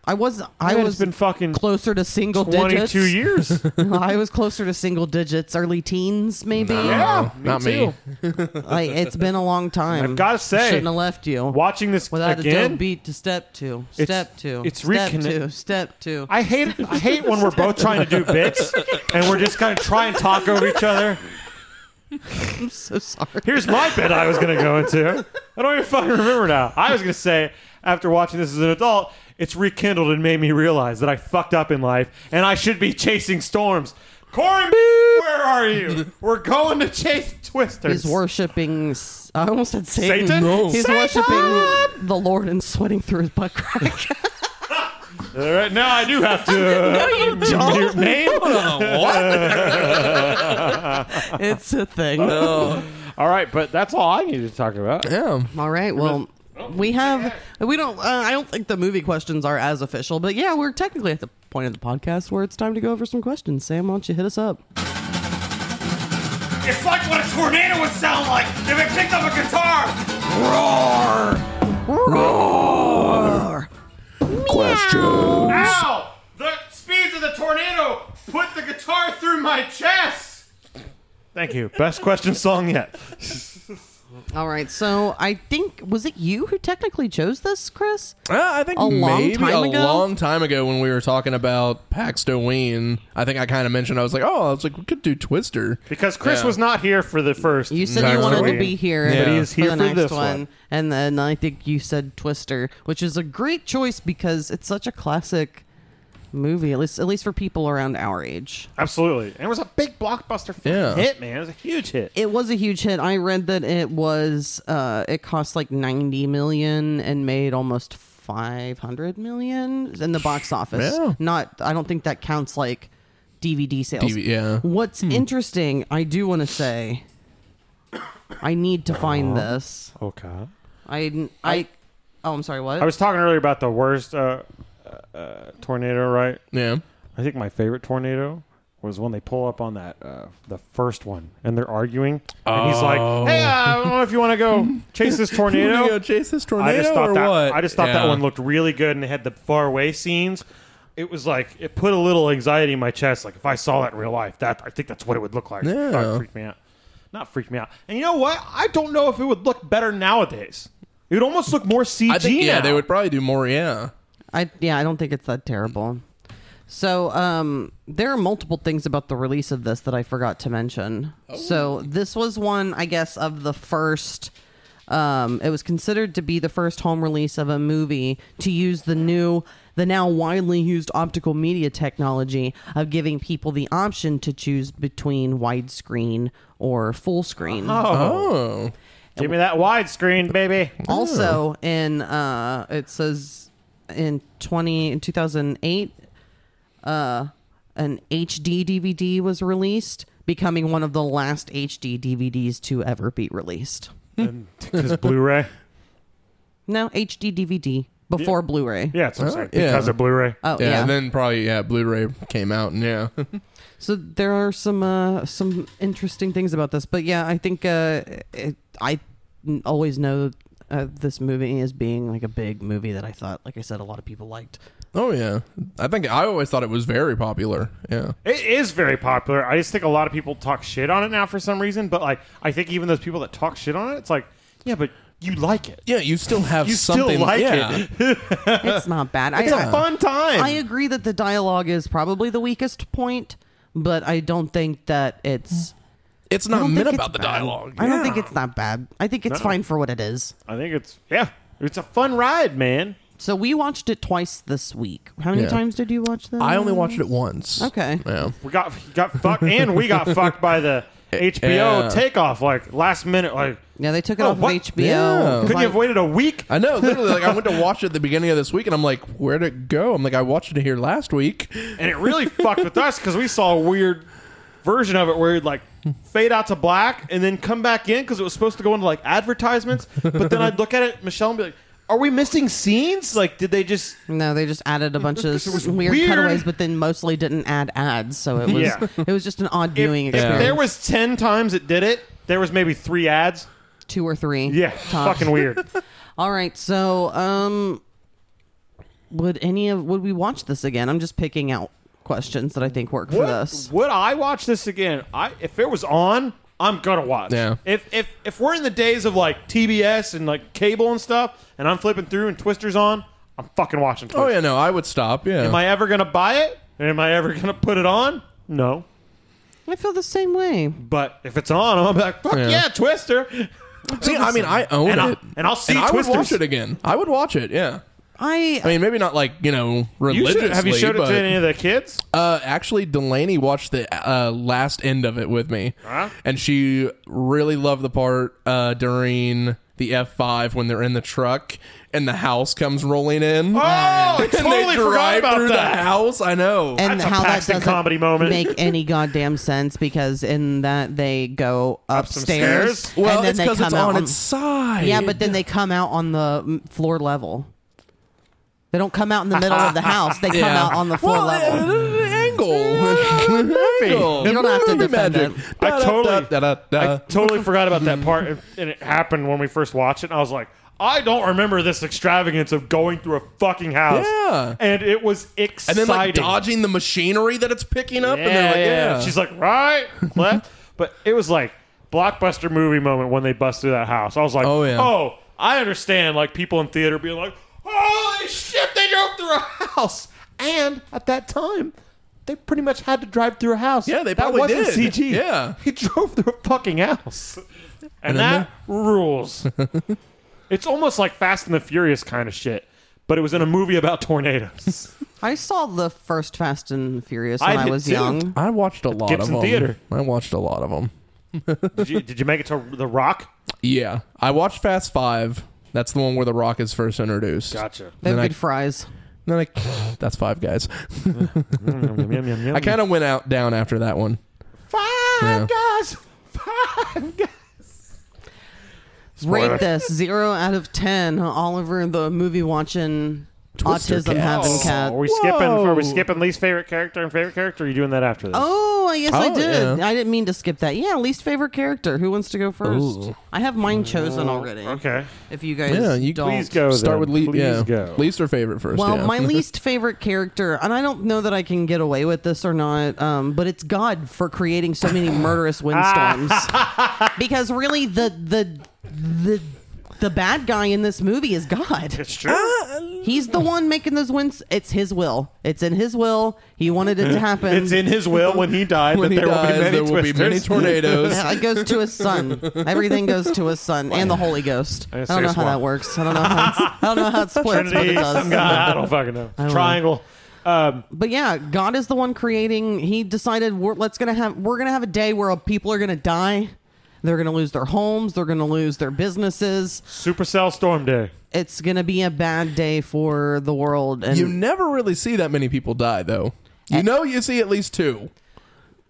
I was. I
bet
was
it's been fucking
closer to single
22
digits.
years.
(laughs) I was closer to single digits, early teens, maybe.
yeah,
No, Uh, not me. (laughs)
too.
(laughs) Like, it's been a long time.
I've gotta say,
shouldn't have left you
Watching this
without a
again.
dope beat to step to,
It's-
step to,
it's
step
reconnect-
to, step to.
I hate I hate when we're both trying to do bits and we're just kind of try and talk over each other.
I'm (laughs) so sorry.
Here's my bit I was going to go into. I don't even fucking remember now. I was going to say, after watching this as an adult, it's rekindled and made me realize that I fucked up in life and I should be chasing storms. Corn, where are you? We're going to chase twisters.
He's worshiping. s- I almost said Satan.
Satan?
He's
Satan! (laughs)
worshiping the Lord and sweating through his butt crack.
All right, now I do have
(laughs)
to.
No, you
Mute
don't.
name?
It's a thing.
All right, but that's all I needed to talk about.
Yeah.
All right. Well, we have we don't. Uh, I don't think the movie questions are as official, but yeah, we're technically at the point of the podcast where it's time to go over some questions. Sam, why don't you hit us up?
It's like what a tornado would sound like if it picked up a guitar. Roar!
(laughs)
Question.
Ow! The speeds of the tornado put the guitar through my chest.
Thank you. Best question song yet.
All right. So I think was it you who technically chose this, Chris?
Uh, I think
A long
maybe
time
a
ago?
long time ago when we were talking about Pax Doween, I think I kind of mentioned I was like, oh, I was like, we could do Twister.
Because Chris
Yeah.
was not here for the first.
You said
Next
you wanted to
one.
be here,
Yeah. But
he's here
for
for
the next
this
one.
one.
and then I think you said Twister, which is a great choice because it's such a classic movie. At least, at least for people around our age.
Absolutely. And it was a big blockbuster fucking
Yeah.
hit, man. It was a huge hit.
it was a huge hit. I read that it was uh it cost like 90 million and made almost 500 million in the box office.
Yeah.
Not I don't think that counts like DVD sales.
DV yeah.
What's interesting, I do want to say I need to find this.
Okay.
I I Oh, I'm sorry. What?
I was talking earlier about the worst uh, uh, uh, tornado, right?
Yeah.
I think my favorite tornado was when they pull up on that uh, the first one and they're arguing, and he's like, "Hey, uh, I don't know if you want to go
(laughs)
chase this
You wanna go
tornado."
chase this
I
tornado
just thought
or
that
what?
I just thought that
Yeah.
one looked really good, and they had the far away scenes. It was like it put a little anxiety in my chest. Like if I saw that in real life, that I think that's what it would look like.
Yeah.
That would freak me out. Not freak me out. And you know what? I don't know if it would look better nowadays. It would almost look more CG.
I think yeah,
now.
they would probably do more. Yeah.
I yeah, I don't think it's that terrible. So um, there are multiple things about the release of this that I forgot to mention. So this was one, I guess, of the first. Um, it was considered to be the first home release of a movie to use the new, the now widely used optical media technology of giving people the option to choose between widescreen or full screen.
Oh.
give me that widescreen, baby. Oh.
Also, in uh, it says in twenty in two thousand eight, uh, an HD DVD was released, becoming one of the last HD DVDs to ever be released.
Hmm.
Because Blu-ray.
No HD DVD before Blu-ray.
Yeah, that's what I'm saying.
yeah.
Because of Blu-ray.
Oh
Yeah,
yeah.
and then probably yeah, Blu-ray came out and yeah. (laughs)
so there are some uh, some interesting things about this, but yeah, I think uh, it, I n- always know uh, this movie as being like a big movie that I thought, like I said, a lot of people liked.
oh yeah. I think I always thought it was very popular. Yeah.
It is very popular. I just think a lot of people talk shit on it now for some reason. But like, I think even those people that talk shit on it, it's like, yeah, but you like it.
Yeah, you still have
You still
something
like
yeah.
it. (laughs)
It's not bad. I,
It's
I-
a fun time.
I agree that the dialogue is probably the weakest point, but I don't think that it's.
It's
I
not
don't think
meant
it's
about the
bad.
dialogue.
I don't think it's that bad. I think it's fine for what it is.
I think it's yeah, it's a fun ride, man.
So we watched it twice this week. How many
Yeah.
times did you watch that?
I only watched it once.
Mm. Okay.
Yeah.
We got got fucked, and we got fucked by the HBO
Yeah.
takeoff like last minute. Like,
Yeah, they took it
Oh,
off
what?
of HBO.
Yeah.
couldn't you have waited a week?
I know, literally. Like, I went to watch it at the beginning of this week, and I'm like, "Where'd it go?" I'm like, "I watched it here last week."
And it really fucked with us because we saw a weird version of it where it'd like fade out to black and then come back in because it was supposed to go into like advertisements. But then I'd look at it, Michelle, and be like, "Are we missing scenes? Like, did they just?"
No, they just added a bunch of
was
weird,
weird.
cutaways, but then mostly didn't add ads. So it was
Yeah.
it was just an odd
If,
viewing
if
experience.
there was ten times it did it, there was maybe three ads.
two or three.
Yeah,
tops. (laughs)
fucking weird.
All right, so um, would any of would we watch this again? I'm just picking out questions that I think work for
Would-
this.
Would I watch this again? I if it was on, I'm gonna watch.
Yeah.
If if if we're in the days of like TBS and like cable and stuff, and I'm flipping through and Twister's on, I'm fucking watching. Twister.
Oh yeah, no, I would stop. Yeah.
Am I ever gonna buy it? And am I ever gonna put it on? No.
I feel the same way.
But if it's on, I'm like, fuck yeah,
Yeah.
Twister.
See, I mean, I own
And I'll-
it,
and I'll see
I would
Twisters.
watch it again. I would watch it. Yeah.
I,
I mean, maybe not like you know
You
religiously.
should, have you showed it
but,
to any of the kids?
Uh, actually, Delaney watched the uh, last end of it with me,
Huh?
and she really loved the part uh, during the F5 when they're in the truck and the house comes rolling in.
Oh, I
(laughs) and
totally
they
forgot
drive
about
through
that.
the house. I know.
and
That's a
how that
Paxton
doesn't
comedy moment.
make any goddamn sense because in that they go
some
upstairs
stairs?
and
well,
then
it's
they
because
come
it's
out
on
on-
its side.
yeah but then they come out on the mm, floor level they don't come out in the middle of the house they come
Yeah.
out on the floor
Well,
level
uh,
(laughs)
angle. angle.
You don't have to defend
magic.
I totally, I
Da-da-da-da-da.
totally forgot about that part, and, and it happened when we first watched it. And I was like, I don't remember this extravagance of going through a fucking house.
Yeah.
and it was
and
exciting.
then like dodging the machinery that it's picking up,
Yeah,
and they're like,
yeah.
yeah.
She's like right, left,
(laughs)
but it was like blockbuster movie moment when they bust through that house. I was like,
Oh, yeah.
oh, I understand. Like people in theater being like, holy shit, they drove through a (laughs) house, and at that time. They pretty much had to drive through a house.
Yeah, they
that
probably
wasn't
did.
CG.
Yeah.
he (laughs) drove through a fucking house, and,
then
that (laughs) rules. it's almost like Fast and the Furious kind of shit, but it was in a movie about (laughs) tornadoes.
i saw the first fast and furious
I
when i,
did
was
too.
young
I watched a lot
Gibson
of them.
Theater.
I watched a lot of them.
did, you, did you make it to The Rock?
Yeah, I watched Fast Five. That's the one where The Rock is first introduced.
Gotcha.
they have
then I-
good fries
Then I, (sighs) that's Five
(laughs)
Guys.
Yum, yum, yum, yum.
I kind of went out down after that one.
Five
Yeah.
guys. Five guys.
rate this zero out of ten oliver the movie watching
Twister Oh,
autism
cats.
having
Are
cat
we skipping? Are we skipping least favorite character and favorite character? Or are you doing that after this?
Oh, I guess I
Oh,
did.
yeah.
I didn't mean to skip that. Yeah, least favorite character. Who wants to go first?
Ooh. Uh,
I have mine chosen already.
okay.
If you guys
Yeah, you-
don't.
Please go.
Start
then.
with least.
Please
Yeah,
go.
least or favorite first.
Well,
yeah. (laughs)
my least favorite character, and I don't know that I can get away with this or not, um, but it's God for creating so
(laughs)
many murderous windstorms. because really, the the the the bad guy in this movie is God.
It's true.
Ah.
He's the one making those winds. It's his will. It's in his will. He wanted it to happen.
(laughs) it's in his will when he died
when
(laughs)
that
he
there will
dies,
be many
there will be many
twisters.
tornadoes.
Yeah, it goes to his son.
(laughs)
Everything goes to his son and the Holy Ghost. I,
guess
don't know
there's
how
one.
that works. I don't know how it's, I don't know how it
(laughs)
splits, but it
(laughs) Trinity, some
does.
guy, I don't fucking know. Triangle. Um,
But yeah, God is the one creating. He decided we're let's gonna have we're gonna have a day where people are gonna die. They're gonna lose their homes. They're gonna lose their businesses.
Supercell Storm Day.
It's gonna be a bad day for the world. And (laughs)
You never really see that many people die, though. You know, you see at least two.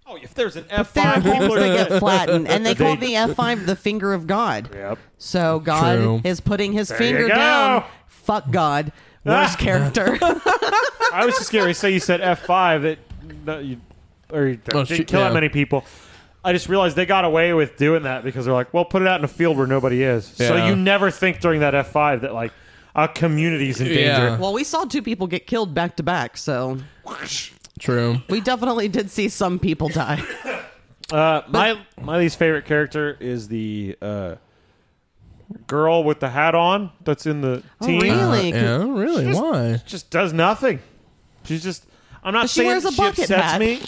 Oh, if there's an F
there are homes that
(laughs)
get flattened, and they call
They-
the F five the finger of God.
Yep.
So God
True.
is putting his
you
finger
go.
down. Fuck God. Worst
Ah.
character.
I was just scared. Say you said F five that no, you or you
Oh,
didn't
shoot,
kill that
yeah.
many people. I just realized they got away with doing that because they're like, well, put it out in a field where nobody is. So
Yeah.
you never think during that F five that like a community's in danger.
Yeah.
(laughs) well, we saw two people get killed back to back, so
True.
we definitely did see some people die.
Uh, my my least favorite character is the uh, girl with the hat on that's in the team.
really?
Uh, yeah, really? Why?
Just does nothing. She's just. I'm not
But she
saying
wears a bucket
upsets
hat.
me.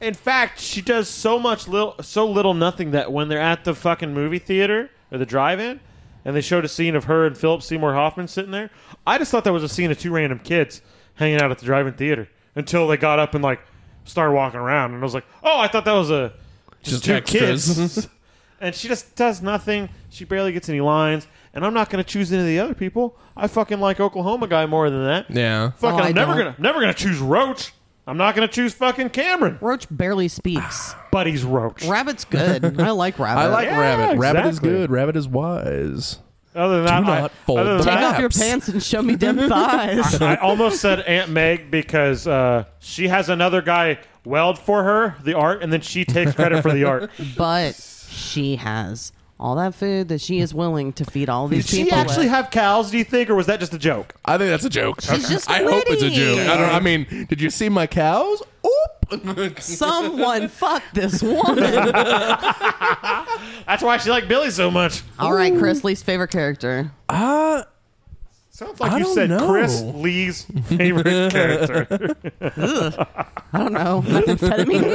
In fact, she does so much little, so little nothing that when they're at the fucking movie theater or the drive-in, and they showed a scene of her and Philip Seymour Hoffman sitting there, I just thought that was a scene of two random kids hanging out at the drive-in theater until they got up and like started walking around, and I was like, oh, I thought that was a just,
Just
two
extras.
kids. and she just does nothing. She barely gets any lines. And I'm not going to choose any of the other people. I fucking like Oklahoma guy more than that.
Yeah.
Fucking,
Oh, I
I'm never
don't.
gonna never gonna choose Roach. I'm not gonna choose fucking Cameron.
Roach barely speaks.
But he's Roach.
Rabbit's good. (laughs) I like Rabbit.
I like
Yeah,
rabbit. Rabbit is
exactly.
good. Rabbit is wise.
Other than that,
Do
I-
not fold
other than
Take
that,
off your
Raps.
pants and show me (laughs) them thighs.
I almost said Aunt Meg because uh, she has another guy weld for her the art, and then she takes credit for the
(laughs)
art.
but she has all that food that she is willing to feed all these
Did she
people.
actually
with.
have cows? Do you think, or was that just a joke?
I think that's a joke.
She's just
I hope it's a joke.
witty.
I don't. I mean, did you see my cows?
(laughs)
Oop.
Someone fuck this woman.
That's why she liked Billy so much.
(laughs) all right, Chris, least favorite character.
Uh,
Sounds like
I
you
don't
said
know.
Chris Lee's
(laughs)
favorite character.
I don't know. (laughs) Methamphetamine.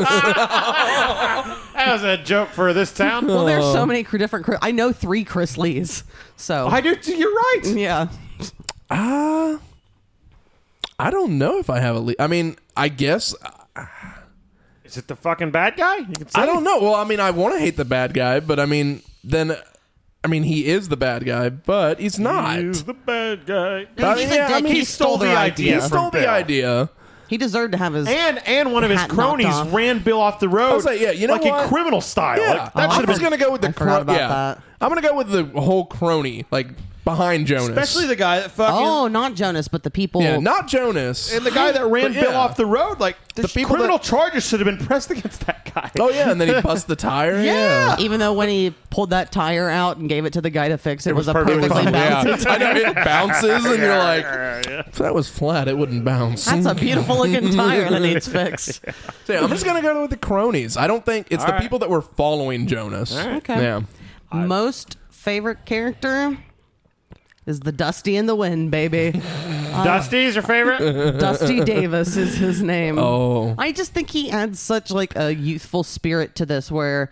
That was a joke for this town.
(laughs)
well, there's so many cr- different. Chris- I know three Chris Lees. So
I do. Too, you're right.
yeah.
uh, I don't know if I have a. Le- I mean, I guess
Is it the fucking bad guy? You can say
I don't know. Well, I mean, I want to hate the bad guy, but I mean, then I mean, he is the bad guy, but he's not.
He's the bad guy.
I mean,
He's a
yeah, I
dick.
mean,
he stole the idea.
he stole the idea.
He deserved to have his.
And and one of his
Hat knocked
cronies
off.
ran Bill off the road.
I was like, yeah, you know
like
what?
in criminal style.
Yeah,
Like, that
Oh,
should
I'm
have been
just gonna go with the
I forgot
cro-
about
yeah.
that.
I'm gonna go with the whole crony, like behind Jonas,
especially the guy that fucking
oh, not Jonas, but the people.
yeah, not Jonas.
and the guy that ran
But yeah.
Bill off the road. Like the
people
criminal
that-
charges should have been pressed against that guy.
oh yeah, and then he busts the tire. yeah.
Even though when he pulled that tire out and gave it to the guy to fix, it, was, a
perfectly
perfectly
fine.
balanced.
(laughs)
Yeah. I know it bounces, and you're like, if that was flat, it wouldn't bounce.
That's a beautiful looking tire that
(laughs)
needs fixed.
So, (laughs) yeah, I'm just gonna go with the cronies. I don't think it's the
right.
people that were following Jonas.
Okay.
Yeah.
Most favorite character is the Dusty in the Wind, baby. Uh,
Dusty is your
(laughs)
favorite?
Dusty Davis is his name.
Oh.
I just think he adds such like a youthful spirit to this where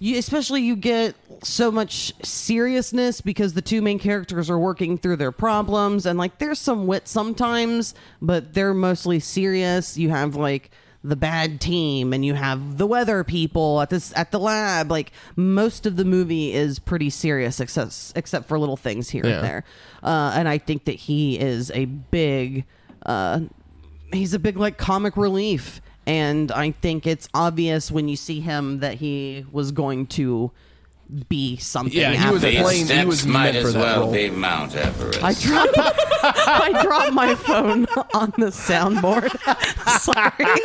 you especially you get so much seriousness because the two main characters are working through their problems and like there's some wit sometimes, but they're mostly serious. You have like the bad team and you have the weather people at this at the lab like most of the movie is pretty serious except except for little things here
Yeah.
and there uh, and i think that he is a big uh, he's a big like comic relief and i think it's obvious when you see him that he was going to be something
Yeah, he was
after this.
playing. He was meant for that role.
Mount Everest.
I dropped, I dropped my phone on the soundboard. (laughs) Sorry.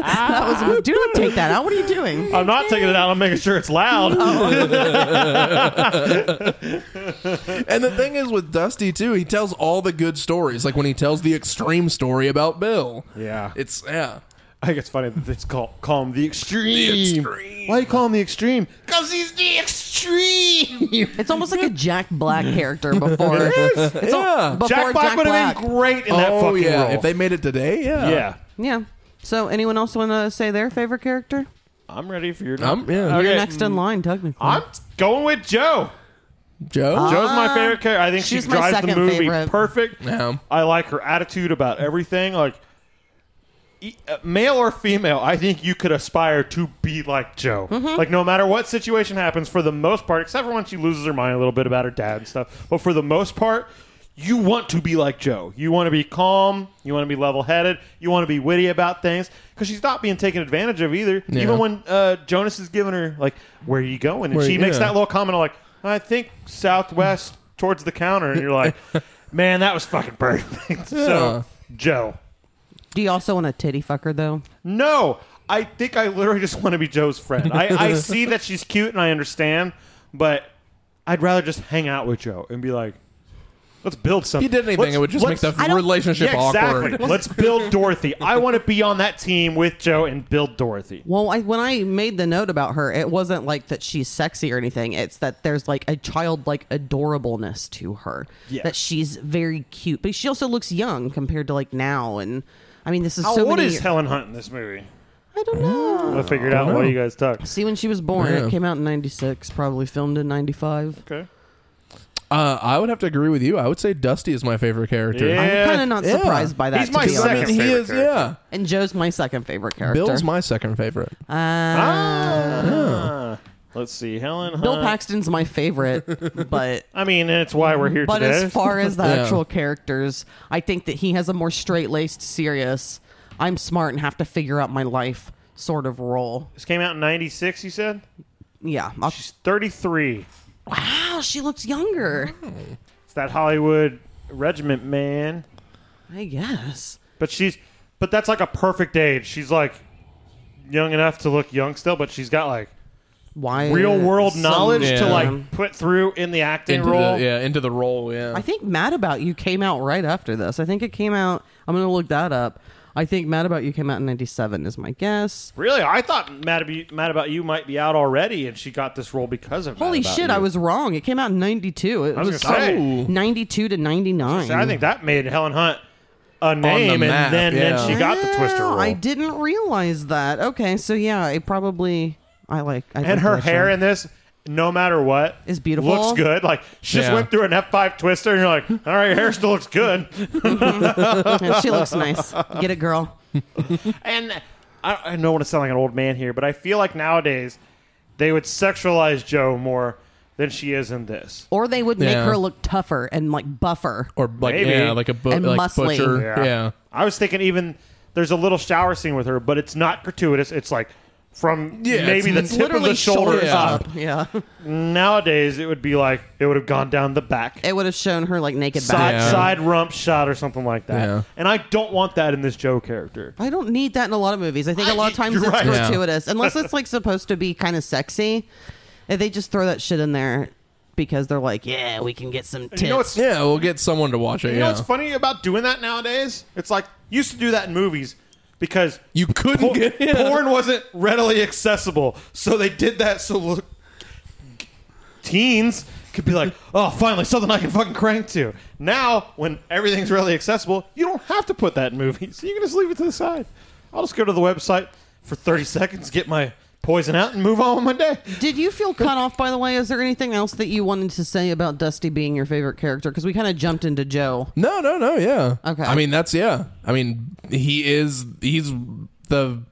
that was, do not take that out. What are you doing?
I'm not taking it out. I'm making sure
(laughs)
it's loud.
Oh.
And the thing is with Dusty too, he tells all the good stories. Like when he tells the extreme story about Bill.
Yeah.
It's yeah.
I think it's funny that it's called call him the extreme.
extreme.
Why you call him the extreme?
It's almost like a Jack Black character before. It's al-
Yeah.
before
Jack Black would have been
Black.
great in that
oh
fucking
yeah.
role.
If they made it today, yeah.
yeah.
Yeah. So, anyone else want to say their favorite character?
I'm ready for your
Um, yeah.
You're
Okay.
next in line, technically.
I'm going with Joe.
Joe.
Joe's my favorite character. I think she
Ah. she's my
drives the
second
movie
favorite.
perfect.
Yeah.
I like her attitude about everything. Like, e- uh, male or female, I think you could aspire to be like Joe.
Mm-hmm.
Like, no matter what situation happens, for the most part, except for when she loses her mind a little bit about her dad and stuff, but for the most part, you want to be like Joe. You want to be calm. You want to be level headed. You want to be witty about things because she's not being taken advantage of either. Even when uh, Jonas is giving her, like, where are you going? And
Where-
she makes
yeah.
that little comment, like, I think southwest towards the counter. And you're
(laughs)
like, man, that was fucking perfect. (laughs) So, Joe.
Do you also want a titty fucker though?
No, I think I literally just want to be Joe's friend. I, I
(laughs)
see that she's cute and I understand, but I'd rather just hang out with Joe and be like, let's build
If he
something.
did anything,
Let's-
it would just make
let's-
the relationship
yeah,
awkward. (laughs)
exactly. Let's build Dorothy. I want to be on that team with Joe and build Dorothy.
Well, I, when I made the note about her, it wasn't like that she's sexy or anything. It's that there's like a childlike adorableness to her.
Yeah.
That she's very cute, but she also looks young compared to like now. And I mean, this is
How
so
old
many.
is Oh. Helen Hunt in this movie?
I don't know.
I figured out while you guys talk.
See when she was born.
Yeah.
It came out in '96. Probably filmed in '95.
Okay.
Uh, I would have to agree with you. I would say Dusty is my favorite character.
Yeah.
I'm kind of not
Yeah.
surprised by that.
He's
to
my
be honest.
second
I mean, he
favorite
is.
character.
Yeah.
And Joe's my second favorite character.
Bill's my second favorite.
Let's see. Helen Hunt.
Bill Paxton's my
(laughs)
favorite, but
I mean, and it's why we're here
But
today.
as far as the
(laughs)
Yeah.
actual characters, I think that he has a more straight laced, serious, I'm smart and have to figure out my life sort of role.
this came out in 96, you said?
Yeah. I'll-
She's 33.
wow, she looks younger.
It's that Hollywood regiment, man.
I guess.
But she's but that's like a perfect age. She's like young enough to look young still, but she's got like
Why?
real world
some-
knowledge to
Yeah.
like put through in the acting
Into
role.
the, yeah, into the role. Yeah.
I think Mad About You came out right after this. I think it came out. I'm going to look that up. I think Mad About You came out in 97, is my guess.
Really, I thought Mad, Ab- Mad About You might be out already, and she got this role because of Mad
Holy
About
shit,
You.
I was wrong. It came out in 92. It
I was
was
gonna say.
92 to 99.
So I think that made Helen Hunt a name,
map,
and then,
yeah.
then she got the Twister
Wow,
role.
Oh, I didn't realize that. Okay, so yeah, it probably I like. I
and
like
her
that
hair
show.
in this, no matter what,
Is beautiful.
Looks good. Like she just
Yeah.
went through an F five Twister, and you're like, all right, your hair still looks good.
Yeah, she
(laughs)
looks nice. Get it, girl.
And I, I don't want to sound like an old man here, but I feel like nowadays they would sexualize Joe more than she is in this.
Or they would make
Yeah.
her look tougher and like buffer.
or like
Maybe.
yeah, like a bu-
And
like
muscly.
butcher. Yeah.
I was thinking even there's a little shower scene with her, but it's not gratuitous. It's like from
Yeah,
maybe the
it's-
tip of the shoulders
shoulders
up.
up.
Yeah.
Nowadays, it would be like it would have gone down the back,
(laughs) It would have shown her like naked
side
back.
Yeah.
side rump shot or something like that.
Yeah.
And I don't want that in this Joe character.
I don't need that in a lot of movies. I think a lot of times
you're
it's
right.
Yeah.
gratuitous, unless it's like supposed to be kind of sexy. And They just throw that shit in there because they're like, yeah, we can get some tits.
You know what's
Yeah, we'll get someone to watch it.
you
yeah.
know what's funny about doing that nowadays? It's like you used to do that in movies because
You couldn't
por-
get (laughs) yeah.
porn wasn't readily accessible, so they did that so look, teens could be like, "Oh, finally something I can fucking crank to." Now, when everything's readily accessible, you don't have to put that in movies. You can just leave it to the side. I'll just go to the website for thirty seconds, get my poison out, and move on with my day.
Did you feel cut off, by the way? Is there anything else that you wanted to say about Dusty being your favorite character? Because we kind of jumped into Joe.
No, no, no, yeah.
Okay.
I mean, that's yeah. I mean, he is he's the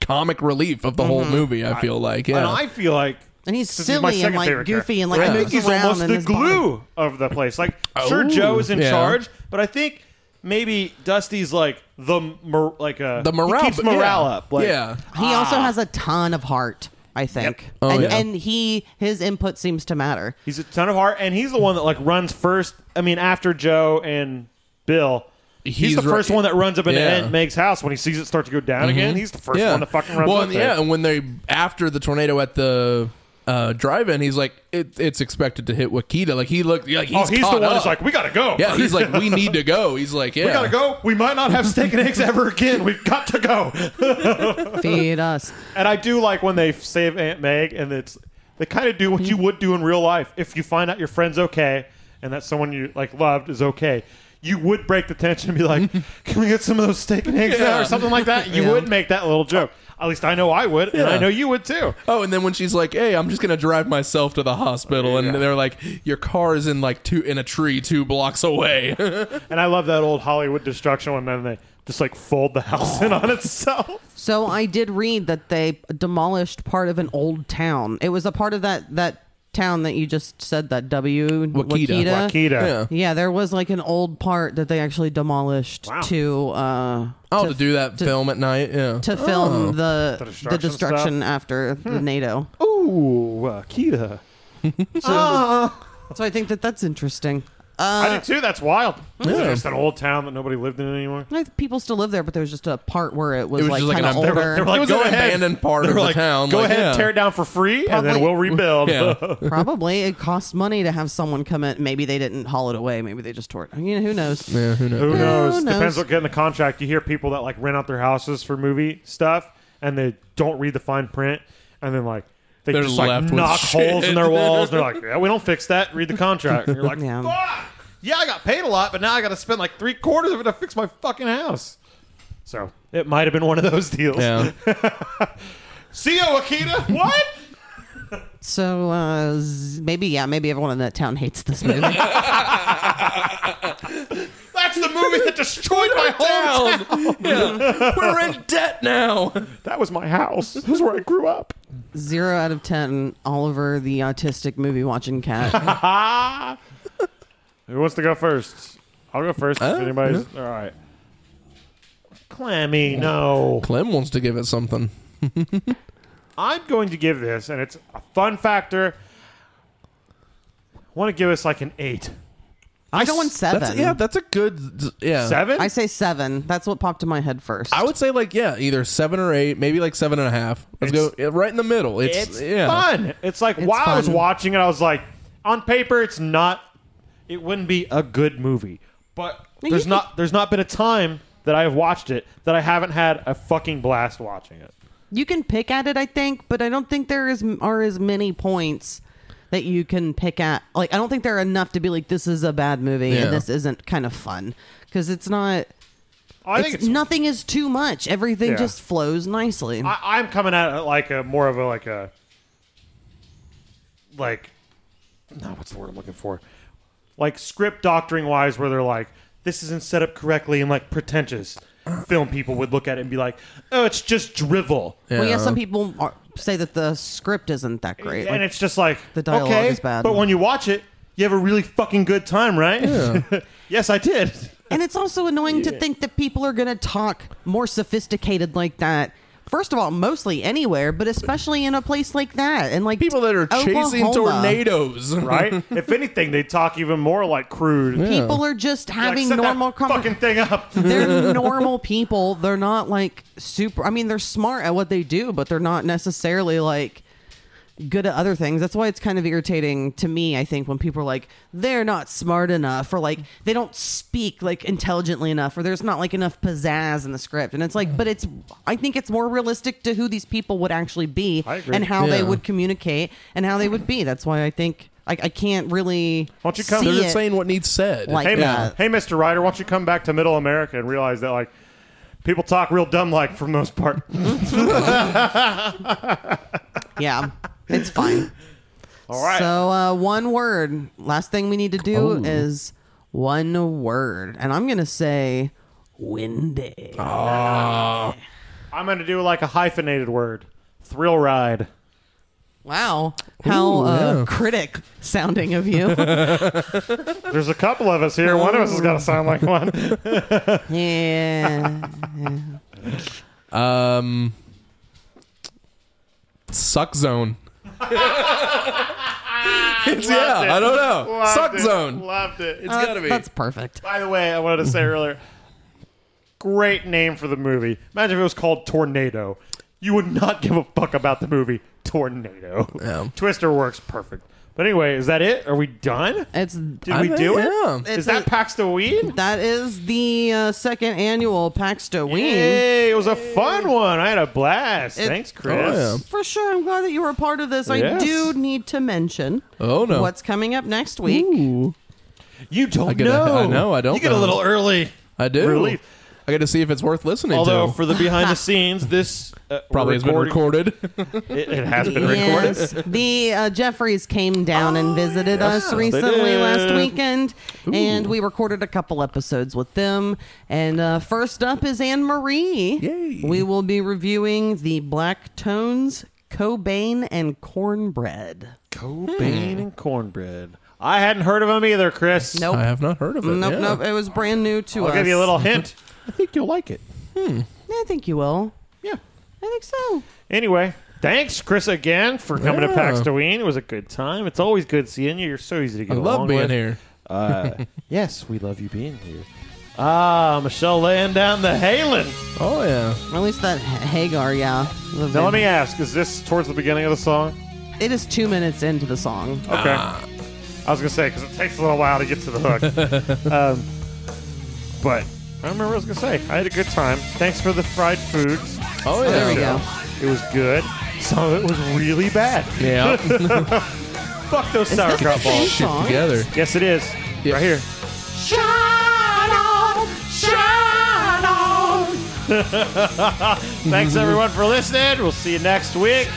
comic relief of the whole movie, I feel like. Yeah.
And Mm-hmm. I feel like.
And he's
this is my
silly and
second
like
favorite
goofy
character.
and like
I think
moves
he's
around
almost
in
the
his body.
glue of the place. Like, sure, Joe is in
Oh, yeah.
charge, but I think maybe Dusty's like the mor- like a
the morale
he keeps
but-
morale
yeah.
up. Like,
yeah.
He also has a ton of heart, I think.
Ah. Oh,
and,
yeah.
and he his input seems to
(laughs)
matter.
he's a ton of heart, and he's the one that like runs first. I mean, after Joe and Bill. He's,
He's
the
right-
first one that runs up into
Yeah. Mm-hmm.
Aunt Meg's house when he sees it start to go down again. He's the first
yeah.
one that fucking runs
well,
up
and-
there.
yeah, and when they after the tornado at the uh, drive-in, he's like, it, "It's expected to hit Wakita." Like he looked, like he's,
oh, he's the
caught
one
up.
that's like, (laughs) we gotta go.
"Yeah." He's like, "We need to go." He's like,
(laughs)
"Yeah."
we gotta go. We might not have steak and eggs ever again. We've got to go.
(laughs) Feed us.
And I do like when they save Aunt Meg, and it's they kind of do what you would do in real life if you find out your friend's okay and that someone you like loved is okay. You would break the tension and be like, "Can we get some of those steak and eggs out or something like that?" You would make that little joke. At least I know I would, and I
Yeah.
know you would too.
Oh, and then when she's like, "Hey, I'm just gonna drive myself to the hospital," and they're like, "Your car is in like two in a tree two blocks away."
And I love that old Hollywood destruction when then they just like fold the house in on
(laughs)
itself.
So I did read that they demolished part of an old town. It was a part of that that town that you just said that W
Wakita.
Wakita.
Keita.
(laughs) yeah.
Yeah, there was like an old part that they actually demolished
Wow.
to uh
Oh, to, do that film at night. Yeah.
to
Oh.
film the the destruction,
destruction Oh.
after the NATO.
Ooh, uh, Keita. Ah.
So, so I think that that's interesting.
I do too. That's wild. It's
Yeah.
Just an old town that nobody lived in anymore.
I think People still live there, but there was just a part where it was,
It was
like
just like
kind of
an- they
older.
(laughs) were-
They were like,
It was
go
an
ahead.
abandoned part
They
of
were
the
like,
town.
Go
Like,
ahead and
yeah.
tear it down for free, and
Probably-
then we'll rebuild.
Yeah.
Probably it costs money to have someone come in. Maybe they didn't haul it away. Maybe they just tore it. You know, who knows?
Yeah,
(laughs)
who
(laughs)
knows?
Who knows?
knows?
Depends what getting the contract. You hear people that like rent out their houses for movie stuff, and they don't read the fine print, and then like they
They're
just like
left with
knock
shit.
holes in
(laughs)
their walls. They're like, yeah, we don't fix that. Read the contract. And you're like,
Yeah.
fuck. Yeah, I got paid a lot, but now I got to spend like three quarters of it to fix my fucking house. So it might have been one of those deals.
Yeah.
See ya, Akita. What?
So uh, z- maybe yeah, maybe everyone in that town hates this
(laughs)
movie.
That's the movie that destroyed my whole
(laughs)
town.
Yeah. We're in debt now.
That was my house. This is where I grew up.
Zero out of ten. Oliver, the autistic movie watching
(laughs)
cat.
Who wants to go first? I'll go first. if
Uh,
anybody's all right. Clammy, no.
Clem wants to give it something.
I'm going to give this, and it's a fun factor. I want to give us like an eight,
I'm going seven.
That's, yeah, that's a good. Yeah.
seven.
I say seven. That's what popped in my head first.
I would say like yeah, either seven or eight, maybe like seven and a half. Let's
It's-
go yeah, right in the middle. It's,
it's
yeah.
fun. It's like while I was
fun.
watching it, I was like, on paper, it's not. It wouldn't be a good movie, but there's
you
not. There's not been a time that I have watched it that I haven't had a fucking blast watching it.
you can pick at it, I think, but I don't think there is are as many points that you can pick at. Like I don't think there are enough to be like this is a bad movie
Yeah.
and this isn't kind of fun because it's not.
I
it's,
think it's
nothing is too much. Everything
Yeah.
just flows nicely.
I, I'm coming at it like a more of a like a like no, what's the word I'm looking for? Like script doctoring wise, where they're like, this isn't set up correctly and like pretentious. film people would look at it and be like, "Oh, it's just drivel,"
Well, yeah, some people are, say that the script isn't that great.
and it's just like
The dialogue
okay,
is bad.
But when you watch it, you have a really fucking good time, right? (laughs) yes, I
(laughs)
did.
And it's also annoying to think that people are going to talk more sophisticated like that. First of all, mostly anywhere, but especially in a place like that, and like
People that are chasing
Oklahoma.
tornadoes,
Right? if anything, they talk even more like crude.
People are just
Like,
having
set that
normal
fucking
conversations. (laughs)
thing up.
They're normal people. They're not like super. I mean, they're smart at what they do, but they're not necessarily like good at other things. That's why it's kind of irritating to me, I think, when people are like, they're not smart enough, or like they don't speak like intelligently enough, or there's not like enough pizzazz in the script. And it's like, but it's, I think it's more realistic to who these people would actually be
agree.
and how they
Yeah.
would communicate and how they would be. That's why I think. I, I can't really.
Why don't you come-
see
They're just
it
saying what needs said.
like
Hey,
that.
man, hey, Mr. Ryder, why don't you come back to Middle America and realize that like people talk real dumb like for the
(laughs)
most part.
Yeah, it's fine.
All right.
So uh, one word. Last thing we need to do is one word, and I'm gonna say windy.
I'm gonna do like a hyphenated word. Thrill ride.
Wow, how
Ooh,
uh,
yeah.
critic sounding of you.
There's a couple of us here. One of us has got to sound like
(laughs)
one.
yeah,
Um, suck zone. (laughs) It's- yeah, I don't know.
Loved
suck
it.
zone.
Loved it.
It's gotta be.
that's perfect.
By the way, I wanted
(laughs)
to say earlier, great name for the movie. Imagine if it was called Tornado. You would not give a fuck about the movie Tornado.
Yeah.
Twister works perfect. But anyway, is that it? Are we done?
It's
Did we do
yeah.
it? Is
It's
that
a- Mm-hmm.
Pax the Weed?
that is the uh, second annual Paxta Ween.
Hey, it was a fun one. I had a blast.
It-
Thanks, Chris.
Oh, yeah.
For sure, I'm glad that you were a part of this. I
Yes.
do need to mention
Oh no.
what's coming up next week.
You don't
I get a-
know.
I know, I don't
You get a
know.
little early.
I do.
Relief.
I got to see if it's worth listening
Although
to.
for the
(laughs)
behind the scenes, this uh,
Probably has been
recording-
recorded.
(laughs) It, it has been recorded. Oh,
Yes, (laughs) the uh, Jeffries came down and visited us recently
did.
last weekend, and we recorded a couple episodes with them. And uh, first up is Anne Marie.
Yay.
We will be reviewing the Black Tones, Cobain, and Cornbread.
Bean and cornbread. I hadn't heard of them either, Chris.
Nope, Mm,
I have not heard of it.
nope,
yeah.
nope. It was brand new to
I'll
us.
give you a little hint.
I think you'll like it.
I think you will.
yeah.
I think so.
Anyway, thanks, Chris, again for coming to
Yeah.
Paxtoween. It was a good time. It's always good seeing you. You're so easy to get
I
along
love being
with.
here.
Uh, yes, we love you being here. Ah, Michelle laying down the Halen.
Oh yeah.
Or at least that H- Hagar, yeah.
Now let me ask: Is this towards the beginning of the song?
It is two minutes into the song.
Okay. I was gonna say because it takes a little while to get to the
(laughs)
hook. um, but I remember what I was gonna say. I had a good time. Thanks for the fried foods.
Oh yeah.
there we go.
It was good. Some of it was really bad.
Yeah.
Fuck those sauerkraut
Same
balls.
song.
Together.
Yes, it is.
Yeah.
Right here. (laughs) Thanks everyone for listening. We'll see you next week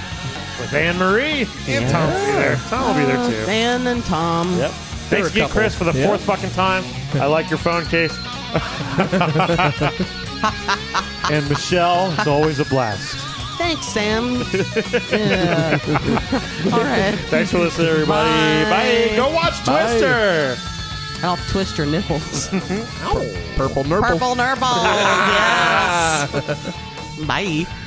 with Anne Marie and Tom will be there. Tom will be there too.
Dan and Tom.
Yep. Thanks again,
couple.
Chris, for the
Yeah.
fourth fucking time. I like your phone case. (laughs) and Michelle, it's always a blast.
Thanks,
(laughs)
Sam. Yeah. All right.
Thanks for listening, everybody. Bye.
Bye.
Go watch Twister.
I'll twist your nipples.
Purple nurple. (laughs)
Purple nurples. yes. Bye.